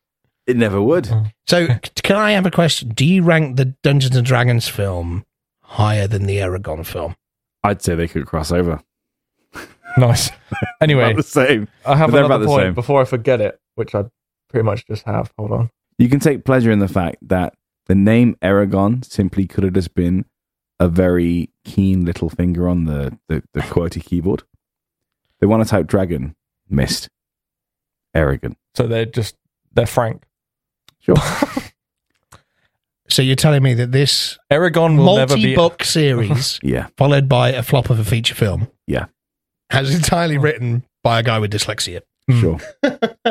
[SPEAKER 3] It never would.
[SPEAKER 1] So, c- can I have a question? Do you rank the Dungeons and Dragons film higher than the Aragon film?
[SPEAKER 3] I'd say they could cross over.
[SPEAKER 2] nice. Anyway,
[SPEAKER 3] About the same.
[SPEAKER 2] I have
[SPEAKER 3] They're
[SPEAKER 2] another
[SPEAKER 3] about the
[SPEAKER 2] point
[SPEAKER 3] same.
[SPEAKER 2] before I forget it, which I pretty much just have. Hold on.
[SPEAKER 3] You can take pleasure in the fact that the name Aragon simply could have just been a very keen little finger on the, the, the QWERTY keyboard. They want to type dragon, missed. Aragon.
[SPEAKER 2] So they're just they're frank.
[SPEAKER 3] Sure.
[SPEAKER 1] So, you're telling me that this
[SPEAKER 2] Aragon will never be.
[SPEAKER 1] multi-book series
[SPEAKER 3] yeah.
[SPEAKER 1] followed by a flop of a feature film.
[SPEAKER 3] Yeah.
[SPEAKER 1] As entirely written by a guy with dyslexia.
[SPEAKER 2] Mm.
[SPEAKER 3] Sure.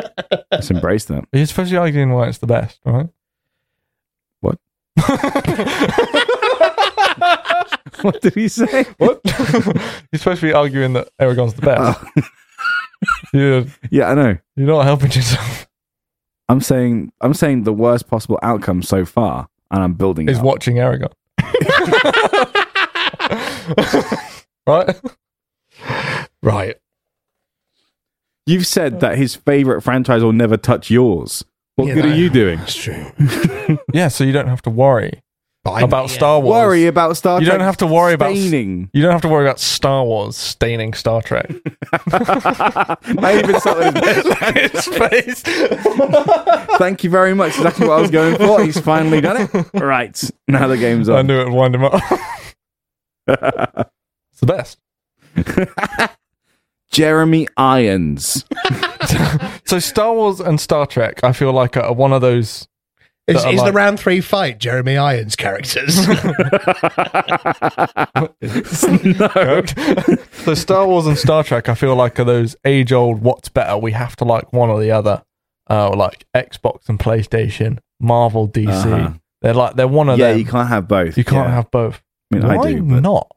[SPEAKER 3] Let's embrace that.
[SPEAKER 2] You're supposed to be arguing why it's the best, right?
[SPEAKER 3] What?
[SPEAKER 2] what?
[SPEAKER 3] What did he say?
[SPEAKER 2] You're supposed to be arguing that Aragon's the best.
[SPEAKER 3] Oh,
[SPEAKER 2] You're,
[SPEAKER 3] yeah, I know.
[SPEAKER 2] you're not helping yourself.
[SPEAKER 3] I'm saying I'm saying the worst possible outcome so far, and I'm building
[SPEAKER 2] Is
[SPEAKER 3] up.
[SPEAKER 2] watching Aragon. right?
[SPEAKER 1] Right.
[SPEAKER 3] You've said that his favorite franchise will never touch yours. What
[SPEAKER 1] Yeah,
[SPEAKER 3] good
[SPEAKER 1] no.
[SPEAKER 3] are you doing?
[SPEAKER 1] That's true.
[SPEAKER 2] Yeah, so you don't have to worry about Star Wars.
[SPEAKER 3] Worry about Star
[SPEAKER 2] You
[SPEAKER 3] Trek.
[SPEAKER 2] don't have to worry about-
[SPEAKER 3] staining.
[SPEAKER 2] You don't have to worry about Star Wars staining Star Trek.
[SPEAKER 3] Not even something.
[SPEAKER 2] His face.
[SPEAKER 3] Thank you very much. Exactly what I was going for. He's finally done it. Right now the game's
[SPEAKER 2] I
[SPEAKER 3] on.
[SPEAKER 2] knew it would wind him up. it's the best.
[SPEAKER 3] Jeremy Irons.
[SPEAKER 2] So Star Wars and Star Trek, I feel like are one of those.
[SPEAKER 1] Is,
[SPEAKER 2] that are
[SPEAKER 1] is the
[SPEAKER 2] like-
[SPEAKER 1] round three fight Jeremy Irons' characters?
[SPEAKER 3] no.
[SPEAKER 2] so Star Wars and Star Trek, I feel like are those age-old. What's better? We have to like one or the other. Uh, like Xbox and PlayStation, Marvel, DC,
[SPEAKER 3] Uh-huh.
[SPEAKER 2] They're like they're one of
[SPEAKER 3] yeah,
[SPEAKER 2] them.
[SPEAKER 3] you can't have both.
[SPEAKER 2] You can't
[SPEAKER 3] Yeah.
[SPEAKER 2] have both.
[SPEAKER 3] I mean,
[SPEAKER 2] Why
[SPEAKER 3] I do. But
[SPEAKER 2] not?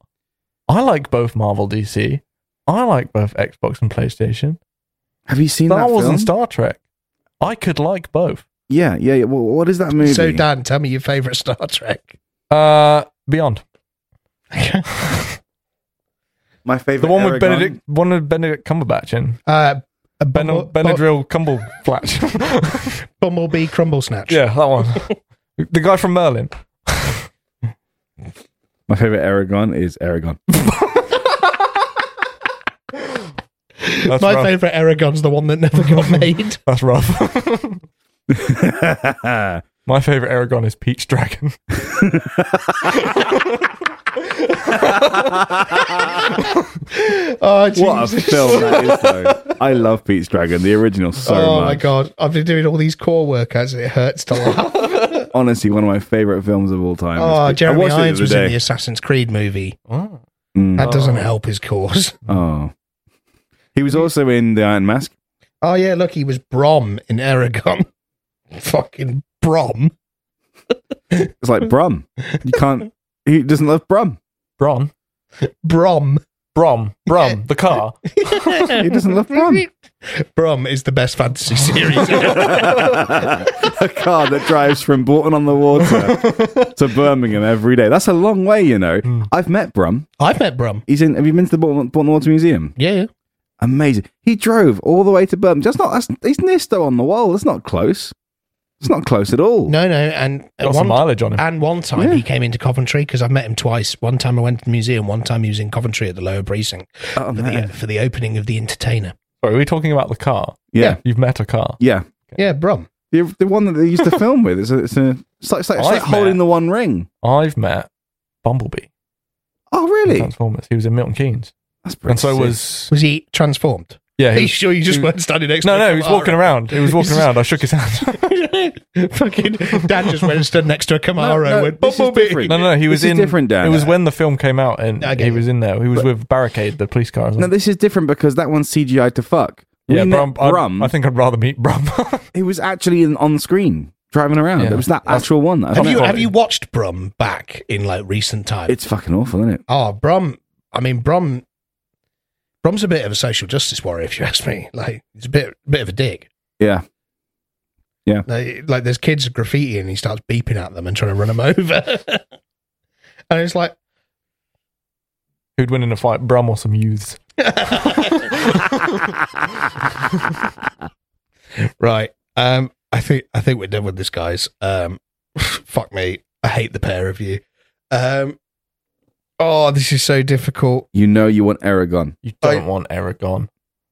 [SPEAKER 2] I like both Marvel, DC. I like both Xbox and PlayStation.
[SPEAKER 3] have you seen
[SPEAKER 2] Star
[SPEAKER 3] that
[SPEAKER 2] Wars
[SPEAKER 3] film?
[SPEAKER 2] and Star Trek. I could like both.
[SPEAKER 3] yeah, yeah. yeah. Well, what is that movie?
[SPEAKER 1] So Dan, tell me your favorite Star Trek.
[SPEAKER 2] Uh, Beyond
[SPEAKER 3] My favorite.
[SPEAKER 2] the one with
[SPEAKER 3] Aragon-
[SPEAKER 2] Benedict, one with Benedict Cumberbatch in
[SPEAKER 1] Uh, a
[SPEAKER 2] ben-
[SPEAKER 1] Bumble-
[SPEAKER 2] Benadryl Cumberbatch.
[SPEAKER 1] Bumblebee Crumble Snatch.
[SPEAKER 2] yeah, that one. the guy from Merlin.
[SPEAKER 3] My favorite Aragon is Aragon.
[SPEAKER 2] That's
[SPEAKER 1] My
[SPEAKER 2] rough.
[SPEAKER 1] favorite Aragon's the one that never got made.
[SPEAKER 2] That's rough. My favorite Aragon is Peach Dragon.
[SPEAKER 1] Oh,
[SPEAKER 3] what a
[SPEAKER 1] Jesus.
[SPEAKER 3] film that is, though. I love Pete's Dragon, the original, so
[SPEAKER 1] oh
[SPEAKER 3] much.
[SPEAKER 1] my god! I've been doing all these core workouts. and It hurts to laugh.
[SPEAKER 3] Honestly, one of my favorite films of all time. It's-
[SPEAKER 1] oh,
[SPEAKER 3] I
[SPEAKER 1] Jeremy
[SPEAKER 3] watched it the
[SPEAKER 1] Irons
[SPEAKER 3] other
[SPEAKER 1] was
[SPEAKER 3] day.
[SPEAKER 1] in the Assassin's Creed movie.
[SPEAKER 2] Oh.
[SPEAKER 3] Mm.
[SPEAKER 1] That doesn't help his cause.
[SPEAKER 3] Oh. He was also in The Iron Mask.
[SPEAKER 1] Oh yeah, look, he was Brom in Aragon. Fucking Brom.
[SPEAKER 3] It's like Brum. You can't. He doesn't love Brum.
[SPEAKER 2] Bron.
[SPEAKER 1] Brom.
[SPEAKER 2] Brom. Brom. The car.
[SPEAKER 3] He doesn't love Brum.
[SPEAKER 1] Brom is the best fantasy series.
[SPEAKER 3] a car that drives from Borton on the Water to Birmingham every day. That's a long way, you know.
[SPEAKER 1] Hmm.
[SPEAKER 3] I've met Brum.
[SPEAKER 1] I've met Brom.
[SPEAKER 3] He's in. Have you been to the Borton, Borton Water Museum?
[SPEAKER 1] Yeah, yeah.
[SPEAKER 3] Amazing. He drove all the way to Birmingham. That's not. That's, he's near Stow on the Wall. That's not close. It's not close at all.
[SPEAKER 1] No, no, and at
[SPEAKER 2] Got some
[SPEAKER 1] one,
[SPEAKER 2] mileage on him.
[SPEAKER 1] and one time
[SPEAKER 3] Yeah.
[SPEAKER 1] he came into Coventry because I've met him twice. One time I went to the museum. One time he was in Coventry at the Lower Precinct
[SPEAKER 3] Oh,
[SPEAKER 1] for the,
[SPEAKER 3] man.
[SPEAKER 1] for the opening of the Entertainer.
[SPEAKER 2] Sorry, are we talking about the car?
[SPEAKER 3] Yeah.
[SPEAKER 2] You've met a car.
[SPEAKER 3] Yeah.
[SPEAKER 1] Yeah, Brom.
[SPEAKER 3] The, the one that they used to film with. It's, a, it's, a, it's like, it's like, it's like
[SPEAKER 2] I've met-
[SPEAKER 3] holding the one ring.
[SPEAKER 2] I've met Bumblebee.
[SPEAKER 3] Oh,
[SPEAKER 2] in
[SPEAKER 3] really?
[SPEAKER 2] Transformers. He was in Milton Keynes.
[SPEAKER 3] That's pretty
[SPEAKER 2] And so
[SPEAKER 3] sick.
[SPEAKER 2] was.
[SPEAKER 1] Was he transformed?
[SPEAKER 2] Yeah,
[SPEAKER 1] Are
[SPEAKER 2] he
[SPEAKER 1] you
[SPEAKER 2] was.
[SPEAKER 1] sure you just
[SPEAKER 2] he-
[SPEAKER 1] weren't standing next
[SPEAKER 2] No,
[SPEAKER 1] to
[SPEAKER 2] no, he was walking around. He was walking
[SPEAKER 1] He's-
[SPEAKER 2] around. I shook his hand.
[SPEAKER 1] around. Fucking Dan just went and stood next to a Camaro
[SPEAKER 3] no,
[SPEAKER 1] and went,
[SPEAKER 3] this is
[SPEAKER 1] Bumblebee.
[SPEAKER 3] different.
[SPEAKER 2] No, no, no, he was
[SPEAKER 3] This is
[SPEAKER 2] in.
[SPEAKER 3] different, Dan.
[SPEAKER 2] It was when the film came out, and
[SPEAKER 1] I get
[SPEAKER 2] he
[SPEAKER 1] it.
[SPEAKER 2] was in there. He was with Barricade, the police car. as well.
[SPEAKER 3] No, this is different because that one's CGI to fuck. We
[SPEAKER 2] yeah,
[SPEAKER 3] met
[SPEAKER 2] Brum. I'd-
[SPEAKER 3] Brum.
[SPEAKER 2] I think I'd rather meet Brum.
[SPEAKER 3] It was actually in, on screen driving around.
[SPEAKER 2] Yeah.
[SPEAKER 3] It was that
[SPEAKER 2] That's-
[SPEAKER 3] actual one. That I
[SPEAKER 1] Have
[SPEAKER 3] met.
[SPEAKER 1] you have you watched Brom back in like recent times?
[SPEAKER 3] It's fucking awful, isn't it?
[SPEAKER 1] Oh, Brom. I mean, Brom. Brom's a bit of a social justice warrior, if you ask me. Like, he's a bit, bit of a dick.
[SPEAKER 3] Yeah.
[SPEAKER 1] Like, like, there's kids graffiti, and he starts beeping at them and trying to run them over. and it's like,
[SPEAKER 2] Who'd win in a fight, Brum or some youths?
[SPEAKER 1] right. Um, I think I think we're done with this, guys. Um, fuck me. I hate the pair of you. Um, oh, this is so difficult.
[SPEAKER 3] You know you want Aragon.
[SPEAKER 2] You
[SPEAKER 1] I-
[SPEAKER 2] don't want Aragon.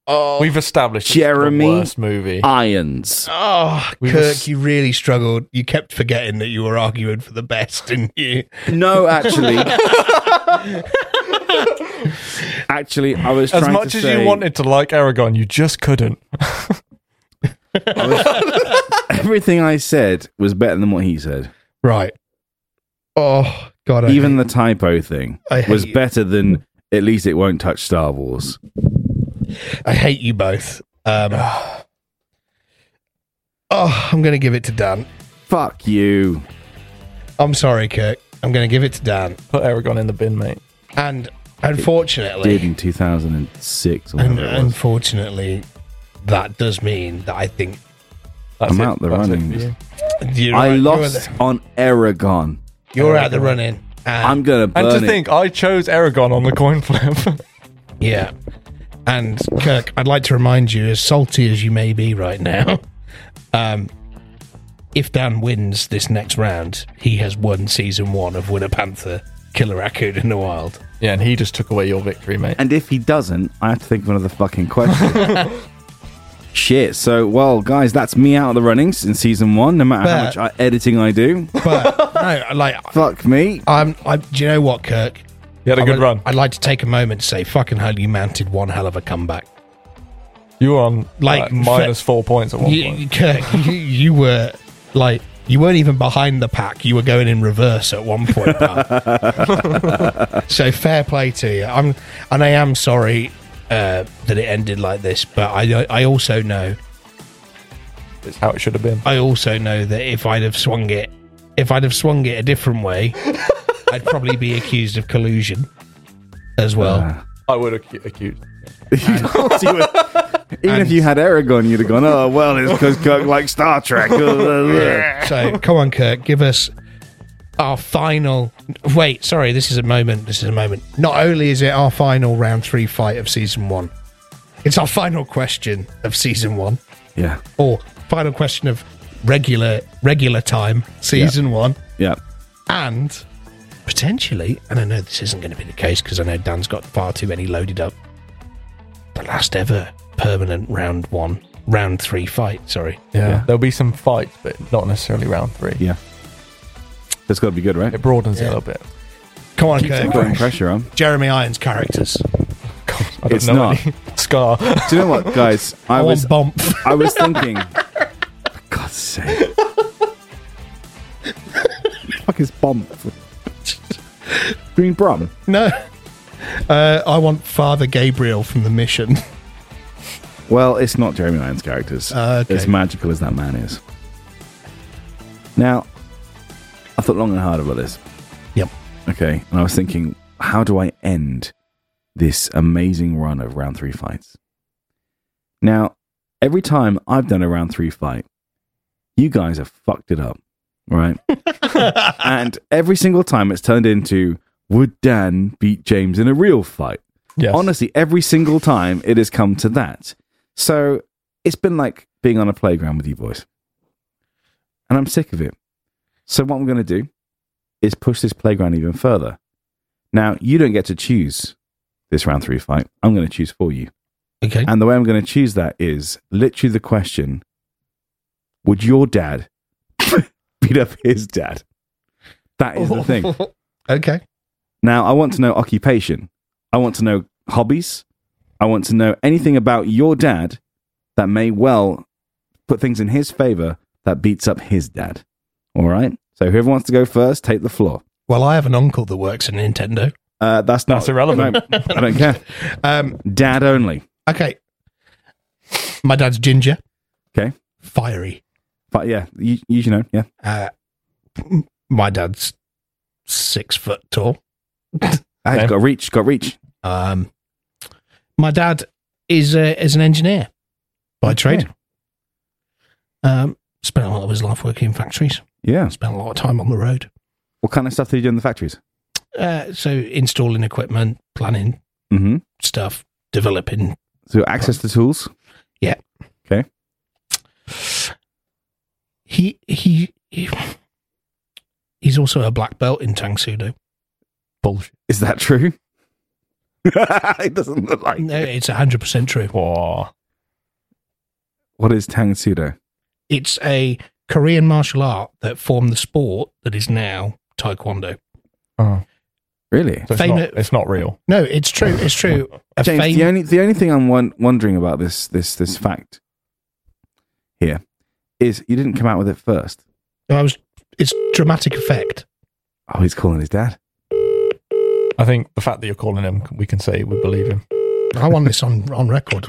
[SPEAKER 1] Oh,
[SPEAKER 2] We've established it's
[SPEAKER 3] Jeremy.
[SPEAKER 2] the worst movie.
[SPEAKER 3] Irons.
[SPEAKER 1] Oh,
[SPEAKER 2] We
[SPEAKER 1] Kirk,
[SPEAKER 2] were s-
[SPEAKER 1] you really struggled. You kept forgetting that you were arguing for the best, didn't you?
[SPEAKER 3] No, actually. actually, I was
[SPEAKER 2] as
[SPEAKER 3] trying
[SPEAKER 2] much
[SPEAKER 3] to
[SPEAKER 2] as
[SPEAKER 3] say-
[SPEAKER 2] you wanted to like Aragon, you just couldn't.
[SPEAKER 3] Everything I said was better than what he said.
[SPEAKER 1] Right. Oh God, I
[SPEAKER 3] Even the typo thing
[SPEAKER 1] I hate
[SPEAKER 3] was
[SPEAKER 1] you.
[SPEAKER 3] better than at least it won't touch Star Wars.
[SPEAKER 1] hate, I hate you both. Um, oh, I'm going to give it to Dan.
[SPEAKER 3] Fuck you.
[SPEAKER 1] I'm sorry, Kirk. I'm going to give it to Dan.
[SPEAKER 2] Put Aragon in the bin, mate.
[SPEAKER 1] And unfortunately,
[SPEAKER 3] Did in 2006 or
[SPEAKER 1] un-
[SPEAKER 3] whatever it was.
[SPEAKER 1] unfortunately, that does mean that I think
[SPEAKER 2] That's
[SPEAKER 3] I'm
[SPEAKER 2] it.
[SPEAKER 3] out the
[SPEAKER 2] That's it for
[SPEAKER 3] runnings.
[SPEAKER 2] you.
[SPEAKER 1] you're
[SPEAKER 3] I
[SPEAKER 1] right,
[SPEAKER 3] lost on Aragon.
[SPEAKER 1] You're, out the running. And
[SPEAKER 3] I'm gonna burn
[SPEAKER 2] And to
[SPEAKER 3] it.
[SPEAKER 2] think, I chose Aragon on the coin flip.
[SPEAKER 1] Yeah. And Kirk, I'd like to remind you, as salty as you may be right now, um, if Dan wins this next round, he has won season one of Winner Panther, Killer Raccoon in the Wild.
[SPEAKER 2] yeah, and he just took away your victory, mate.
[SPEAKER 3] And if he doesn't, I have to think of another fucking question. Shit. So, well, guys, that's me out of the runnings in season one. No matter
[SPEAKER 1] But-
[SPEAKER 3] how much I, editing I do,
[SPEAKER 1] But no, like
[SPEAKER 3] fuck me.
[SPEAKER 1] I'm, I, do you know what, Kirk?
[SPEAKER 2] You had a
[SPEAKER 1] I
[SPEAKER 2] good
[SPEAKER 1] would-
[SPEAKER 2] run.
[SPEAKER 1] I'd like to take a moment to say, fucking hell, you mounted one hell of a comeback.
[SPEAKER 2] You were on
[SPEAKER 1] Like,
[SPEAKER 2] like, minus
[SPEAKER 1] fa-
[SPEAKER 2] four points at one
[SPEAKER 1] You,
[SPEAKER 2] point.
[SPEAKER 1] you- Kirk, you, you were like you weren't even behind the pack. You were going in reverse at one point. pal. so fair play to you. I'm and I am sorry uh, that it ended like this, but I I also know
[SPEAKER 2] It's how it should have been.
[SPEAKER 1] I also know that if I'd have swung it. if if I'd have swung it a different way, I'd probably be accused of collusion as well.
[SPEAKER 2] Ah. I would accu- accuse.
[SPEAKER 3] Of course you would. Even if
[SPEAKER 1] And-
[SPEAKER 3] you had Aragon, you'd have gone, oh, well, it's because Kirk likes Star Trek.
[SPEAKER 1] So come on, Kirk, give us our final. Wait, sorry, this is a moment. This is a moment. Not only is it our final round three fight of season one, it's our final question of season one,
[SPEAKER 3] yeah.
[SPEAKER 1] or final question of regular regular time season one,
[SPEAKER 3] Yeah.
[SPEAKER 1] and potentially. And I know this isn't going to be the case because I know Dan's got far too many loaded up. The last ever permanent round one, round three fight. Sorry.
[SPEAKER 2] Yeah.
[SPEAKER 3] Yeah.
[SPEAKER 2] There'll be some fights, but not necessarily round three.
[SPEAKER 3] Yeah. That's got to be good, right?
[SPEAKER 2] It broadens
[SPEAKER 1] Yeah.
[SPEAKER 2] it a little bit.
[SPEAKER 1] Come on,
[SPEAKER 3] Putting
[SPEAKER 1] Kirk.
[SPEAKER 3] pressure on.
[SPEAKER 1] Jeremy Irons characters.
[SPEAKER 2] God, I don't
[SPEAKER 3] It's
[SPEAKER 2] know
[SPEAKER 3] not.
[SPEAKER 2] any. Scar.
[SPEAKER 3] Do you know what, guys? I
[SPEAKER 1] I
[SPEAKER 3] was
[SPEAKER 1] want bump.
[SPEAKER 3] I was thinking. For God's sake. fuck is bomb? Green Brom.
[SPEAKER 1] no. Uh, I want Father Gabriel from the mission.
[SPEAKER 3] Well, it's not Jeremy Irons' characters.
[SPEAKER 1] Uh, okay.
[SPEAKER 3] As magical as that man is. Now, I thought long and hard about this.
[SPEAKER 1] Yep.
[SPEAKER 3] Okay. And I was thinking, how do I end this amazing run of round three fights? Now, every time I've done a round three fight, you guys have fucked it up, right? and every single time it's turned into, would Dan beat James in a real fight?
[SPEAKER 2] yes.
[SPEAKER 3] Honestly, every single time it has come to that. So it's been like being on a playground with you boys. And I'm sick of it. So what I'm going to do is push this playground even further. Now, you don't get to choose this round three fight. I'm going to choose for you.
[SPEAKER 1] Okay.
[SPEAKER 3] And the way I'm going to choose that is literally the question Would your dad beat up his dad? That is
[SPEAKER 1] Oh.
[SPEAKER 3] the thing.
[SPEAKER 1] okay.
[SPEAKER 3] Now, I want to know occupation. I want to know hobbies. I want to know anything about your dad that may well put things in his favor that beats up his dad. All right. So whoever wants to go first, take the floor.
[SPEAKER 1] Well, I have an uncle that works in Nintendo.
[SPEAKER 3] Uh, that's not
[SPEAKER 2] That's irrelevant.
[SPEAKER 3] No, I don't care.
[SPEAKER 1] Um,
[SPEAKER 3] Dad only.
[SPEAKER 1] okay. My dad's ginger.
[SPEAKER 3] Okay.
[SPEAKER 1] Fiery.
[SPEAKER 3] But yeah, you, you should know. Yeah.
[SPEAKER 1] Uh, m- my dad's six foot tall.
[SPEAKER 3] Ah,
[SPEAKER 2] Okay.
[SPEAKER 3] Got reach. Got reach.
[SPEAKER 1] Um, my dad is uh, is an engineer by trade. Um, spent a lot of his life working in factories.
[SPEAKER 3] Yeah.
[SPEAKER 1] Spent a lot of time on the road.
[SPEAKER 3] What kind of stuff do you do in the factories?
[SPEAKER 1] Uh, so installing equipment, planning
[SPEAKER 3] Mm-hmm.
[SPEAKER 1] stuff, developing.
[SPEAKER 3] So access to tools.
[SPEAKER 1] He he, he he's also a black belt in Tang Sudo.
[SPEAKER 2] Bullshit.
[SPEAKER 3] Is that true? it doesn't look like.
[SPEAKER 1] No, Uh, it's hundred percent true.
[SPEAKER 2] Whoa.
[SPEAKER 3] What is Tang Sudo?
[SPEAKER 1] It's a Korean martial art that formed the sport that is now Taekwondo.
[SPEAKER 2] Oh.
[SPEAKER 3] Really?
[SPEAKER 2] So it's,
[SPEAKER 1] Fame-
[SPEAKER 2] not, it's not real.
[SPEAKER 1] No, it's true. It's true. A
[SPEAKER 3] James,
[SPEAKER 1] fame-
[SPEAKER 3] the only the only thing I'm won- wondering about this this this fact here is you didn't come out with it first.
[SPEAKER 1] I was. It's dramatic effect.
[SPEAKER 3] Oh, he's calling his dad.
[SPEAKER 2] I think the fact that you're calling him, we can say we believe him.
[SPEAKER 1] I want this on on record.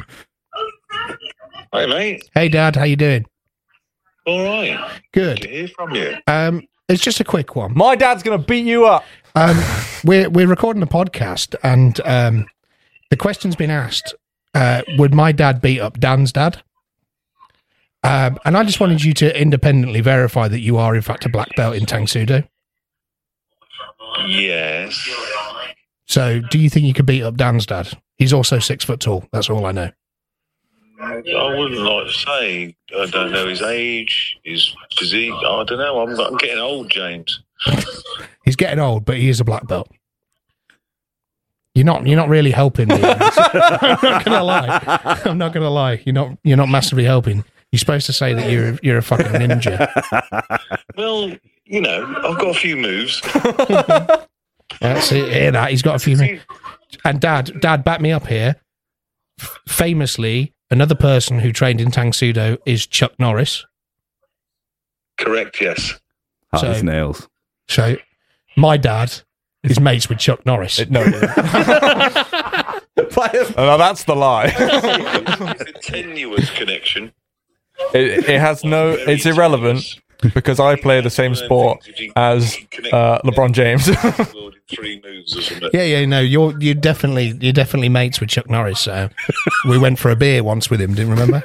[SPEAKER 4] Hey mate,
[SPEAKER 1] Hey, Dad, how you doing?
[SPEAKER 4] all right. Good to
[SPEAKER 1] Good.
[SPEAKER 4] hear from you.
[SPEAKER 1] Um, it's just a quick one.
[SPEAKER 2] My dad's going to beat you up.
[SPEAKER 1] Um, we're we're recording a podcast, and um, the question's been asked: uh, Would my dad beat up Dan's dad? Um, and I just wanted you to independently verify that you are in fact a black belt in Tang Sudo.
[SPEAKER 4] Yes.
[SPEAKER 1] So, do you think you could beat up Dan's dad? He's also six foot tall. That's all I know.
[SPEAKER 4] I wouldn't like to say I don't know his age, his physique. I don't know. I'm, I'm getting old, James.
[SPEAKER 1] He's getting old, but he is a black belt. You're not. You're not really helping me. I'm not gonna lie. I'm not gonna lie. You're not. You're not massively helping. You're supposed to say that you're you're a fucking ninja.
[SPEAKER 4] Well, you know, I've got a few moves.
[SPEAKER 1] That's it. Hear that? He's got a few. min- And Dad, Dad, back me up here. F- famously, another person who trained in Tang Sudo is Chuck Norris.
[SPEAKER 4] Correct. Yes.
[SPEAKER 3] Hard
[SPEAKER 1] So-
[SPEAKER 3] as Oh, nails.
[SPEAKER 1] So, my dad is mates with Chuck Norris.
[SPEAKER 2] It, no, it isn't. no, that's the lie.
[SPEAKER 4] it's a tenuous connection.
[SPEAKER 2] It, it has no.
[SPEAKER 4] Very
[SPEAKER 2] It's irrelevant.
[SPEAKER 4] tenuous.
[SPEAKER 2] because I play the same sport as uh, LeBron James.
[SPEAKER 4] World in three moves or something.
[SPEAKER 1] Yeah, yeah, no, you're you definitely you're definitely mates with Chuck Norris. So we went for a beer once with him. Didn't remember.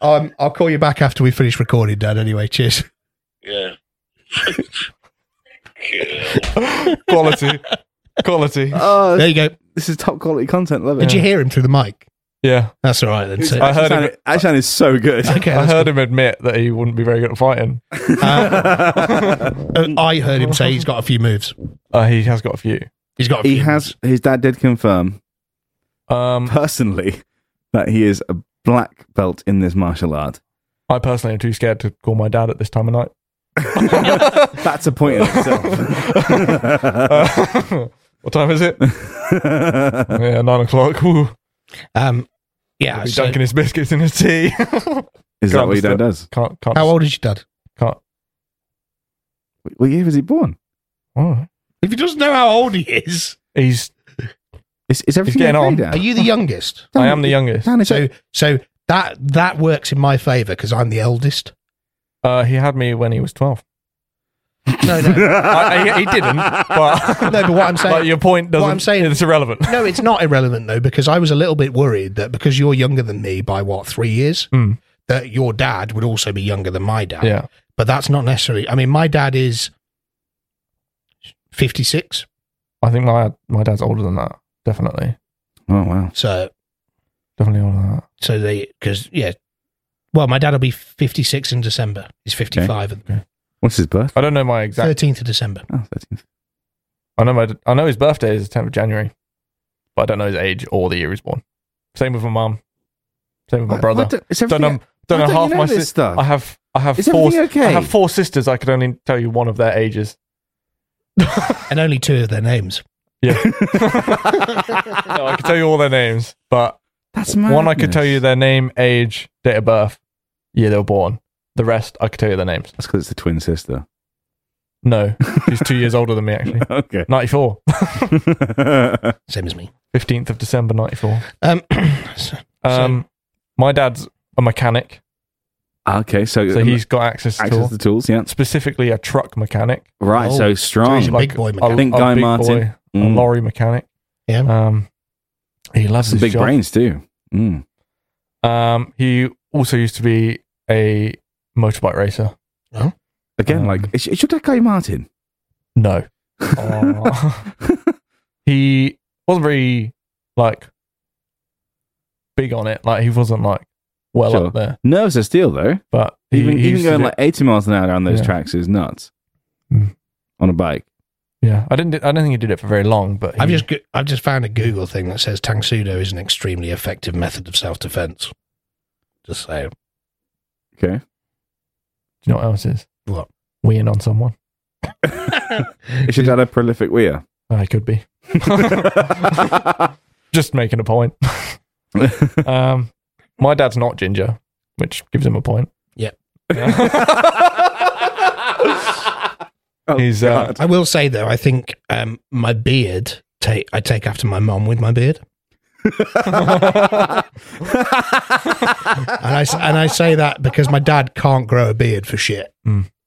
[SPEAKER 1] um, I'll call you back after we finish recording, Dad. Anyway, cheers.
[SPEAKER 4] Yeah.
[SPEAKER 2] quality, quality.
[SPEAKER 3] Oh,
[SPEAKER 1] There you go.
[SPEAKER 3] this is top quality content. Love it.
[SPEAKER 1] Did you hear him through the mic?
[SPEAKER 2] Yeah,
[SPEAKER 1] That's all right then. So,
[SPEAKER 2] I heard
[SPEAKER 3] Ashan,
[SPEAKER 2] him-
[SPEAKER 3] Ashan is so good.
[SPEAKER 1] okay,
[SPEAKER 2] I
[SPEAKER 1] that's
[SPEAKER 2] heard him admit that he wouldn't be very good at fighting.
[SPEAKER 1] good. Uh, I heard him say he's got a few moves.
[SPEAKER 2] Uh, he has got a few.
[SPEAKER 1] He's got. A few
[SPEAKER 3] he has.
[SPEAKER 1] moves.
[SPEAKER 3] His dad did confirm
[SPEAKER 2] Um,
[SPEAKER 3] personally that he is a black belt in this martial art.
[SPEAKER 2] I personally am too scared to call my dad at this time of night.
[SPEAKER 3] That's a point in itself.
[SPEAKER 2] Uh, what time is it? Yeah, nine o'clock. Woo.
[SPEAKER 1] Um,
[SPEAKER 2] He'll
[SPEAKER 1] yeah.
[SPEAKER 2] be
[SPEAKER 1] so-
[SPEAKER 2] dunking his biscuits in his tea.
[SPEAKER 3] is that what your dad
[SPEAKER 2] Understood.
[SPEAKER 3] does?
[SPEAKER 2] can't, can't.
[SPEAKER 1] how old is your dad?
[SPEAKER 2] Can't.
[SPEAKER 3] What year was he born?
[SPEAKER 2] Oh.
[SPEAKER 1] If he doesn't know how old he is,
[SPEAKER 2] He's.
[SPEAKER 3] Is, is everything
[SPEAKER 2] getting
[SPEAKER 3] okay,
[SPEAKER 2] on.
[SPEAKER 3] Dad?
[SPEAKER 1] are you the youngest?
[SPEAKER 2] I am the youngest.
[SPEAKER 3] Dan, is
[SPEAKER 1] So,
[SPEAKER 3] it-
[SPEAKER 1] so that that works in my favour because I'm the eldest.
[SPEAKER 2] Uh, he had me when he was twelve.
[SPEAKER 1] No, no,
[SPEAKER 2] I, I- he didn't. But
[SPEAKER 1] no. But what I'm saying,
[SPEAKER 2] Like your point doesn't.
[SPEAKER 1] What I'm saying-
[SPEAKER 2] it's irrelevant.
[SPEAKER 1] No, it's not irrelevant though, because I was a little bit worried that because you're younger than me by what three years,
[SPEAKER 2] Hmm.
[SPEAKER 1] that your dad would also be younger than my dad.
[SPEAKER 2] Yeah,
[SPEAKER 1] but that's not necessary. I mean, my dad is fifty six,
[SPEAKER 2] I think my my dad's older than that. Definitely,
[SPEAKER 3] oh wow.
[SPEAKER 1] so
[SPEAKER 2] definitely older than that.
[SPEAKER 1] so they because yeah, well, my dad will be fifty six in December. He's fifty five,
[SPEAKER 3] What's his birth?
[SPEAKER 2] I don't know my exact.
[SPEAKER 1] thirteenth of December.
[SPEAKER 3] Oh, 13th.
[SPEAKER 2] I know my. I know his birthday is the tenth of January, but I don't know his age or the year he's born. Same with my mum. Same with my
[SPEAKER 3] Why-
[SPEAKER 2] brother.
[SPEAKER 3] why don't- is
[SPEAKER 2] don't know.
[SPEAKER 3] everything-
[SPEAKER 2] Don't
[SPEAKER 3] why
[SPEAKER 2] know
[SPEAKER 3] don't
[SPEAKER 2] half
[SPEAKER 3] you know
[SPEAKER 2] my
[SPEAKER 3] this
[SPEAKER 2] sisters.
[SPEAKER 3] stuff?
[SPEAKER 2] I have. I have
[SPEAKER 3] Is
[SPEAKER 2] four.
[SPEAKER 3] everything okay?
[SPEAKER 2] I have four sisters. I could only tell you one of their ages.
[SPEAKER 1] and only two of their names.
[SPEAKER 2] Yeah. no, I could tell you all their names, but
[SPEAKER 3] That's
[SPEAKER 2] one I could tell you
[SPEAKER 3] madness.
[SPEAKER 2] their name, age, date of birth, year they were born. The rest I could tell you their names.
[SPEAKER 3] That's because it's the twin sister.
[SPEAKER 2] No, she's two years older than me actually.
[SPEAKER 3] Okay.
[SPEAKER 2] 94.
[SPEAKER 1] Same as me.
[SPEAKER 2] 15th of December 94.
[SPEAKER 1] Um, so-
[SPEAKER 2] Um, my dad's a mechanic,
[SPEAKER 3] okay, so, um,
[SPEAKER 2] so he's got access to
[SPEAKER 3] access to tools. Yeah,
[SPEAKER 2] specifically a truck mechanic,
[SPEAKER 3] right.
[SPEAKER 1] Oh,
[SPEAKER 3] so
[SPEAKER 1] so
[SPEAKER 3] strong.
[SPEAKER 1] he's a
[SPEAKER 2] Like,
[SPEAKER 1] big boy.
[SPEAKER 2] a,
[SPEAKER 1] mechanic.
[SPEAKER 3] Think
[SPEAKER 2] a
[SPEAKER 3] Guy
[SPEAKER 2] big
[SPEAKER 3] Martin.
[SPEAKER 2] boy,
[SPEAKER 3] Mm.
[SPEAKER 2] a lorry mechanic.
[SPEAKER 1] Yeah.
[SPEAKER 2] Um, he loves
[SPEAKER 3] Some
[SPEAKER 2] his
[SPEAKER 3] big
[SPEAKER 2] job.
[SPEAKER 3] brains too. Mm.
[SPEAKER 2] Um, he also used to be a motorbike racer.
[SPEAKER 3] Again,
[SPEAKER 2] Um,
[SPEAKER 3] like it's, it's your dad, Guy Martin.
[SPEAKER 2] No. Oh. he wasn't very like big on it. Like he wasn't like well
[SPEAKER 3] Sure.
[SPEAKER 2] up there.
[SPEAKER 3] Nerves are steel though.
[SPEAKER 2] But he,
[SPEAKER 3] Even
[SPEAKER 2] he
[SPEAKER 3] even
[SPEAKER 2] used to
[SPEAKER 3] going
[SPEAKER 2] do-
[SPEAKER 3] like eighty miles an hour down those
[SPEAKER 2] Yeah.
[SPEAKER 3] tracks is nuts.
[SPEAKER 2] Mm.
[SPEAKER 3] On a bike.
[SPEAKER 2] yeah, I didn't. do- I don't think he did it for very long. But he,
[SPEAKER 1] I've just go- I've just found a Google thing that says Tang Sudo is an extremely effective method of self defense. Just saying.
[SPEAKER 3] Okay.
[SPEAKER 2] do you know what else is
[SPEAKER 1] What?
[SPEAKER 2] weeing on someone.
[SPEAKER 3] Is your dad a prolific weir?
[SPEAKER 2] I Uh, could be just making a point. um, my dad's not ginger, which gives him a point.
[SPEAKER 1] Yep.
[SPEAKER 3] Oh,
[SPEAKER 2] He's, uh,
[SPEAKER 3] God.
[SPEAKER 1] I will say though, I think um, my beard take I take after my mom with my beard, and I s- and I say that because my dad can't grow a beard for shit.
[SPEAKER 3] I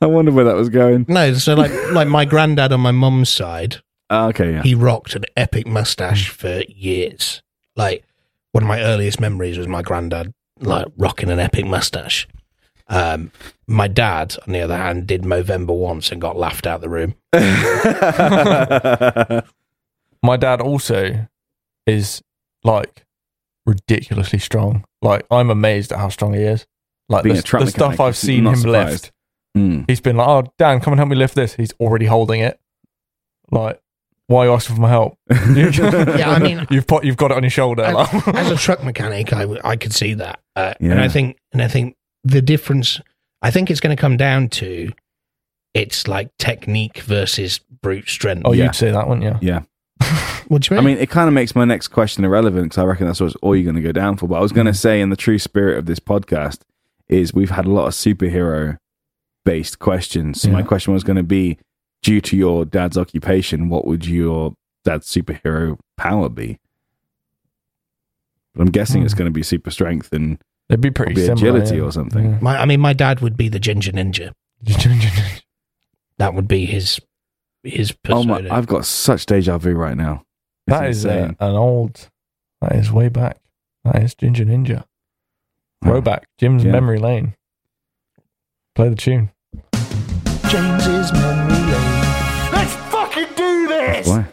[SPEAKER 3] wonder where that was going.
[SPEAKER 1] No, so like like my granddad on my mum's side,
[SPEAKER 3] Ah, okay, yeah. Mm.
[SPEAKER 1] he rocked an epic mustache for years. Like one of my earliest memories was my granddad like rocking an epic mustache. Um, my dad, on the other hand, did Movember once and got laughed out the room.
[SPEAKER 2] my dad also is like ridiculously strong. Like I'm amazed at how strong he is. Like
[SPEAKER 3] Being
[SPEAKER 2] the,
[SPEAKER 3] a truck
[SPEAKER 2] the stuff
[SPEAKER 3] mechanic,
[SPEAKER 2] I've seen
[SPEAKER 3] not
[SPEAKER 2] him
[SPEAKER 3] surprised.
[SPEAKER 2] lift,
[SPEAKER 3] Mm.
[SPEAKER 2] he's been like, "Oh, Dan, come and help me lift this." He's already holding it. Like, why are you asking for my help?
[SPEAKER 1] Yeah, I mean,
[SPEAKER 2] You've put, you've got it on your shoulder.
[SPEAKER 1] I-
[SPEAKER 2] like-
[SPEAKER 1] as a truck mechanic, I, w- I could see that, uh, and
[SPEAKER 3] Yeah.
[SPEAKER 1] I think and I think the difference. I think it's going to come down to it's like technique versus brute strength.
[SPEAKER 2] oh,
[SPEAKER 3] yeah.
[SPEAKER 2] you'd say that, wouldn't you?
[SPEAKER 1] what do you
[SPEAKER 3] I
[SPEAKER 1] mean?
[SPEAKER 3] mean, it kind of makes my next question irrelevant because I reckon that's what's all you're going to go down for. But I was going
[SPEAKER 2] Mm.
[SPEAKER 3] to say, in the true spirit of this podcast, is we've had a lot of superhero based questions. So my
[SPEAKER 2] Yeah.
[SPEAKER 3] question was going to be, due to your dad's occupation, what would your dad's superhero power be? But I'm guessing
[SPEAKER 2] Hmm.
[SPEAKER 3] it's going to be super strength and
[SPEAKER 2] It'd be pretty
[SPEAKER 3] probably
[SPEAKER 2] similar.
[SPEAKER 3] agility
[SPEAKER 2] yeah.
[SPEAKER 3] or something.
[SPEAKER 2] Yeah.
[SPEAKER 1] My, I mean, my dad would be the ginger ninja. That would be his his
[SPEAKER 3] Oh
[SPEAKER 1] persona.
[SPEAKER 3] my! I've got such deja vu right now. It's
[SPEAKER 2] that is uh,
[SPEAKER 3] insane.
[SPEAKER 2] an old. That is way back. That is Ginger Ninja. Throwback. Jim's
[SPEAKER 3] Yeah.
[SPEAKER 2] memory lane. Play the tune.
[SPEAKER 1] James's memory lane.
[SPEAKER 3] Why?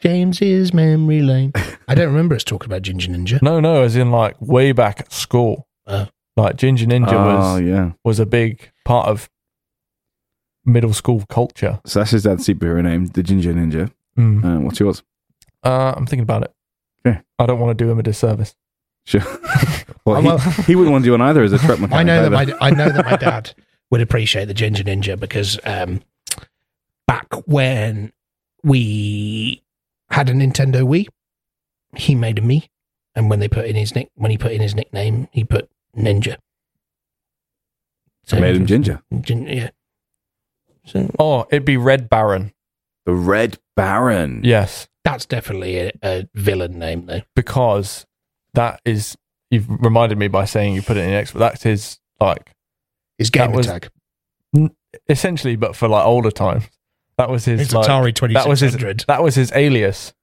[SPEAKER 1] James's memory lane. I don't remember us talking about ginger ninja.
[SPEAKER 2] No, no, as in like way back at school.
[SPEAKER 1] Oh.
[SPEAKER 2] Like Ginger Ninja
[SPEAKER 3] Oh
[SPEAKER 2] was
[SPEAKER 3] Uh. yeah.
[SPEAKER 2] was a big part of middle school culture.
[SPEAKER 3] So that's his dad's superhero name, the Ginger Ninja.
[SPEAKER 2] Mm.
[SPEAKER 3] Um, what's yours?
[SPEAKER 2] Uh, I'm thinking about it.
[SPEAKER 3] Yeah.
[SPEAKER 2] I don't want to do him a disservice.
[SPEAKER 3] Sure. well,
[SPEAKER 1] I'm
[SPEAKER 3] he,
[SPEAKER 1] a-
[SPEAKER 3] he wouldn't want to do one either as a truck mechanic.
[SPEAKER 1] I know that
[SPEAKER 3] either.
[SPEAKER 1] my I know that my dad would appreciate the Ginger Ninja because um, back when we had a Nintendo Wii, he made a me, and when they put in his nick when he put in his nickname, he put Ninja. So
[SPEAKER 3] I made him Ginger.
[SPEAKER 1] Gin- yeah. So
[SPEAKER 2] Oh, it'd be Red Baron.
[SPEAKER 3] The Red Baron.
[SPEAKER 2] Yes,
[SPEAKER 1] that's definitely a, a villain name, though.
[SPEAKER 2] because that is you've reminded me by saying you put it in the X, but that's his like
[SPEAKER 1] His
[SPEAKER 2] That
[SPEAKER 1] game
[SPEAKER 2] was-
[SPEAKER 1] attack.
[SPEAKER 2] essentially, but for like older times. That was his.
[SPEAKER 1] It's
[SPEAKER 2] like,
[SPEAKER 1] Atari twenty
[SPEAKER 2] that was
[SPEAKER 1] six
[SPEAKER 2] his.
[SPEAKER 1] hundred.
[SPEAKER 2] That was his alias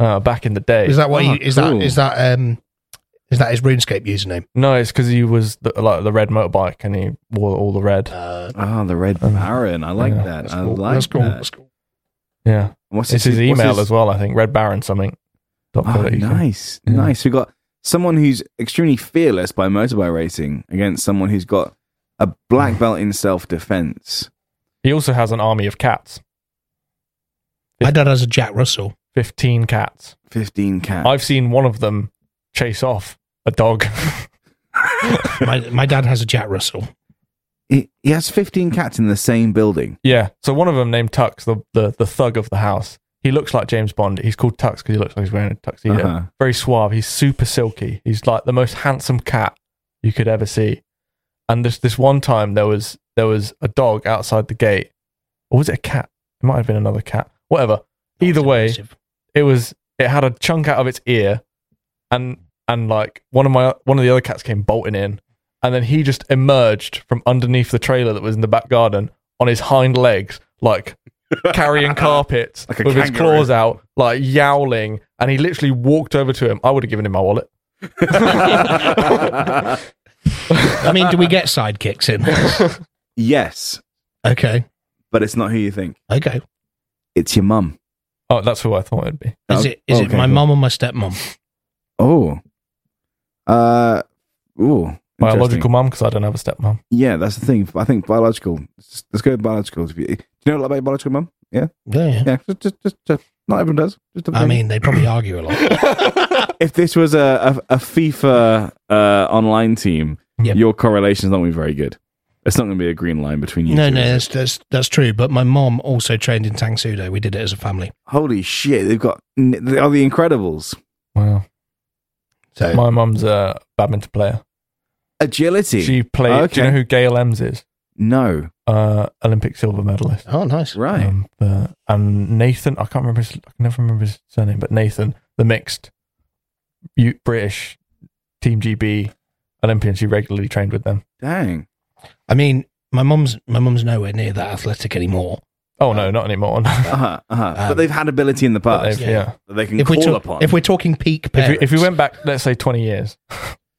[SPEAKER 2] uh, back in the day.
[SPEAKER 1] Is that what?
[SPEAKER 3] Oh,
[SPEAKER 1] he, is
[SPEAKER 3] cool.
[SPEAKER 1] that is that um is that his RuneScape username?
[SPEAKER 2] no, it's because he was the, like the red motorbike and he wore all the red.
[SPEAKER 1] Uh,
[SPEAKER 3] Ah, the Red
[SPEAKER 2] Oh,
[SPEAKER 3] Baron. I like
[SPEAKER 2] yeah,
[SPEAKER 3] that.
[SPEAKER 1] that's
[SPEAKER 3] I
[SPEAKER 1] cool.
[SPEAKER 3] like
[SPEAKER 1] that's cool.
[SPEAKER 3] that.
[SPEAKER 1] That's cool.
[SPEAKER 2] Yeah,
[SPEAKER 3] What's
[SPEAKER 2] it's his
[SPEAKER 3] what's
[SPEAKER 2] email as well. I think Red Baron something. dot co
[SPEAKER 3] Oh,
[SPEAKER 2] dot UK.
[SPEAKER 3] nice,
[SPEAKER 2] Yeah.
[SPEAKER 3] nice. We got someone who's extremely fearless by motorbike racing against someone who's got a black belt in self defense.
[SPEAKER 2] He also has an army of cats.
[SPEAKER 1] My dad has a Jack Russell.
[SPEAKER 2] Fifteen cats.
[SPEAKER 3] Fifteen cat.
[SPEAKER 2] I've seen one of them chase off a dog.
[SPEAKER 1] My, my dad has a Jack Russell.
[SPEAKER 3] he, he has fifteen cats in the same building.
[SPEAKER 2] yeah. So one of them named Tux, the, the the thug of the house. He looks like James Bond. He's called Tux because he looks like he's wearing a tuxedo.
[SPEAKER 3] Uh-huh.
[SPEAKER 2] Very suave. He's super silky. He's like the most handsome cat you could ever see. And this this one time there was there was a dog outside the gate, or was it a cat? It might have been another cat. Whatever. Either way, it was it had a chunk out of its ear and and like one of my one of the other cats came bolting in and then he just emerged from underneath the trailer that was in the back garden on his hind legs like carrying carpets
[SPEAKER 3] Like a
[SPEAKER 2] with his
[SPEAKER 3] kangaroo.
[SPEAKER 2] claws out like yowling and he literally walked over to him i would have given him my wallet
[SPEAKER 3] Uh-huh.
[SPEAKER 1] I mean, do we get sidekicks in?
[SPEAKER 3] yes,
[SPEAKER 1] okay,
[SPEAKER 3] but it's not who you think.
[SPEAKER 1] okay.
[SPEAKER 3] It's your mum.
[SPEAKER 2] oh that's who i thought it'd be
[SPEAKER 1] Is
[SPEAKER 3] Oh,
[SPEAKER 1] it is it
[SPEAKER 3] okay,
[SPEAKER 1] my
[SPEAKER 3] cool.
[SPEAKER 1] mum or my stepmom?
[SPEAKER 3] Oh. Uh. Ooh.
[SPEAKER 2] biological
[SPEAKER 3] interesting.
[SPEAKER 2] mum because i don't have a stepmom
[SPEAKER 3] Yeah, that's the thing. I think biological. Let's go with biological. Do you know a lot about biological mum? Yeah.
[SPEAKER 1] Yeah. yeah.
[SPEAKER 3] Yeah. Just, just, just, just- not everyone does. Just a
[SPEAKER 1] Hmm. I
[SPEAKER 3] thing.
[SPEAKER 1] mean, they probably argue a lot.
[SPEAKER 3] if this was a a, a FIFA uh, online team,
[SPEAKER 1] Yep.
[SPEAKER 3] your correlation's not going to be very good. It's not going to be a green line between you.
[SPEAKER 1] No,
[SPEAKER 3] two,
[SPEAKER 1] no,
[SPEAKER 3] is it?
[SPEAKER 1] that's, that's that's true. But my mom also trained in Tang Sudo. We did it as a family.
[SPEAKER 3] Holy shit! They've got n- they are the Incredibles.
[SPEAKER 2] wow
[SPEAKER 1] So
[SPEAKER 2] my mum's a badminton player
[SPEAKER 3] Agility.
[SPEAKER 2] she played do
[SPEAKER 3] Okay.
[SPEAKER 2] you know who gail ems is
[SPEAKER 3] no.
[SPEAKER 1] Um,
[SPEAKER 2] uh olympic silver medalist
[SPEAKER 1] oh, nice.
[SPEAKER 3] Right.
[SPEAKER 2] Um, but- and Nathan, I can't remember. His, I can never remember his surname, but Nathan, the mixed U- British Team GB Olympians, who regularly trained with them.
[SPEAKER 3] Dang.
[SPEAKER 1] I mean, my mum's my mum's nowhere near that athletic anymore.
[SPEAKER 2] Oh no, not anymore.
[SPEAKER 3] Uh huh. Uh-huh. but
[SPEAKER 1] Um,
[SPEAKER 3] they've had ability in the
[SPEAKER 2] But they've-
[SPEAKER 3] past
[SPEAKER 2] yeah.
[SPEAKER 1] yeah.
[SPEAKER 3] that they can
[SPEAKER 1] If
[SPEAKER 3] call
[SPEAKER 1] we talk,
[SPEAKER 3] upon.
[SPEAKER 1] if we're talking peak
[SPEAKER 2] If we,
[SPEAKER 1] parents,
[SPEAKER 2] if we went back, let's say twenty years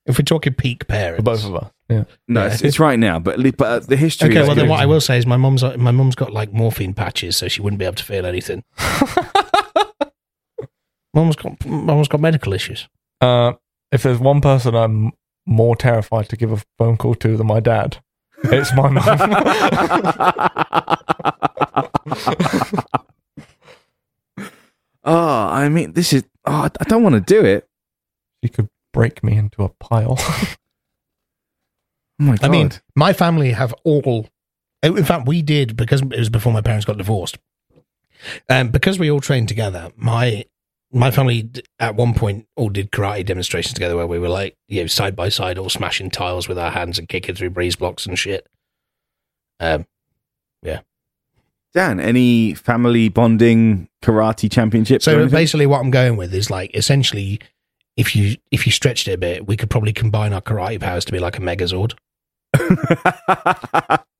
[SPEAKER 1] if we're talking peak
[SPEAKER 2] for
[SPEAKER 1] parents,
[SPEAKER 2] both of us. Yeah.
[SPEAKER 3] no,
[SPEAKER 1] yeah.
[SPEAKER 3] it's, it's right now. But at least, but uh, the history.
[SPEAKER 1] Okay,
[SPEAKER 3] is
[SPEAKER 1] well then
[SPEAKER 3] good.
[SPEAKER 1] what I will say is my mum's my mum's got like morphine patches, so she wouldn't be able to feel anything. mum's got mum's got medical issues.
[SPEAKER 2] Uh, if there's one person I'm more terrified to give a phone call to than my dad, it's my mum.
[SPEAKER 3] oh, I mean, this is. Oh, I don't want to do it.
[SPEAKER 2] she could break me into a pile.
[SPEAKER 3] Oh my god.
[SPEAKER 1] I mean, my family have all. In fact, we did because it was before my parents got divorced. Um, because we all trained together, my my family d- at one point all did karate demonstrations together where we were like you know side by side, all smashing tiles with our hands and kicking through breeze blocks and shit. Um,
[SPEAKER 3] Dan, any family bonding karate championship?
[SPEAKER 1] So basically, what I'm going with is like essentially, if you if you stretched it a bit, we could probably combine our karate powers to be like a Megazord.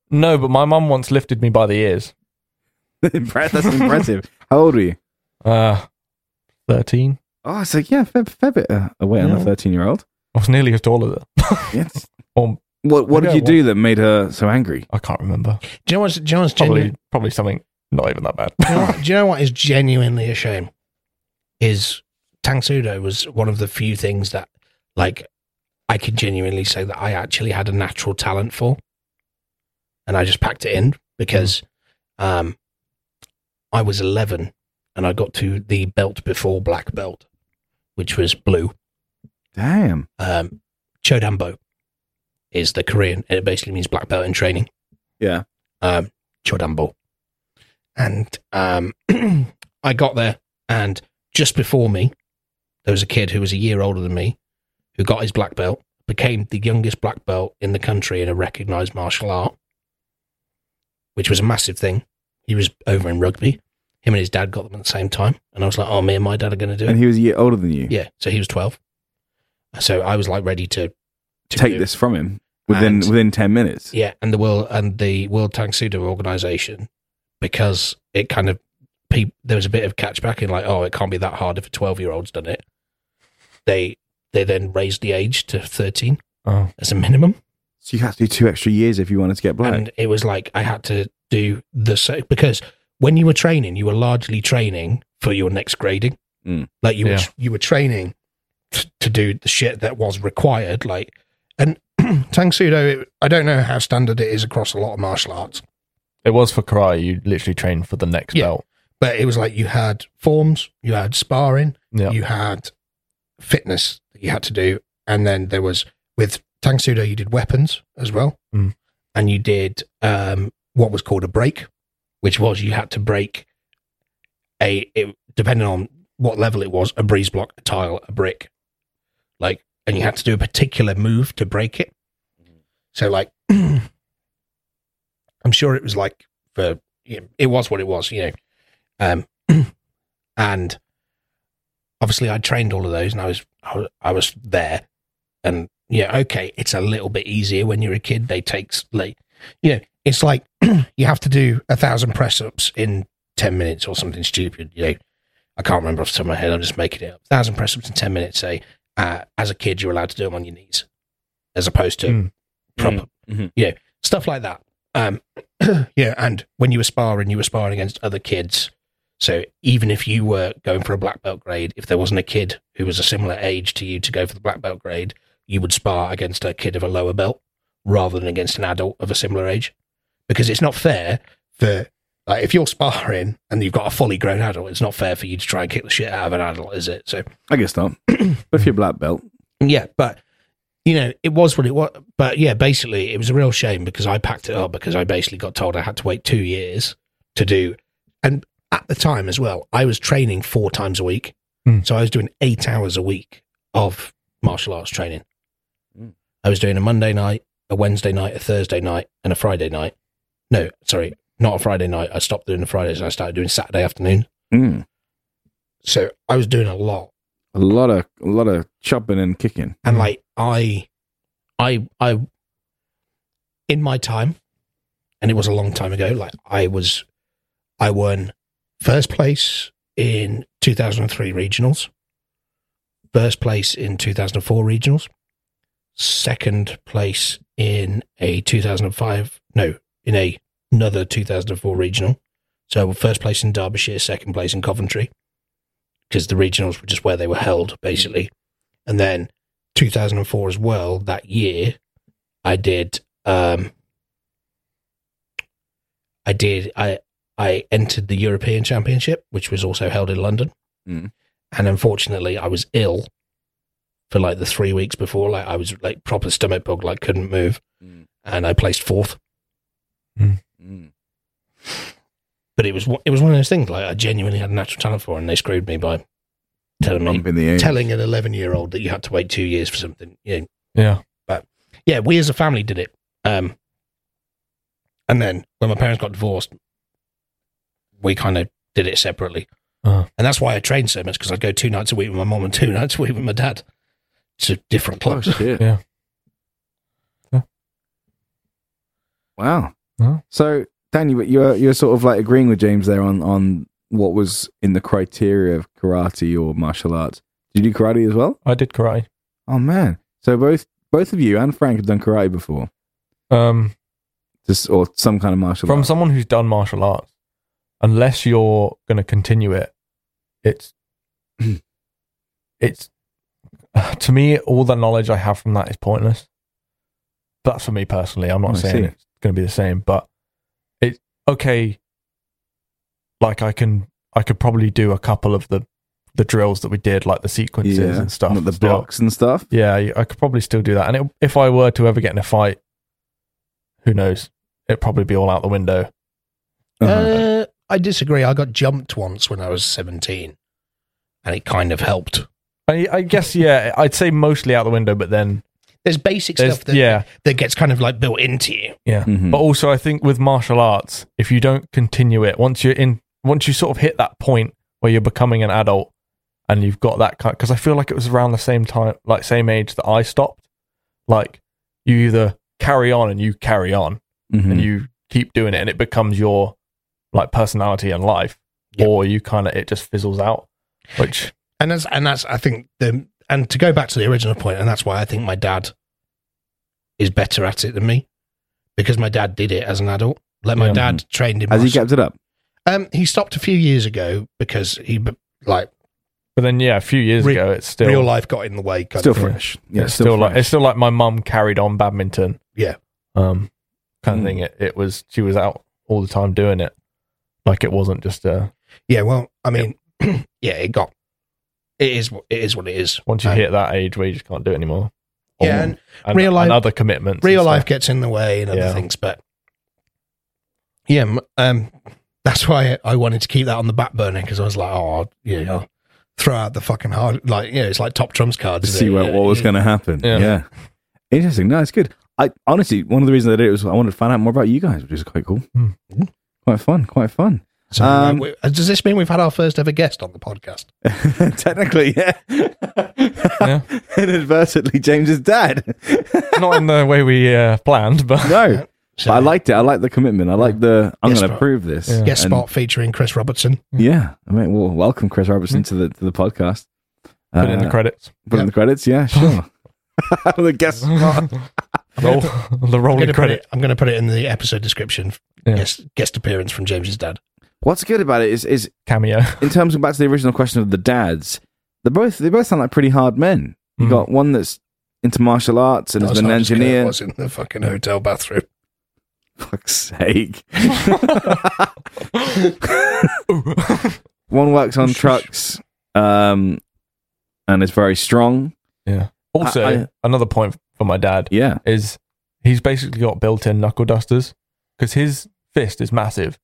[SPEAKER 2] No, but my mum once lifted me by the ears.
[SPEAKER 3] Impre- That's impressive. How old were you?
[SPEAKER 2] Uh, 13.
[SPEAKER 3] Oh, it's like, yeah, fair, fair bit uh, away on a
[SPEAKER 2] Yeah.
[SPEAKER 3] 13 year old.
[SPEAKER 2] I was nearly as tall as her.
[SPEAKER 3] Yes.
[SPEAKER 2] Or,
[SPEAKER 3] What, what did
[SPEAKER 2] Okay,
[SPEAKER 3] you
[SPEAKER 2] well-
[SPEAKER 3] do that made her so angry?
[SPEAKER 2] I can't remember.
[SPEAKER 1] Do you know what's, do you know what's
[SPEAKER 2] Probably,
[SPEAKER 1] genuine?
[SPEAKER 2] probably something not even that bad.
[SPEAKER 1] do, you know what, do you know what is genuinely a shame? Is Tang Sudo was one of the few things that, like, I can genuinely say that I actually had a natural talent for, and I just packed it in because, um, I was eleven and I got to the belt before black belt, which was blue.
[SPEAKER 3] Damn.
[SPEAKER 1] Um, Chodambo is the Korean, and it basically means black belt in training
[SPEAKER 3] Yeah.
[SPEAKER 1] um, Chodambo. And um, I got there, and just before me, there was a kid who was a year older than me who got his black belt, became the youngest black belt in the country in a recognized martial art, which was a massive thing. He was over in rugby. Him and his dad got them at the same time. And I was like, oh, me and my dad are going to do
[SPEAKER 3] And
[SPEAKER 1] it.
[SPEAKER 3] he was a year older than you.
[SPEAKER 1] yeah. So he was 12. So I was like ready to, to
[SPEAKER 3] Take
[SPEAKER 1] do-
[SPEAKER 3] this from him within
[SPEAKER 1] And-
[SPEAKER 3] within 10 minutes.
[SPEAKER 1] Yeah, and the world and the World Tang Sudo organization because it kind of pe- there was a bit of catchback in like, oh, it can't be that hard if a twelve year old's done it. They they then raised the age to thirteen
[SPEAKER 2] Oh.
[SPEAKER 1] as a minimum,
[SPEAKER 3] So you had to do two extra years if you wanted to get black.
[SPEAKER 1] and it was like I had to do the so because when you were training, you were largely training for your next grading.
[SPEAKER 3] Mm.
[SPEAKER 1] Like you were
[SPEAKER 2] Yeah.
[SPEAKER 1] you were training t- to do the shit that was required, like. And Tang Sudo, it- I don't know how standard it is across a lot of martial arts,
[SPEAKER 2] It was for karate. You literally trained for the next
[SPEAKER 1] Yeah.
[SPEAKER 2] belt.
[SPEAKER 1] but it was like you had forms, you had sparring,
[SPEAKER 2] Yeah.
[SPEAKER 1] you had fitness that you had to do, and then there was with Tang Sudo you did weapons as well,
[SPEAKER 2] Mm.
[SPEAKER 1] and you did um, what was called a break, which was you had to break a it, depending on what level it was, a breeze block, a tile, a brick, like, and you had to do a particular move to break it. So like, I'm sure it was like for it was what it was, you know. Um, and obviously, I trained all of those, and I was I was, I was there, and yeah, okay, it's a little bit easier when you're a kid. They take s- like, you know, it's like you have to do a thousand press ups in ten minutes or something stupid. You know, I can't remember off the top of my head. I'm just making it up. Thousand press ups in ten minutes. Say, uh, as a kid, you're allowed to do them on your knees, as opposed to
[SPEAKER 2] Mm.
[SPEAKER 1] proper
[SPEAKER 3] Mhm.
[SPEAKER 1] you know, stuff like that. Um, yeah, and when you were sparring, you were sparring against other kids. So even if you were going for a black belt grade, if there wasn't a kid who was a similar age to you to go for the black belt grade, you would spar against a kid of a lower belt rather than against an adult of a similar age, because it's not fair for like if you're sparring and you've got a fully grown adult, it's not fair for you to try and kick the shit out of an adult, is it? So
[SPEAKER 3] I guess not. but if you're black belt,
[SPEAKER 1] yeah, but you know, it was what it was. But yeah, basically, it was a real shame because I packed it up because I basically got told I had to wait two years to do. And at the time as well, I was training four times a week,
[SPEAKER 2] Hmm.
[SPEAKER 1] so I was doing eight hours a week of martial arts training.
[SPEAKER 3] Hmm.
[SPEAKER 1] I was doing a Monday night, a Wednesday night, a Thursday night, and a Friday night. No, sorry, not a Friday night. I stopped doing the Fridays and I started doing Saturday afternoon.
[SPEAKER 3] mm,
[SPEAKER 1] So I was doing a lot.
[SPEAKER 3] a lot of a lot of chopping and kicking.
[SPEAKER 1] and
[SPEAKER 2] Mm.
[SPEAKER 1] like i i i in my time and it was a long time ago like i was i won first place in 2003 regionals first place in 2004 regionals second place in a 2005 no in a, another 2004 regional so first place in derbyshire second place in coventry because the regionals were just where they were held basically and then 2004 as well that year i did um i did i i entered the european championship which was also held in london
[SPEAKER 3] Mm.
[SPEAKER 1] and unfortunately i was ill for like the three weeks before like i was like proper stomach bug like couldn't move
[SPEAKER 3] Mm.
[SPEAKER 1] and i placed fourth
[SPEAKER 3] Mm.
[SPEAKER 1] but it was one- it was one of those things like i genuinely had a natural talent for and they screwed me by telling me
[SPEAKER 3] Bump in the air.
[SPEAKER 1] telling an 11 year old that you had to wait two years for something you know,
[SPEAKER 2] Yeah.
[SPEAKER 1] yeah, we as a family did it. Um, and then when my parents got divorced, we kind of did it separately.
[SPEAKER 2] Oh.
[SPEAKER 1] And that's why I trained so much because I'd go two nights a week with my mom and two nights a week with my dad to different
[SPEAKER 3] Oh,
[SPEAKER 1] clubs.
[SPEAKER 3] shit.
[SPEAKER 2] Yeah. Yeah.
[SPEAKER 3] Wow.
[SPEAKER 2] Wow.
[SPEAKER 3] So, Danny, but you're you're sort of like agreeing with James there on on what was in the criteria of karate or martial arts. Did you do karate as well?
[SPEAKER 2] I did karate.
[SPEAKER 3] Oh man. So both both of you and Frank have done karate before,
[SPEAKER 2] Um,
[SPEAKER 3] just or some kind of martial
[SPEAKER 2] from
[SPEAKER 3] art.
[SPEAKER 2] someone who's done martial arts, unless you're going to continue it, it's it's to me all the knowledge I have from that is pointless. That's for me personally. I'm not
[SPEAKER 3] I
[SPEAKER 2] saying
[SPEAKER 3] see.
[SPEAKER 2] it's going to be the same, but it's okay. Like I can, I could probably do a couple of the the drills that we did, like the sequences and stuff,
[SPEAKER 3] not the
[SPEAKER 2] still.
[SPEAKER 3] blocks and stuff.
[SPEAKER 2] Yeah, I- I could probably still do that. And it, if I were to ever get in a fight, who knows? It'd probably be all out the window.
[SPEAKER 3] Uh-huh.
[SPEAKER 1] Uh, I disagree. I got jumped once when I was 17 and it kind of helped.
[SPEAKER 2] I, I guess, yeah, I'd say mostly out the window, but then,
[SPEAKER 1] There's basic
[SPEAKER 2] there's-
[SPEAKER 1] stuff that,
[SPEAKER 2] yeah,
[SPEAKER 1] that gets kind of like built into you.
[SPEAKER 2] yeah.
[SPEAKER 3] Mhm.
[SPEAKER 2] But also, I think with martial arts, if you don't continue it, once you're in, once you sort of hit that point where you're becoming an adult and you've got that kind, because I feel like it was around the same time, like same age that I stopped. Like, you either carry on and you carry on,
[SPEAKER 3] Mhm.
[SPEAKER 2] and you keep doing it and it becomes your like personality and life
[SPEAKER 1] Yep.
[SPEAKER 2] or you kind of it just fizzles out which
[SPEAKER 1] And that's and that's I think the and to go back to the original point, and that's why I think my dad is better at it than me because my dad did it as an adult. Like my
[SPEAKER 2] Yeah.
[SPEAKER 1] dad trained him.
[SPEAKER 3] Has he kept it up?
[SPEAKER 1] um, he stopped a few years ago because he b- like
[SPEAKER 2] but then yeah a few years
[SPEAKER 1] Re-
[SPEAKER 2] ago it's still
[SPEAKER 1] real life got in the way. Kind
[SPEAKER 3] Still
[SPEAKER 1] of thing.
[SPEAKER 3] fresh. Yeah,
[SPEAKER 2] it's still, like it's
[SPEAKER 3] fresh.
[SPEAKER 2] still like my mum carried on badminton
[SPEAKER 1] Yeah.
[SPEAKER 2] um kind
[SPEAKER 3] Mm.
[SPEAKER 2] of thing it, it was she was out all the time doing it like it wasn't just uh
[SPEAKER 1] Yeah. Well, I mean, yeah, it got. It is. wh- It is what it is.
[SPEAKER 2] once you
[SPEAKER 1] Um,
[SPEAKER 2] hit that age where you just can't do it anymore
[SPEAKER 1] Yeah,
[SPEAKER 2] Or-
[SPEAKER 1] and real life-
[SPEAKER 2] and other commitments and
[SPEAKER 1] real
[SPEAKER 2] stuff.
[SPEAKER 1] life gets in the way and other
[SPEAKER 2] Yeah.
[SPEAKER 1] things, but yeah, m- um, that's why I wanted to keep that on the back burner because I was like, oh, yeah, I'll throw out the fucking hard, like, you know, it's like top trumps cards.
[SPEAKER 3] to
[SPEAKER 1] isn't
[SPEAKER 3] see
[SPEAKER 1] it?
[SPEAKER 3] what,
[SPEAKER 1] Yeah,
[SPEAKER 3] what was
[SPEAKER 1] yeah.
[SPEAKER 3] going to happen. Yeah.
[SPEAKER 2] Yeah.
[SPEAKER 3] Interesting. No, it's good. I honestly, one of the reasons I did it was I wanted to find out more about you guys, which is quite cool.
[SPEAKER 2] Mm.
[SPEAKER 3] Quite fun. Quite fun.
[SPEAKER 1] So,
[SPEAKER 3] Um,
[SPEAKER 1] like, we- uh, does this mean we've had our first ever guest on the podcast?
[SPEAKER 3] Technically, yeah. Inadvertently, James's dad.
[SPEAKER 2] not in the way we uh, planned but
[SPEAKER 3] no, but
[SPEAKER 1] So,
[SPEAKER 3] I liked it. I liked the commitment. I like the. I'm
[SPEAKER 1] Yes,
[SPEAKER 3] going to
[SPEAKER 1] but-
[SPEAKER 3] prove this.
[SPEAKER 2] Yeah.
[SPEAKER 1] guest
[SPEAKER 3] And-
[SPEAKER 1] spot featuring Chris Robertson.
[SPEAKER 3] Yeah. I mean, well, welcome Chris Robertson to the to the podcast.
[SPEAKER 2] Mm-hmm. put it in the
[SPEAKER 3] Uh,
[SPEAKER 2] credits
[SPEAKER 3] Put it in the credits. Yeah, sure. the guest spot.
[SPEAKER 2] Roll, the
[SPEAKER 1] I'm going
[SPEAKER 2] rolling
[SPEAKER 1] to put it.
[SPEAKER 2] credit.
[SPEAKER 1] I'm going to put it in the episode description.
[SPEAKER 2] Yeah.
[SPEAKER 1] Guest guest appearance from James's dad.
[SPEAKER 3] What's good about it is is
[SPEAKER 2] Cameo.
[SPEAKER 3] in terms of back to the original question of the dads, they both they both sound like pretty hard men. You
[SPEAKER 2] Mm.
[SPEAKER 3] got one that's into martial arts and has
[SPEAKER 1] That's
[SPEAKER 3] been an
[SPEAKER 1] how scared I
[SPEAKER 3] engineer.
[SPEAKER 1] Was in the fucking hotel bathroom.
[SPEAKER 3] Fuck's sake. one works on trucks, um, and is very strong.
[SPEAKER 2] also,
[SPEAKER 3] I- I-
[SPEAKER 2] another point for my dad
[SPEAKER 3] Yeah.
[SPEAKER 2] is he's basically got built in knuckle dusters because his fist is massive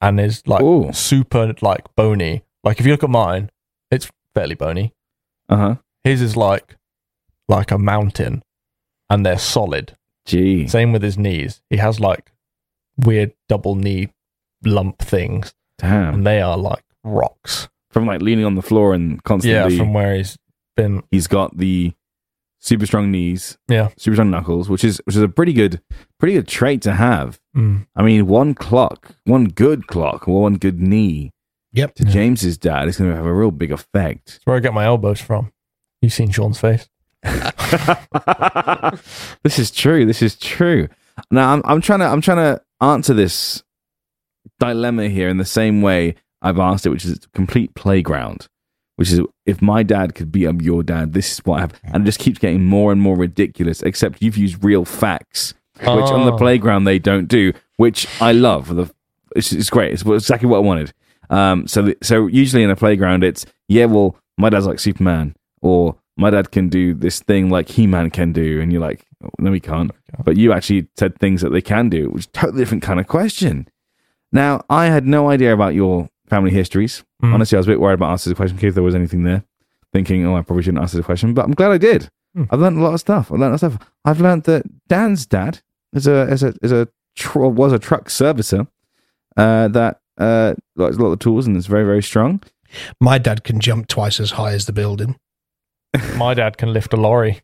[SPEAKER 2] and is like
[SPEAKER 3] Ooh.
[SPEAKER 2] super like bony. Like if you look at mine, it's fairly bony.
[SPEAKER 3] Uh huh.
[SPEAKER 2] His is like like a mountain and they're solid.
[SPEAKER 3] Gee.
[SPEAKER 2] Same with his knees. He has like weird double knee lump things
[SPEAKER 3] Damn.
[SPEAKER 2] and they are like rocks.
[SPEAKER 3] From like leaning on the floor and
[SPEAKER 2] Yeah,
[SPEAKER 3] constantly,
[SPEAKER 2] from where he's been
[SPEAKER 3] he's got the super strong knees.
[SPEAKER 2] Yeah.
[SPEAKER 3] Super strong knuckles, which is which is a pretty good pretty good trait to have.
[SPEAKER 2] mm,
[SPEAKER 3] I mean, one clock, one good clock, or one good knee
[SPEAKER 1] Yep.
[SPEAKER 3] to
[SPEAKER 2] Yeah.
[SPEAKER 3] James's dad is going to have a real big effect.
[SPEAKER 2] It's where I get my elbows from. You've seen Sean's face.
[SPEAKER 3] this is true. This is true. Now I'm, I'm trying to I'm trying to answer this dilemma here in the same way I've asked it, which is complete playground. Which is if my dad could beat up your dad, this is what I have, and it just keeps getting more and more ridiculous. Except you've used real facts, which on the
[SPEAKER 2] Oh.
[SPEAKER 3] playground they don't do, which I love. The it's, it's great. It's exactly what I wanted. Um, so the, so usually in a playground, it's yeah, well, my dad's like Superman, or my dad can do this thing like He Man can do, and you're like, oh, no, he can't. But you actually said things that they can do, which is a totally different kind of question. Now, I had no idea about your family histories.
[SPEAKER 2] Mm.
[SPEAKER 3] Honestly, I was a bit worried about answering the question in case there was anything there, thinking, oh, I probably shouldn't answer the question, but I'm glad I did.
[SPEAKER 2] Mm.
[SPEAKER 3] I've learned a lot of stuff. I've learned a lot of stuff. I've learned that Dan's dad is a is a is a tr- was a truck servicer uh, that uh, likes a lot of tools and is very very strong.
[SPEAKER 1] My dad can jump twice as high as the building.
[SPEAKER 2] My dad can lift a lorry.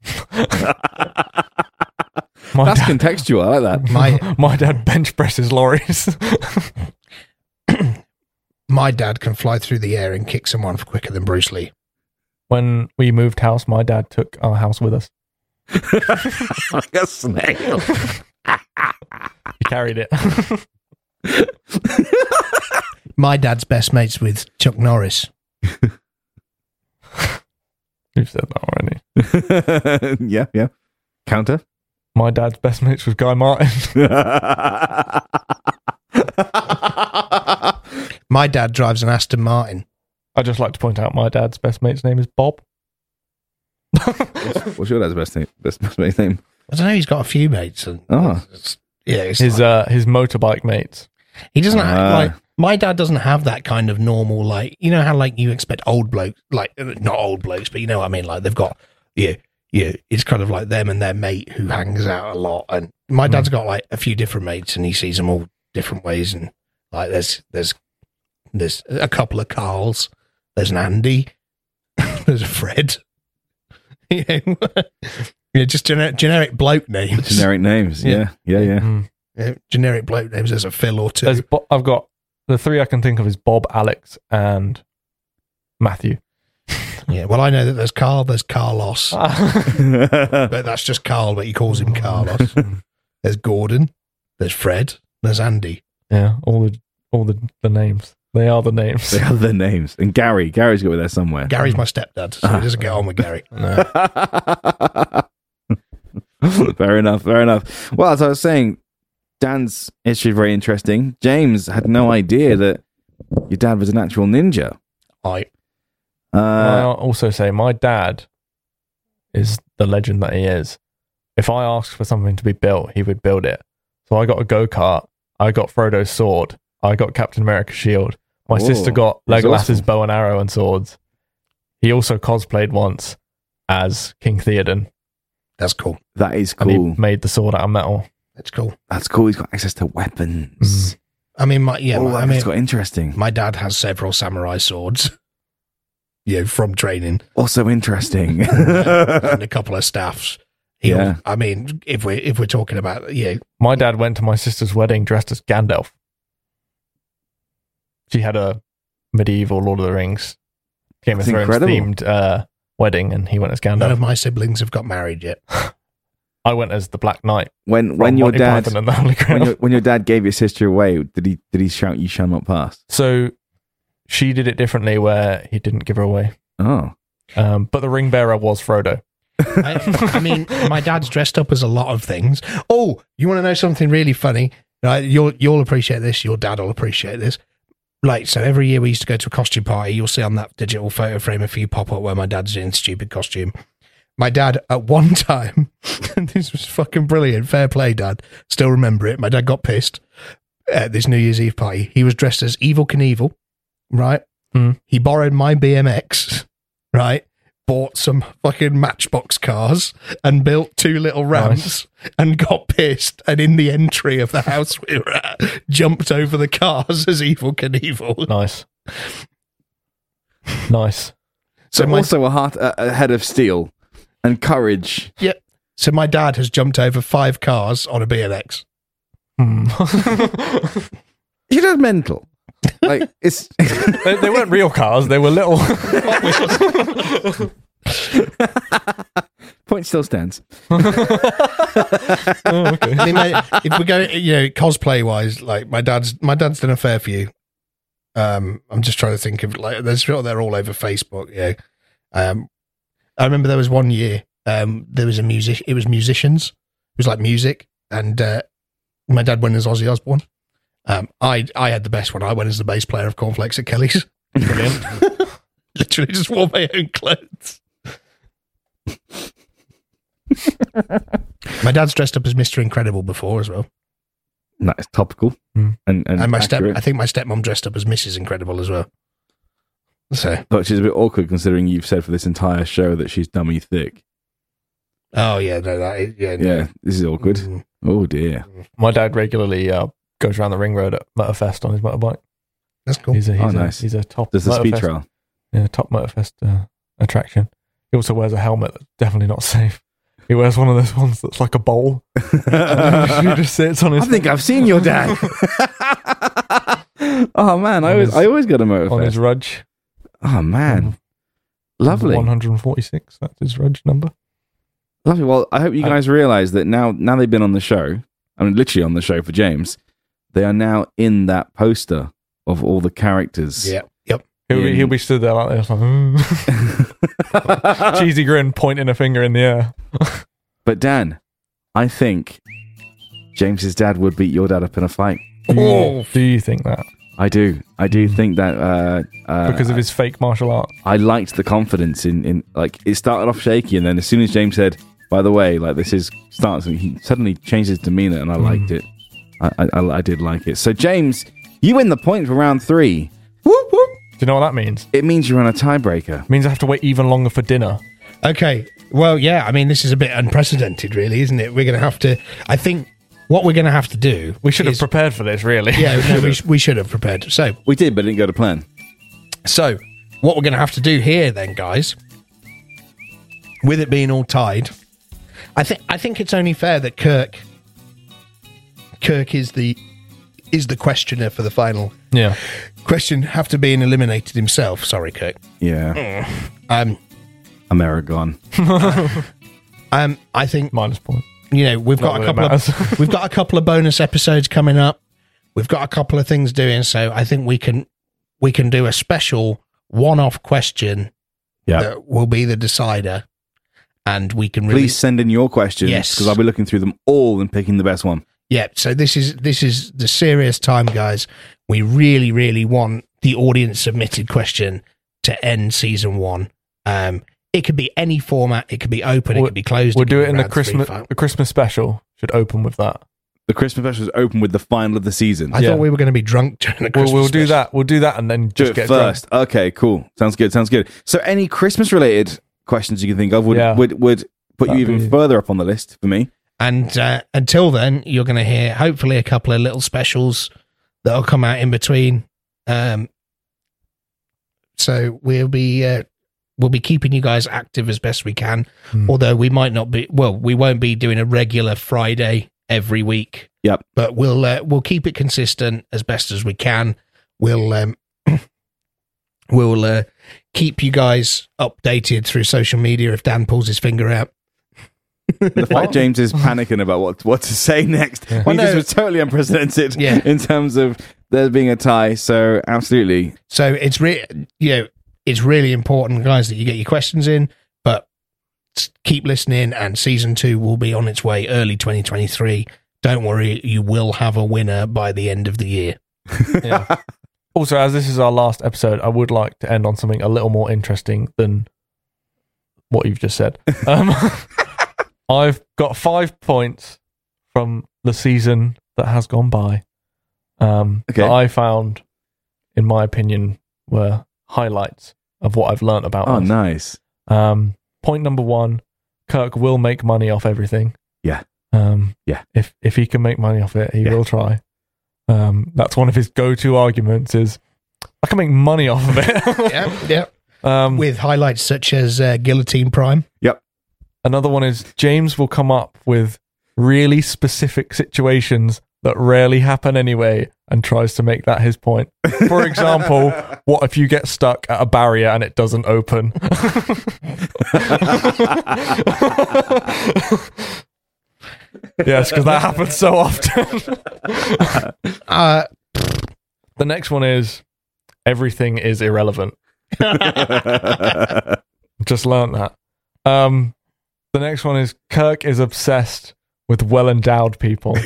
[SPEAKER 2] my,
[SPEAKER 3] That's
[SPEAKER 2] dad,
[SPEAKER 3] contextual. I like that.
[SPEAKER 1] My
[SPEAKER 2] my dad bench presses lorries.
[SPEAKER 1] my dad can fly through the air and kick someone quicker than Bruce Lee.
[SPEAKER 2] when we moved house, my dad took our house with us.
[SPEAKER 3] like a snail.
[SPEAKER 2] He carried it.
[SPEAKER 1] My dad's best mates with Chuck Norris.
[SPEAKER 2] You've said that already.
[SPEAKER 3] yeah, yeah. Counter.
[SPEAKER 2] My dad's best mates was Guy Martin.
[SPEAKER 1] My dad drives an Aston Martin.
[SPEAKER 2] I just like to point out my dad's best mate's name is Bob.
[SPEAKER 3] What's your dad's best name? Best, best mate's name?
[SPEAKER 1] I don't know. He's got a few mates. And
[SPEAKER 3] Oh.
[SPEAKER 1] It's- yeah. It's
[SPEAKER 2] His uh his motorbike mates.
[SPEAKER 1] He doesn't have,
[SPEAKER 3] Ah.
[SPEAKER 1] like my dad doesn't have that kind of normal like you know how like you expect old blokes like uh, not old blokes but you know what I mean like they've got yeah yeah it's kind of like them and their mate who hangs out a lot and my
[SPEAKER 2] Mm.
[SPEAKER 1] dad's got like a few different mates and he sees them all different ways and like there's there's there's a couple of Carls there's an Andy there's a Fred you know yeah just gener- generic bloke names
[SPEAKER 3] Generic names. Yeah, yeah, yeah.
[SPEAKER 2] Mm.
[SPEAKER 1] Yeah, generic bloke names there's a Phil or two
[SPEAKER 2] There's Bo- I've got the three I can think of is Bob, Alex, and Matthew.
[SPEAKER 1] Yeah, well, I know that there's Carl, there's Carlos,
[SPEAKER 3] Oh.
[SPEAKER 1] but that's just Carl, but he calls him Carlos. There's Gordon, there's Fred, there's Andy.
[SPEAKER 2] yeah, all the all the, the names. They are the names.
[SPEAKER 3] they have their names. And Gary. Gary's got to be there somewhere.
[SPEAKER 1] Gary's my stepdad, so
[SPEAKER 3] Uh-huh.
[SPEAKER 1] he doesn't get on with Gary.
[SPEAKER 2] No.
[SPEAKER 3] fair enough. Fair enough. Well, as I was saying, Dan's history is very interesting. James had no idea that your dad was an actual ninja.
[SPEAKER 1] I,
[SPEAKER 3] Uh,
[SPEAKER 2] I'll also say my dad is the legend that he is. If I asked for something to be built, he would build it. So I got a go kart. I got Frodo's sword. I got Captain America's shield. My
[SPEAKER 3] Whoa,
[SPEAKER 2] sister got
[SPEAKER 3] that's
[SPEAKER 2] Legolas's
[SPEAKER 3] awesome.
[SPEAKER 2] bow and arrow and swords. He also cosplayed once as King Theoden,
[SPEAKER 1] that's cool.
[SPEAKER 3] that is
[SPEAKER 2] and
[SPEAKER 3] cool.
[SPEAKER 2] he made the sword out of metal.
[SPEAKER 1] That's cool.
[SPEAKER 3] That's cool. He's got access to weapons.
[SPEAKER 1] I mean, my yeah,
[SPEAKER 3] oh,
[SPEAKER 1] my- I
[SPEAKER 3] that's
[SPEAKER 1] mean,
[SPEAKER 3] got interesting.
[SPEAKER 1] my dad has several samurai swords. Yeah, from training
[SPEAKER 3] also interesting.
[SPEAKER 1] and a couple of staffs. He'll,
[SPEAKER 3] Yeah.
[SPEAKER 1] I mean, if we're if we're talking about yeah,
[SPEAKER 2] My dad went to my sister's wedding dressed as Gandalf. She had a medieval Lord of the Rings, Game
[SPEAKER 3] That's
[SPEAKER 2] of Thrones
[SPEAKER 3] incredible.
[SPEAKER 2] themed uh, wedding, and he went as
[SPEAKER 1] none
[SPEAKER 2] Gandalf.
[SPEAKER 1] of my siblings have got married yet.
[SPEAKER 2] I went as the Black Knight.
[SPEAKER 3] when
[SPEAKER 2] from
[SPEAKER 3] when your
[SPEAKER 2] Monty
[SPEAKER 3] dad
[SPEAKER 2] Python and the Holy Grail.
[SPEAKER 3] when your, when your dad gave your sister away, did he did he shout "You shall not pass"?
[SPEAKER 2] so she did it differently, where he didn't give her away.
[SPEAKER 3] Oh,
[SPEAKER 2] Um, but the ring bearer was Frodo.
[SPEAKER 1] I, I mean, my dad's dressed up as a lot of things. Oh, you want to know something really funny? Right, you'll you'll appreciate this. Your dad will appreciate this. Like so, every year we used to go to a costume party. You'll see on that digital photo frame a few pop up where my dad's in stupid costume. My dad at one time, and this was fucking brilliant. Fair play, dad. Still remember it. My dad got pissed at uh, this New Year's Eve party. He was dressed as Evil Knievel, right?
[SPEAKER 2] Mm.
[SPEAKER 1] He borrowed my BMX, right? Bought some fucking matchbox cars and built two little ramps and got pissed. And in the entry of the house we were at, jumped over the cars as Evil Knievel.
[SPEAKER 2] Nice, nice.
[SPEAKER 1] So
[SPEAKER 3] so
[SPEAKER 1] my,
[SPEAKER 3] also a heart a, a head of steel and courage.
[SPEAKER 1] so my dad has jumped over five cars on a BMX.
[SPEAKER 2] Hmm.
[SPEAKER 3] Your dad mental. Like it's
[SPEAKER 2] they, they weren't real cars; they were little.
[SPEAKER 3] point still stands.
[SPEAKER 2] Oh, okay.
[SPEAKER 1] I mean, my, if we go, you know, cosplay wise, like my dad's, my dad's done a fair few. Um, I'm just trying to think of like, there's sure they're all over Facebook. Yeah. Um, I remember there was one year, um, there was a music, it was musicians. It was like music. And, uh, my dad went as Ozzy Osbourne. Um, I, I had the best one. I went as the bass player of Cornflakes at Kelly's.
[SPEAKER 2] Brilliant.
[SPEAKER 1] Literally just wore my own clothes. my dad's dressed up as Mr. Incredible before as well.
[SPEAKER 3] That is topical.
[SPEAKER 2] Mm.
[SPEAKER 3] And and,
[SPEAKER 1] and my step
[SPEAKER 3] accurate,
[SPEAKER 1] I think my stepmom dressed up as Mrs. Incredible as well. So
[SPEAKER 3] which is a bit awkward considering you've said for this entire show that she's dummy thick.
[SPEAKER 1] oh yeah, no, that is, yeah, no.
[SPEAKER 3] Yeah, this is awkward.
[SPEAKER 1] Mm.
[SPEAKER 3] Oh dear.
[SPEAKER 2] My dad regularly uh, goes around the ring road at Motorfest on his motorbike.
[SPEAKER 1] That's cool.
[SPEAKER 2] He's a he's
[SPEAKER 3] Oh,
[SPEAKER 2] a,
[SPEAKER 3] nice.
[SPEAKER 2] he's a top.
[SPEAKER 3] There's the speed
[SPEAKER 2] Motorfest-
[SPEAKER 3] trial.
[SPEAKER 2] yeah, top Motorfest uh, attraction. He also wears a helmet that's definitely not safe. He wears one of those ones that's like a bowl. he
[SPEAKER 3] I
[SPEAKER 2] just sits on his
[SPEAKER 3] think I've seen your dad. oh
[SPEAKER 2] On
[SPEAKER 3] man, I always,
[SPEAKER 2] his-
[SPEAKER 3] I always got a motor.
[SPEAKER 2] on his
[SPEAKER 3] Fest.
[SPEAKER 2] rudge.
[SPEAKER 3] Oh man, lovely.
[SPEAKER 2] One hundred and forty-six. That's his rudge number.
[SPEAKER 3] Lovely. Well, I hope you
[SPEAKER 2] I-
[SPEAKER 3] guys realise that now. Now they've been on the show. I mean, literally on the show for James. They are now in that poster of all the characters.
[SPEAKER 1] Yeah. Yep.
[SPEAKER 2] He'll
[SPEAKER 3] Yeah.
[SPEAKER 2] be he'll be stood there like this, like, "Mm." cheesy grin, pointing a finger in the air.
[SPEAKER 3] but Dan, I think James's dad would beat your dad up in a fight.
[SPEAKER 2] Do you,
[SPEAKER 1] Oh.
[SPEAKER 2] do you think that
[SPEAKER 3] I do. I do think that uh, uh,
[SPEAKER 2] because of his fake martial art?
[SPEAKER 3] I liked the confidence in, in like it started off shaky, and then as soon as James said, "By the way, like this is starts," and he suddenly changed his demeanor, and I liked it. I, I- I, I did like it. So James, you win the point for round three. Whoop whoop!
[SPEAKER 2] Do you know what that means?
[SPEAKER 3] It means you're on a tiebreaker.
[SPEAKER 2] It means I have to wait even longer for dinner.
[SPEAKER 1] Okay. Well, yeah. I mean, this is a bit unprecedented, really, isn't it? We're going to have to. I think what we're going to have to do.
[SPEAKER 2] We should have
[SPEAKER 1] is-
[SPEAKER 2] prepared for this, really.
[SPEAKER 1] yeah. No, we, sh- we should have prepared. So
[SPEAKER 3] We did, but it didn't go to plan.
[SPEAKER 1] So, what we're going to have to do here, then, guys, with it being all tied, I think I think it's only fair that Kirk Kirk is the is the questioner for the final
[SPEAKER 2] yeah.
[SPEAKER 1] question. Have to be eliminated himself. Sorry, Kirk.
[SPEAKER 3] Yeah,
[SPEAKER 1] Um,
[SPEAKER 3] I'm Aragon.
[SPEAKER 1] um, I think
[SPEAKER 2] Minus point.
[SPEAKER 1] you know we've got
[SPEAKER 2] that
[SPEAKER 1] a
[SPEAKER 2] it
[SPEAKER 1] couple of
[SPEAKER 2] matters.
[SPEAKER 1] we've got a couple of bonus episodes coming up. We've got a couple of things doing, so I think we can we can do a special one-off question
[SPEAKER 3] Yeah.
[SPEAKER 1] that will be the decider, and we can really
[SPEAKER 3] Please send in your questions
[SPEAKER 1] Yes.
[SPEAKER 3] because I'll be looking through them all and picking the best one.
[SPEAKER 1] Yeah, so this is this is the serious time, guys. We really, really want the audience submitted question to end season one. Um, it could be any format. It could be open. It
[SPEAKER 2] We'll-
[SPEAKER 1] could be closed.
[SPEAKER 2] We'll
[SPEAKER 1] could
[SPEAKER 2] do
[SPEAKER 1] be
[SPEAKER 2] it in the
[SPEAKER 1] round three
[SPEAKER 2] Christmas
[SPEAKER 1] final.
[SPEAKER 2] the Christmas special. Should open with that.
[SPEAKER 3] The Christmas special is open with the final of the season.
[SPEAKER 1] I
[SPEAKER 2] Yeah.
[SPEAKER 1] thought we were going to be drunk during the Christmas.
[SPEAKER 2] We'll, we'll do
[SPEAKER 1] special.
[SPEAKER 2] that. We'll do that and then
[SPEAKER 3] do
[SPEAKER 2] just
[SPEAKER 3] it
[SPEAKER 2] get
[SPEAKER 3] first. Okay, cool. Sounds good. Sounds good. So, any Christmas related questions you can think of would
[SPEAKER 2] Yeah.
[SPEAKER 3] would, would put you
[SPEAKER 2] That'd
[SPEAKER 3] even
[SPEAKER 2] be-
[SPEAKER 3] further up on the list for me.
[SPEAKER 1] And uh, until then, you're going to hear hopefully a couple of little specials that'll come out in between. Um, so we'll be uh, we'll be keeping you guys active as best we can.
[SPEAKER 2] Hmm.
[SPEAKER 1] Although we might not be well, we won't be doing a regular Friday every week.
[SPEAKER 3] Yep.
[SPEAKER 1] But we'll uh, we'll keep it consistent as best as we can. We'll um, we'll uh, keep you guys updated through social media if Dan pulls his finger out.
[SPEAKER 3] The fact James is panicking about what what to say next. I mean,
[SPEAKER 1] Well,
[SPEAKER 3] this
[SPEAKER 1] no.
[SPEAKER 3] was totally unprecedented
[SPEAKER 1] Yeah.
[SPEAKER 3] in terms of there being a tie. So, absolutely.
[SPEAKER 1] So it's re- you know it's really important, guys, that you get your questions in. But s- keep listening, and season two will be on its way early 2023. Don't worry, you will have a winner by the end of the year.
[SPEAKER 2] drunk. Yeah. also, as this is our last episode, I would like to end on something a little more interesting than what you've just said. Um, I've got five points from the season that has gone by. Um,
[SPEAKER 3] Okay.
[SPEAKER 2] That I found, in my opinion, were highlights of what I've learnt about.
[SPEAKER 3] Oh,
[SPEAKER 2] us.
[SPEAKER 3] nice.
[SPEAKER 2] Um, point number one: Kirk will make money off everything.
[SPEAKER 3] Yeah.
[SPEAKER 2] Um,
[SPEAKER 3] Yeah.
[SPEAKER 2] If if he can make money off it, he
[SPEAKER 3] Yeah.
[SPEAKER 2] will try. Um, that's one of his go-to arguments: is I can make money off of it.
[SPEAKER 1] Yeah, yeah.
[SPEAKER 2] um,
[SPEAKER 1] With highlights such as uh, Guillotine Prime.
[SPEAKER 2] another one is James will come up with really specific situations that rarely happen anyway, and tries to make that his point. For example, what if you get stuck at a barrier and it doesn't open? yes, because that happens so often.
[SPEAKER 1] Uh,
[SPEAKER 2] the next one is everything is irrelevant. Just learnt that. Um, the next one is Kirk is obsessed with well endowed people.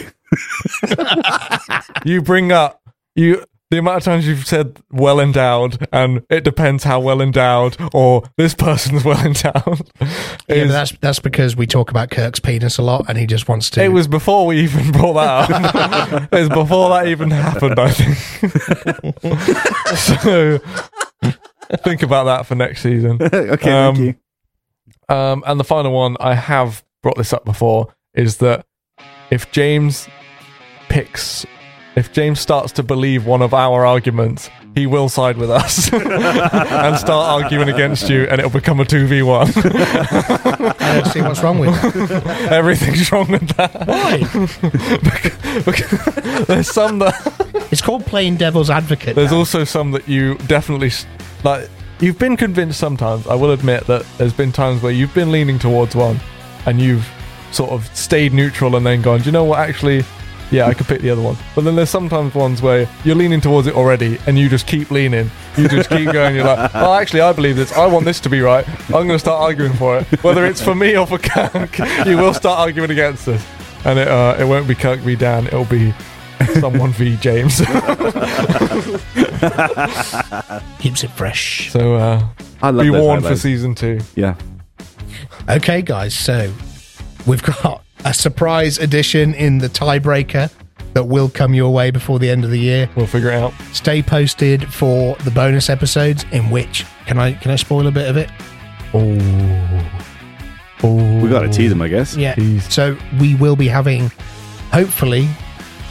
[SPEAKER 2] you bring up you the amount of times you've said well endowed and it depends how well endowed or this person's well endowed.
[SPEAKER 1] yeah,
[SPEAKER 2] is-
[SPEAKER 1] but that's that's because we talk about Kirk's penis a lot, and he just wants to.
[SPEAKER 2] it was before we even brought that up. it was before that even happened, I think. so think about that for next season.
[SPEAKER 3] okay,
[SPEAKER 2] Um,
[SPEAKER 3] thank you.
[SPEAKER 2] Um, and the final one, I have brought this up before, is that if James picks, if James starts to believe one of our arguments, he will side with us and start arguing against you, and it'll become a two v one.
[SPEAKER 1] I don't see what's wrong with that.
[SPEAKER 2] Everything's wrong with that.
[SPEAKER 1] Why?
[SPEAKER 2] Bec- bec- there's some that
[SPEAKER 1] It's called playing devil's advocate.
[SPEAKER 2] there's
[SPEAKER 1] now.
[SPEAKER 2] also some that you definitely s- like. You've been convinced sometimes. I will admit that there's been times where you've been leaning towards one, and you've sort of stayed neutral and then gone. Do you know what? Actually, yeah, I could pick the other one. But then there's sometimes ones where you're leaning towards it already, and you just keep leaning. You just keep going. You're like, oh, actually, I believe this. I want this to be right. I'm going to start arguing for it, whether it's for me or for Kirk. You will start arguing against this, and it uh, it won't be Kirk v Dan. It'll be someone v James.
[SPEAKER 1] keeps it fresh.
[SPEAKER 2] So uh,
[SPEAKER 3] I love
[SPEAKER 2] be
[SPEAKER 3] those
[SPEAKER 2] warned for
[SPEAKER 3] highlights.
[SPEAKER 2] season two.
[SPEAKER 3] Yeah.
[SPEAKER 1] Okay, guys, so we've got a surprise edition in the tiebreaker that will come your way before the end of the year.
[SPEAKER 2] We'll figure it out.
[SPEAKER 1] Stay posted for the bonus episodes in which can I can I spoil a bit of it?
[SPEAKER 3] We got to tease them, I guess.
[SPEAKER 1] Yeah.
[SPEAKER 2] Jeez.
[SPEAKER 1] So we will be having hopefully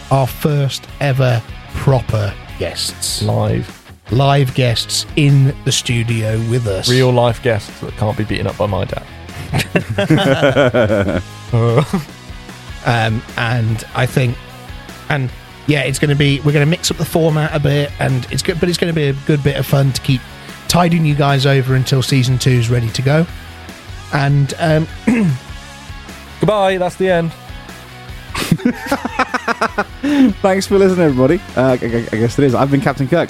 [SPEAKER 1] our first ever proper guests.
[SPEAKER 2] Live,
[SPEAKER 1] Live guests in the studio with us.
[SPEAKER 2] real life guests that can't be beaten up by my dad. Uh,
[SPEAKER 1] um, and I think, and yeah, it's going to be we're going to mix up the format a bit, and it's good, but it's going to be a good bit of fun to keep tidying you guys over until season two is ready to go. And um,
[SPEAKER 2] goodbye. That's the end.
[SPEAKER 3] Thanks for listening, everybody. Uh, I, I- I guess it is. I've been Captain Kirk.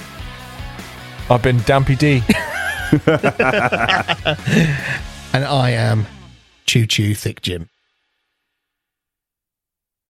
[SPEAKER 2] I've been Dampy D.
[SPEAKER 1] and I am Choo Choo Thick Jim.